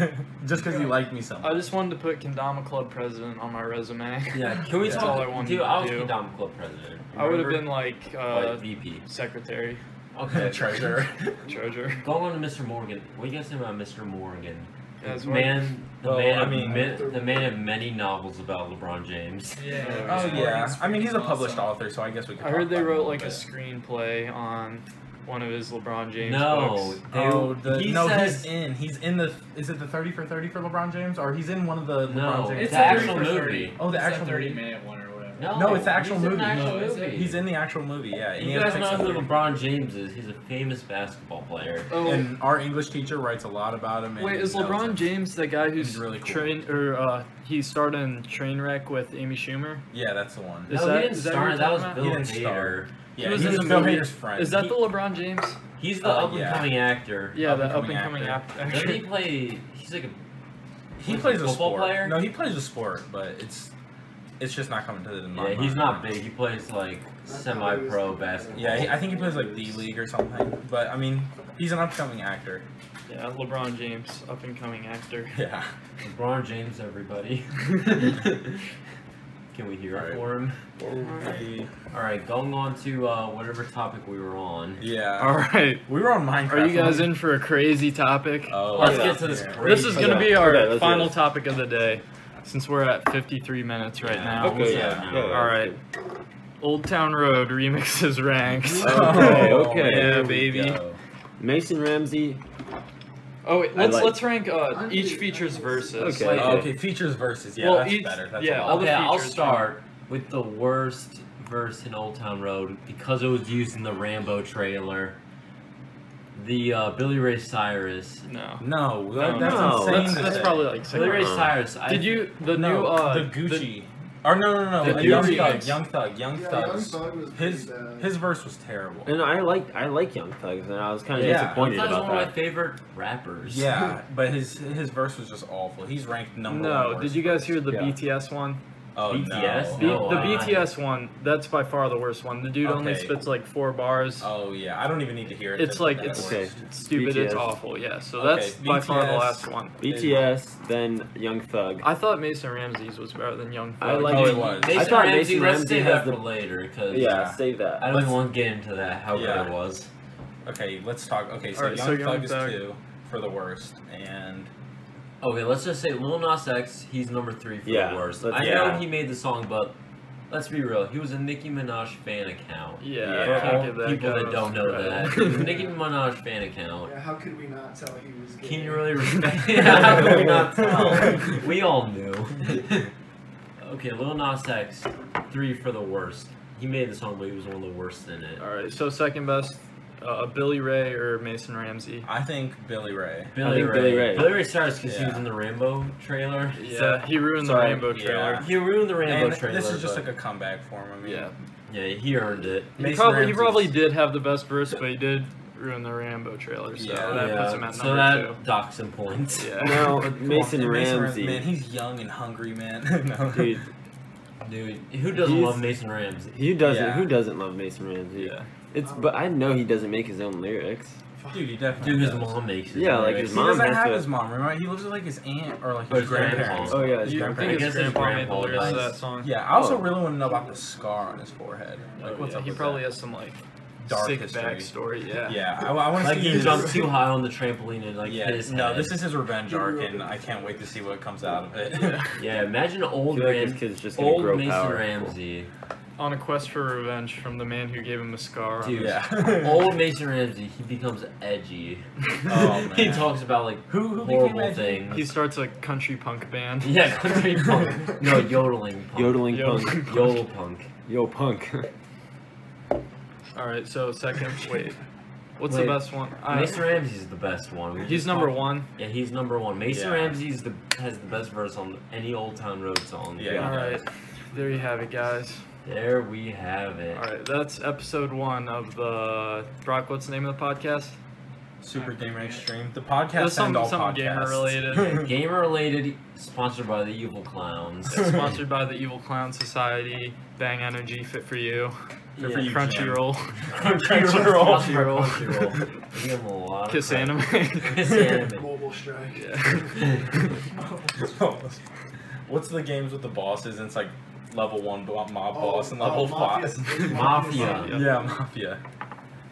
Speaker 6: just because he liked me so
Speaker 2: I
Speaker 6: much.
Speaker 2: just wanted to put Kendama Club president on my resume.
Speaker 5: Yeah, Can we
Speaker 6: That's
Speaker 5: talk?
Speaker 2: all I wanted
Speaker 5: dude,
Speaker 2: to
Speaker 5: I was
Speaker 2: do.
Speaker 5: Kendama Club president.
Speaker 2: I would have been
Speaker 5: remember?
Speaker 2: like
Speaker 5: Like,
Speaker 2: uh,
Speaker 5: VP.
Speaker 2: secretary,
Speaker 5: Okay.
Speaker 6: Treasure.
Speaker 2: treasurer.
Speaker 5: Going on to Mr. Morgan. What do you guys think about Mr. Morgan?
Speaker 2: That's what-
Speaker 5: man, the
Speaker 6: Well,
Speaker 5: man,
Speaker 6: I
Speaker 5: of
Speaker 6: mean-
Speaker 5: mi- the man of many novels about LeBron James.
Speaker 3: Yeah.
Speaker 6: Oh
Speaker 2: Morgan's
Speaker 6: yeah, I mean he's a published
Speaker 3: author.
Speaker 6: author, so I guess we could.
Speaker 2: I
Speaker 6: talk
Speaker 2: heard they
Speaker 6: about him
Speaker 2: wrote
Speaker 6: little
Speaker 2: like a
Speaker 6: bit.
Speaker 2: screenplay on one of his LeBron James
Speaker 5: no,
Speaker 2: books.
Speaker 5: they,
Speaker 6: oh, the,
Speaker 5: he
Speaker 6: no,
Speaker 5: says
Speaker 6: he's in. He's in the. Is it the thirty for thirty for LeBron James, or he's in one of the LeBron
Speaker 5: no.
Speaker 6: James?
Speaker 5: It's
Speaker 3: It's
Speaker 5: the
Speaker 3: a
Speaker 5: actual
Speaker 3: 30 for 30.
Speaker 5: movie.
Speaker 6: oh, the
Speaker 3: It's
Speaker 6: actual
Speaker 3: a 30
Speaker 6: movie.
Speaker 3: minute one or whatever.
Speaker 5: No,
Speaker 6: No, it's the actual
Speaker 5: he's In
Speaker 6: movie.
Speaker 5: the actual
Speaker 3: No, is it?
Speaker 5: movie.
Speaker 6: He's in the actual movie, yeah. and he
Speaker 5: You
Speaker 6: has
Speaker 5: guys know
Speaker 6: pictures
Speaker 5: who
Speaker 6: of him.
Speaker 5: LeBron James is? He's a famous basketball player.
Speaker 2: Oh,
Speaker 6: And our English teacher writes a lot about him. and
Speaker 2: wait, is
Speaker 6: knows
Speaker 2: LeBron
Speaker 6: him.
Speaker 2: James the guy who's
Speaker 6: He's really cool.
Speaker 2: train or uh, he starred in Trainwreck with Amy Schumer?
Speaker 6: Yeah, that's the one.
Speaker 2: Is
Speaker 5: no,
Speaker 2: that-
Speaker 5: oh, he didn't
Speaker 2: is that
Speaker 5: start.
Speaker 2: who
Speaker 5: That,
Speaker 2: you're
Speaker 5: was
Speaker 2: talking
Speaker 5: Bill
Speaker 6: about? He didn't
Speaker 5: Hader.
Speaker 6: Yeah,
Speaker 2: he was
Speaker 6: he's
Speaker 2: in the
Speaker 6: Bill
Speaker 2: movie.
Speaker 6: Hader's friend.
Speaker 2: Is that
Speaker 5: He-
Speaker 2: the LeBron James?
Speaker 5: He's the
Speaker 6: Uh,
Speaker 5: up and
Speaker 6: yeah.
Speaker 5: coming actor.
Speaker 2: Yeah, the up and
Speaker 6: Up-and-coming
Speaker 2: coming
Speaker 6: actor.
Speaker 2: actor.
Speaker 5: Doesn't he play? He's like a
Speaker 6: he
Speaker 5: he's a
Speaker 6: plays a
Speaker 5: football
Speaker 6: sport.
Speaker 5: player?
Speaker 6: No, he plays a sport, but it's it's just not coming to the. my
Speaker 5: yeah. He's
Speaker 6: mind.
Speaker 5: not big. He plays like semi-pro basketball.
Speaker 6: Yeah, he, I think he plays like D League or something. But I mean, he's an upcoming actor.
Speaker 2: Yeah, LeBron James, up and coming actor.
Speaker 6: Yeah.
Speaker 5: LeBron James, everybody. Can we hear it
Speaker 6: Alright.
Speaker 5: for him? All right, going on to uh, whatever topic we were on.
Speaker 6: Yeah.
Speaker 2: All right,
Speaker 6: We were on Minecraft.
Speaker 2: are you guys
Speaker 6: weren't
Speaker 2: in for a crazy topic?
Speaker 6: we? Oh,
Speaker 5: Let's
Speaker 6: yeah.
Speaker 5: get to this.
Speaker 6: Yeah.
Speaker 5: Crazy
Speaker 2: This is
Speaker 5: topic.
Speaker 2: gonna
Speaker 7: Okay.
Speaker 2: be our
Speaker 7: Okay, let's do
Speaker 2: final
Speaker 7: this.
Speaker 2: topic of the day, since we're at 53 minutes right now.
Speaker 5: Okay.
Speaker 2: What's
Speaker 6: Yeah.
Speaker 2: up?
Speaker 6: Yeah,
Speaker 7: that's
Speaker 2: All right. Old Town Road remixes ranks.
Speaker 6: Oh,
Speaker 7: Okay, okay.
Speaker 6: there
Speaker 2: Yeah,
Speaker 6: we
Speaker 2: baby.
Speaker 6: go.
Speaker 7: Mason Ramsey.
Speaker 2: Oh wait, let's
Speaker 7: like-
Speaker 2: let's rank uh, each feature's verses.
Speaker 7: Okay.
Speaker 6: Oh, okay, features versus. Yeah,
Speaker 2: Well,
Speaker 6: that's
Speaker 2: each-
Speaker 6: better. That's
Speaker 2: yeah,
Speaker 6: a lot
Speaker 2: all the
Speaker 5: okay, I'll
Speaker 2: features.
Speaker 5: start with the worst verse in Old Town Road because it was used in the Rambo trailer. The uh, Billy Ray Cyrus.
Speaker 2: No.
Speaker 6: No, that-
Speaker 2: No,
Speaker 6: that's
Speaker 5: no,
Speaker 6: insane.
Speaker 2: That's,
Speaker 6: to
Speaker 2: that's
Speaker 6: say.
Speaker 2: probably like
Speaker 5: Billy
Speaker 2: second.
Speaker 5: Ray
Speaker 2: round.
Speaker 7: Uh-uh.
Speaker 5: Cyrus. I,
Speaker 2: Did you the
Speaker 6: no,
Speaker 2: new uh
Speaker 6: the Gucci. or no, no, no,
Speaker 2: the
Speaker 6: no. Young
Speaker 2: Gucci
Speaker 6: Thug,
Speaker 2: mix.
Speaker 6: Young Thug, Young
Speaker 8: Yeah,
Speaker 6: Thug.
Speaker 8: Young Thug was pretty
Speaker 6: his
Speaker 8: bad.
Speaker 6: his verse was terrible.
Speaker 7: And I like I like Young Thugs, and I was kind of
Speaker 6: Yeah.
Speaker 7: disappointed
Speaker 5: Thug's
Speaker 7: about
Speaker 5: one of my
Speaker 7: that.
Speaker 5: favorite rappers.
Speaker 6: Yeah, but his his verse was just awful. He's ranked number one.
Speaker 2: no,
Speaker 6: worst
Speaker 2: did you guys hear the
Speaker 7: Yeah.
Speaker 2: BTS one?
Speaker 6: Oh,
Speaker 5: BTS?
Speaker 2: B-
Speaker 5: No,
Speaker 6: No.
Speaker 2: the
Speaker 5: I-
Speaker 2: BTS one, that's by far the worst one. The dude only
Speaker 6: Okay.
Speaker 2: spits like four bars.
Speaker 6: Oh yeah, I don't even need to hear it.
Speaker 2: it's like it's
Speaker 7: Okay.
Speaker 2: stupid. It's
Speaker 7: BTS.
Speaker 2: awful. Yeah. So
Speaker 6: Okay,
Speaker 2: that's by far the
Speaker 6: BTS.
Speaker 2: last one.
Speaker 7: BTS, then Young Thug.
Speaker 2: I thought Mason Ramsey's was better than Young.
Speaker 7: I
Speaker 2: Thug.
Speaker 7: like-
Speaker 6: oh, it was.
Speaker 5: Mason
Speaker 7: I thought
Speaker 5: Ramsey,
Speaker 7: Mason
Speaker 5: let's
Speaker 7: Ramsey
Speaker 5: save
Speaker 7: has
Speaker 5: that
Speaker 7: the-
Speaker 5: for later because
Speaker 7: yeah, save that.
Speaker 5: I don't even want to get into that. How
Speaker 6: Yeah.
Speaker 5: good it was.
Speaker 6: Okay, let's talk. Okay, so
Speaker 2: Alright,
Speaker 6: Young
Speaker 2: so Young
Speaker 6: Thug
Speaker 2: Thug.
Speaker 6: is two for the worst, and
Speaker 5: Okay, let's just say Lil Nas X. He's number three for
Speaker 7: Yeah,
Speaker 5: the worst.
Speaker 7: let's-
Speaker 5: I
Speaker 6: yeah.
Speaker 5: know he made the song, but let's be real. He was a Nicki Minaj fan account.
Speaker 2: Yeah.
Speaker 6: Yeah.
Speaker 2: I can't give that
Speaker 5: People
Speaker 2: guy
Speaker 5: that
Speaker 2: enough
Speaker 5: don't know
Speaker 2: credit.
Speaker 5: that, he was a Nicki Minaj fan account.
Speaker 8: Yeah, how could we not tell he was gay?
Speaker 5: Can you really respect? How can we not tell? We all knew. okay, Lil Nas X, three for the worst. He made the song, but he was one of the worst in it.
Speaker 2: All right. So second best, uh, Billy Ray or Mason Ramsey.
Speaker 6: I think Billy Ray.
Speaker 5: Billy
Speaker 7: think
Speaker 5: Ray.
Speaker 7: Billy
Speaker 5: Billy
Speaker 7: Ray.
Speaker 5: Ray. starts because he
Speaker 6: Yeah.
Speaker 5: was in the Rambo trailer.
Speaker 2: Yeah. he ruined the
Speaker 7: sorry,
Speaker 2: Rainbow
Speaker 6: yeah.
Speaker 2: trailer.
Speaker 5: He ruined the Rambo
Speaker 6: And
Speaker 5: trailer.
Speaker 6: this is just
Speaker 5: but-
Speaker 6: like a comeback for him. I mean,
Speaker 2: Yeah.
Speaker 5: yeah, he earned it.
Speaker 2: He
Speaker 6: Mason
Speaker 2: probably, he
Speaker 6: Ramsey's-
Speaker 2: probably did have the best verse, but he did ruin the Rambo trailer, so
Speaker 6: Yeah.
Speaker 2: that puts him at
Speaker 5: so that
Speaker 2: number
Speaker 5: docks some points.
Speaker 2: two. Yeah.
Speaker 7: Now
Speaker 6: Come on,
Speaker 7: Mason
Speaker 6: Ram-
Speaker 7: Ramsey,
Speaker 6: man, he's young and hungry, man. no.
Speaker 7: dude,
Speaker 5: Dude, who doesn't
Speaker 7: He's-
Speaker 5: love Mason Ramsey?
Speaker 7: who doesn't
Speaker 6: Yeah.
Speaker 7: who doesn't love Mason Ramsey?
Speaker 2: Yeah.
Speaker 7: It's but I know he doesn't make his own lyrics.
Speaker 6: dude, he definitely.
Speaker 5: Dude, his
Speaker 6: does.
Speaker 5: mom makes it.
Speaker 7: Yeah, like
Speaker 5: lyrics.
Speaker 7: his
Speaker 6: He
Speaker 7: mom
Speaker 6: doesn't
Speaker 7: has
Speaker 6: have
Speaker 7: to-
Speaker 6: his mom. Remember, he lives with like his aunt or like
Speaker 5: Or
Speaker 6: his,
Speaker 5: his
Speaker 6: grandparents.
Speaker 5: grandpa.
Speaker 7: Oh yeah, his
Speaker 2: You
Speaker 5: I
Speaker 2: think
Speaker 7: grandparents.
Speaker 5: guess
Speaker 2: his
Speaker 5: his
Speaker 2: grandpa made the
Speaker 5: grandpa
Speaker 2: lyrics to
Speaker 5: does.
Speaker 2: that song?
Speaker 6: Yeah, I also
Speaker 7: Oh.
Speaker 6: really want to know about the scar on his forehead. Like,
Speaker 2: Oh,
Speaker 6: what's
Speaker 2: yeah,
Speaker 6: up?
Speaker 2: He
Speaker 6: with
Speaker 2: probably
Speaker 6: that?
Speaker 2: has some like
Speaker 6: dark
Speaker 2: sick
Speaker 6: history.
Speaker 2: backstory. Yeah.
Speaker 6: Yeah, I, want to
Speaker 5: Like
Speaker 6: see
Speaker 5: he
Speaker 6: his-
Speaker 5: jumped too high on the trampoline and like
Speaker 6: yeah,
Speaker 5: hit his
Speaker 6: no,
Speaker 5: head.
Speaker 6: this is his revenge arc, and I can't wait to see what comes out of it.
Speaker 5: yeah. Imagine
Speaker 7: I
Speaker 5: old
Speaker 7: feel like his
Speaker 5: Ram,
Speaker 7: kid's just gonna
Speaker 5: old
Speaker 7: grow
Speaker 5: Mason
Speaker 7: power.
Speaker 5: Ramsey,
Speaker 2: On a quest for revenge from the man who gave him a scar. on
Speaker 5: Dude.
Speaker 2: his-
Speaker 6: yeah.
Speaker 5: old Mason Ramsey. He becomes edgy.
Speaker 6: Oh,
Speaker 5: he
Speaker 6: man.
Speaker 5: talks about like
Speaker 6: Who- who became
Speaker 5: horrible
Speaker 6: edgy?
Speaker 5: things.
Speaker 2: He starts a country punk band.
Speaker 5: yeah, country punk. No, yodeling. Punk.
Speaker 7: Yodeling
Speaker 2: Yo.
Speaker 7: punk,
Speaker 5: Yodel punk.
Speaker 7: yo punk.
Speaker 2: All right. So second, wait. What's
Speaker 5: Wait.
Speaker 2: the best one? I,
Speaker 5: Mason Ramsey's the best one. We
Speaker 2: he's
Speaker 5: just
Speaker 2: number
Speaker 5: talked-
Speaker 2: one.
Speaker 5: Yeah, he's number one. Mason
Speaker 6: Yeah.
Speaker 5: Ramsey's the has the best verse on any Old Town Road song.
Speaker 6: Yeah.
Speaker 2: All right. There you have it, guys.
Speaker 5: There we have it.
Speaker 2: All right. That's episode one of the Brock. What's the name of the podcast?
Speaker 6: Super Gamer Extreme, the podcast
Speaker 2: That's
Speaker 6: and
Speaker 2: some-
Speaker 6: all podcasts.
Speaker 2: something gamer-related.
Speaker 5: Gamer related, sponsored by the Evil Clowns.
Speaker 2: It's sponsored by the Evil Clown Society, Bang Energy, Fit for You,
Speaker 6: Good for you, Jim.
Speaker 2: Crunchyroll,
Speaker 5: Crunchyroll. Crunchyroll. We give them a lot of
Speaker 2: Kiss
Speaker 5: credit.
Speaker 2: Anime.
Speaker 5: Kiss Anime.
Speaker 8: Mobile strike.
Speaker 2: Yeah.
Speaker 6: What's the games with the bosses? And it's like level one bo- mob
Speaker 8: Oh,
Speaker 6: boss and
Speaker 8: oh,
Speaker 6: level
Speaker 8: Mafia's-
Speaker 6: five.
Speaker 5: Mafia.
Speaker 2: Yeah.
Speaker 6: Yeah, mafia.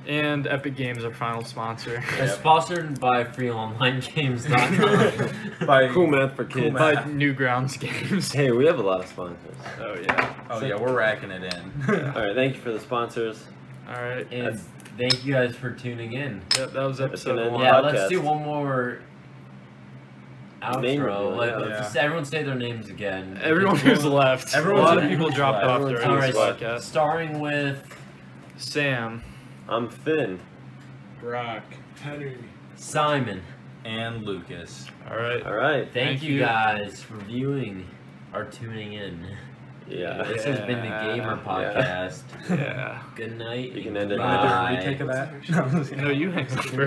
Speaker 2: And Epic Games, our final sponsor.
Speaker 5: It's sponsored by freeonlinegames.com.
Speaker 6: By
Speaker 7: cool math for kids.
Speaker 2: By
Speaker 6: math.
Speaker 2: Newgrounds Games.
Speaker 7: Hey, we have a lot of sponsors.
Speaker 2: Oh, yeah.
Speaker 6: oh yeah, we're racking it in.
Speaker 7: All right, thank you for the sponsors.
Speaker 2: All right.
Speaker 5: and thank you guys for tuning in.
Speaker 2: Yep, that was
Speaker 7: That's
Speaker 2: episode
Speaker 7: gonna end
Speaker 2: one.
Speaker 7: the
Speaker 5: Yeah,
Speaker 7: podcast.
Speaker 5: let's do one more outro.
Speaker 7: Name reveal,
Speaker 5: Let-
Speaker 7: yeah.
Speaker 5: let's- Everyone say their names again.
Speaker 2: Everyone who's left.
Speaker 6: Everyone
Speaker 2: a lot
Speaker 6: who's
Speaker 2: of people
Speaker 6: left.
Speaker 2: dropped off
Speaker 7: Everyone
Speaker 2: during
Speaker 5: who's
Speaker 2: this
Speaker 7: left.
Speaker 2: podcast.
Speaker 5: Starting with
Speaker 2: Sam.
Speaker 7: I'm Finn.
Speaker 6: Rock
Speaker 8: Henry.
Speaker 5: Simon.
Speaker 6: and Lucas.
Speaker 2: All right.
Speaker 7: All right.
Speaker 5: Thank,
Speaker 2: Thank
Speaker 5: you,
Speaker 2: you.
Speaker 5: guys for viewing or tuning in.
Speaker 7: Yeah.
Speaker 5: This has been the
Speaker 2: Yeah.
Speaker 5: Gamer
Speaker 7: Uh, Yeah.
Speaker 5: Podcast.
Speaker 2: Yeah.
Speaker 5: Good night.
Speaker 7: You
Speaker 5: and
Speaker 7: can end it
Speaker 6: Can I do a
Speaker 5: goodbye.
Speaker 6: retake of that? No, I'm just kidding.
Speaker 2: No, you hang up first.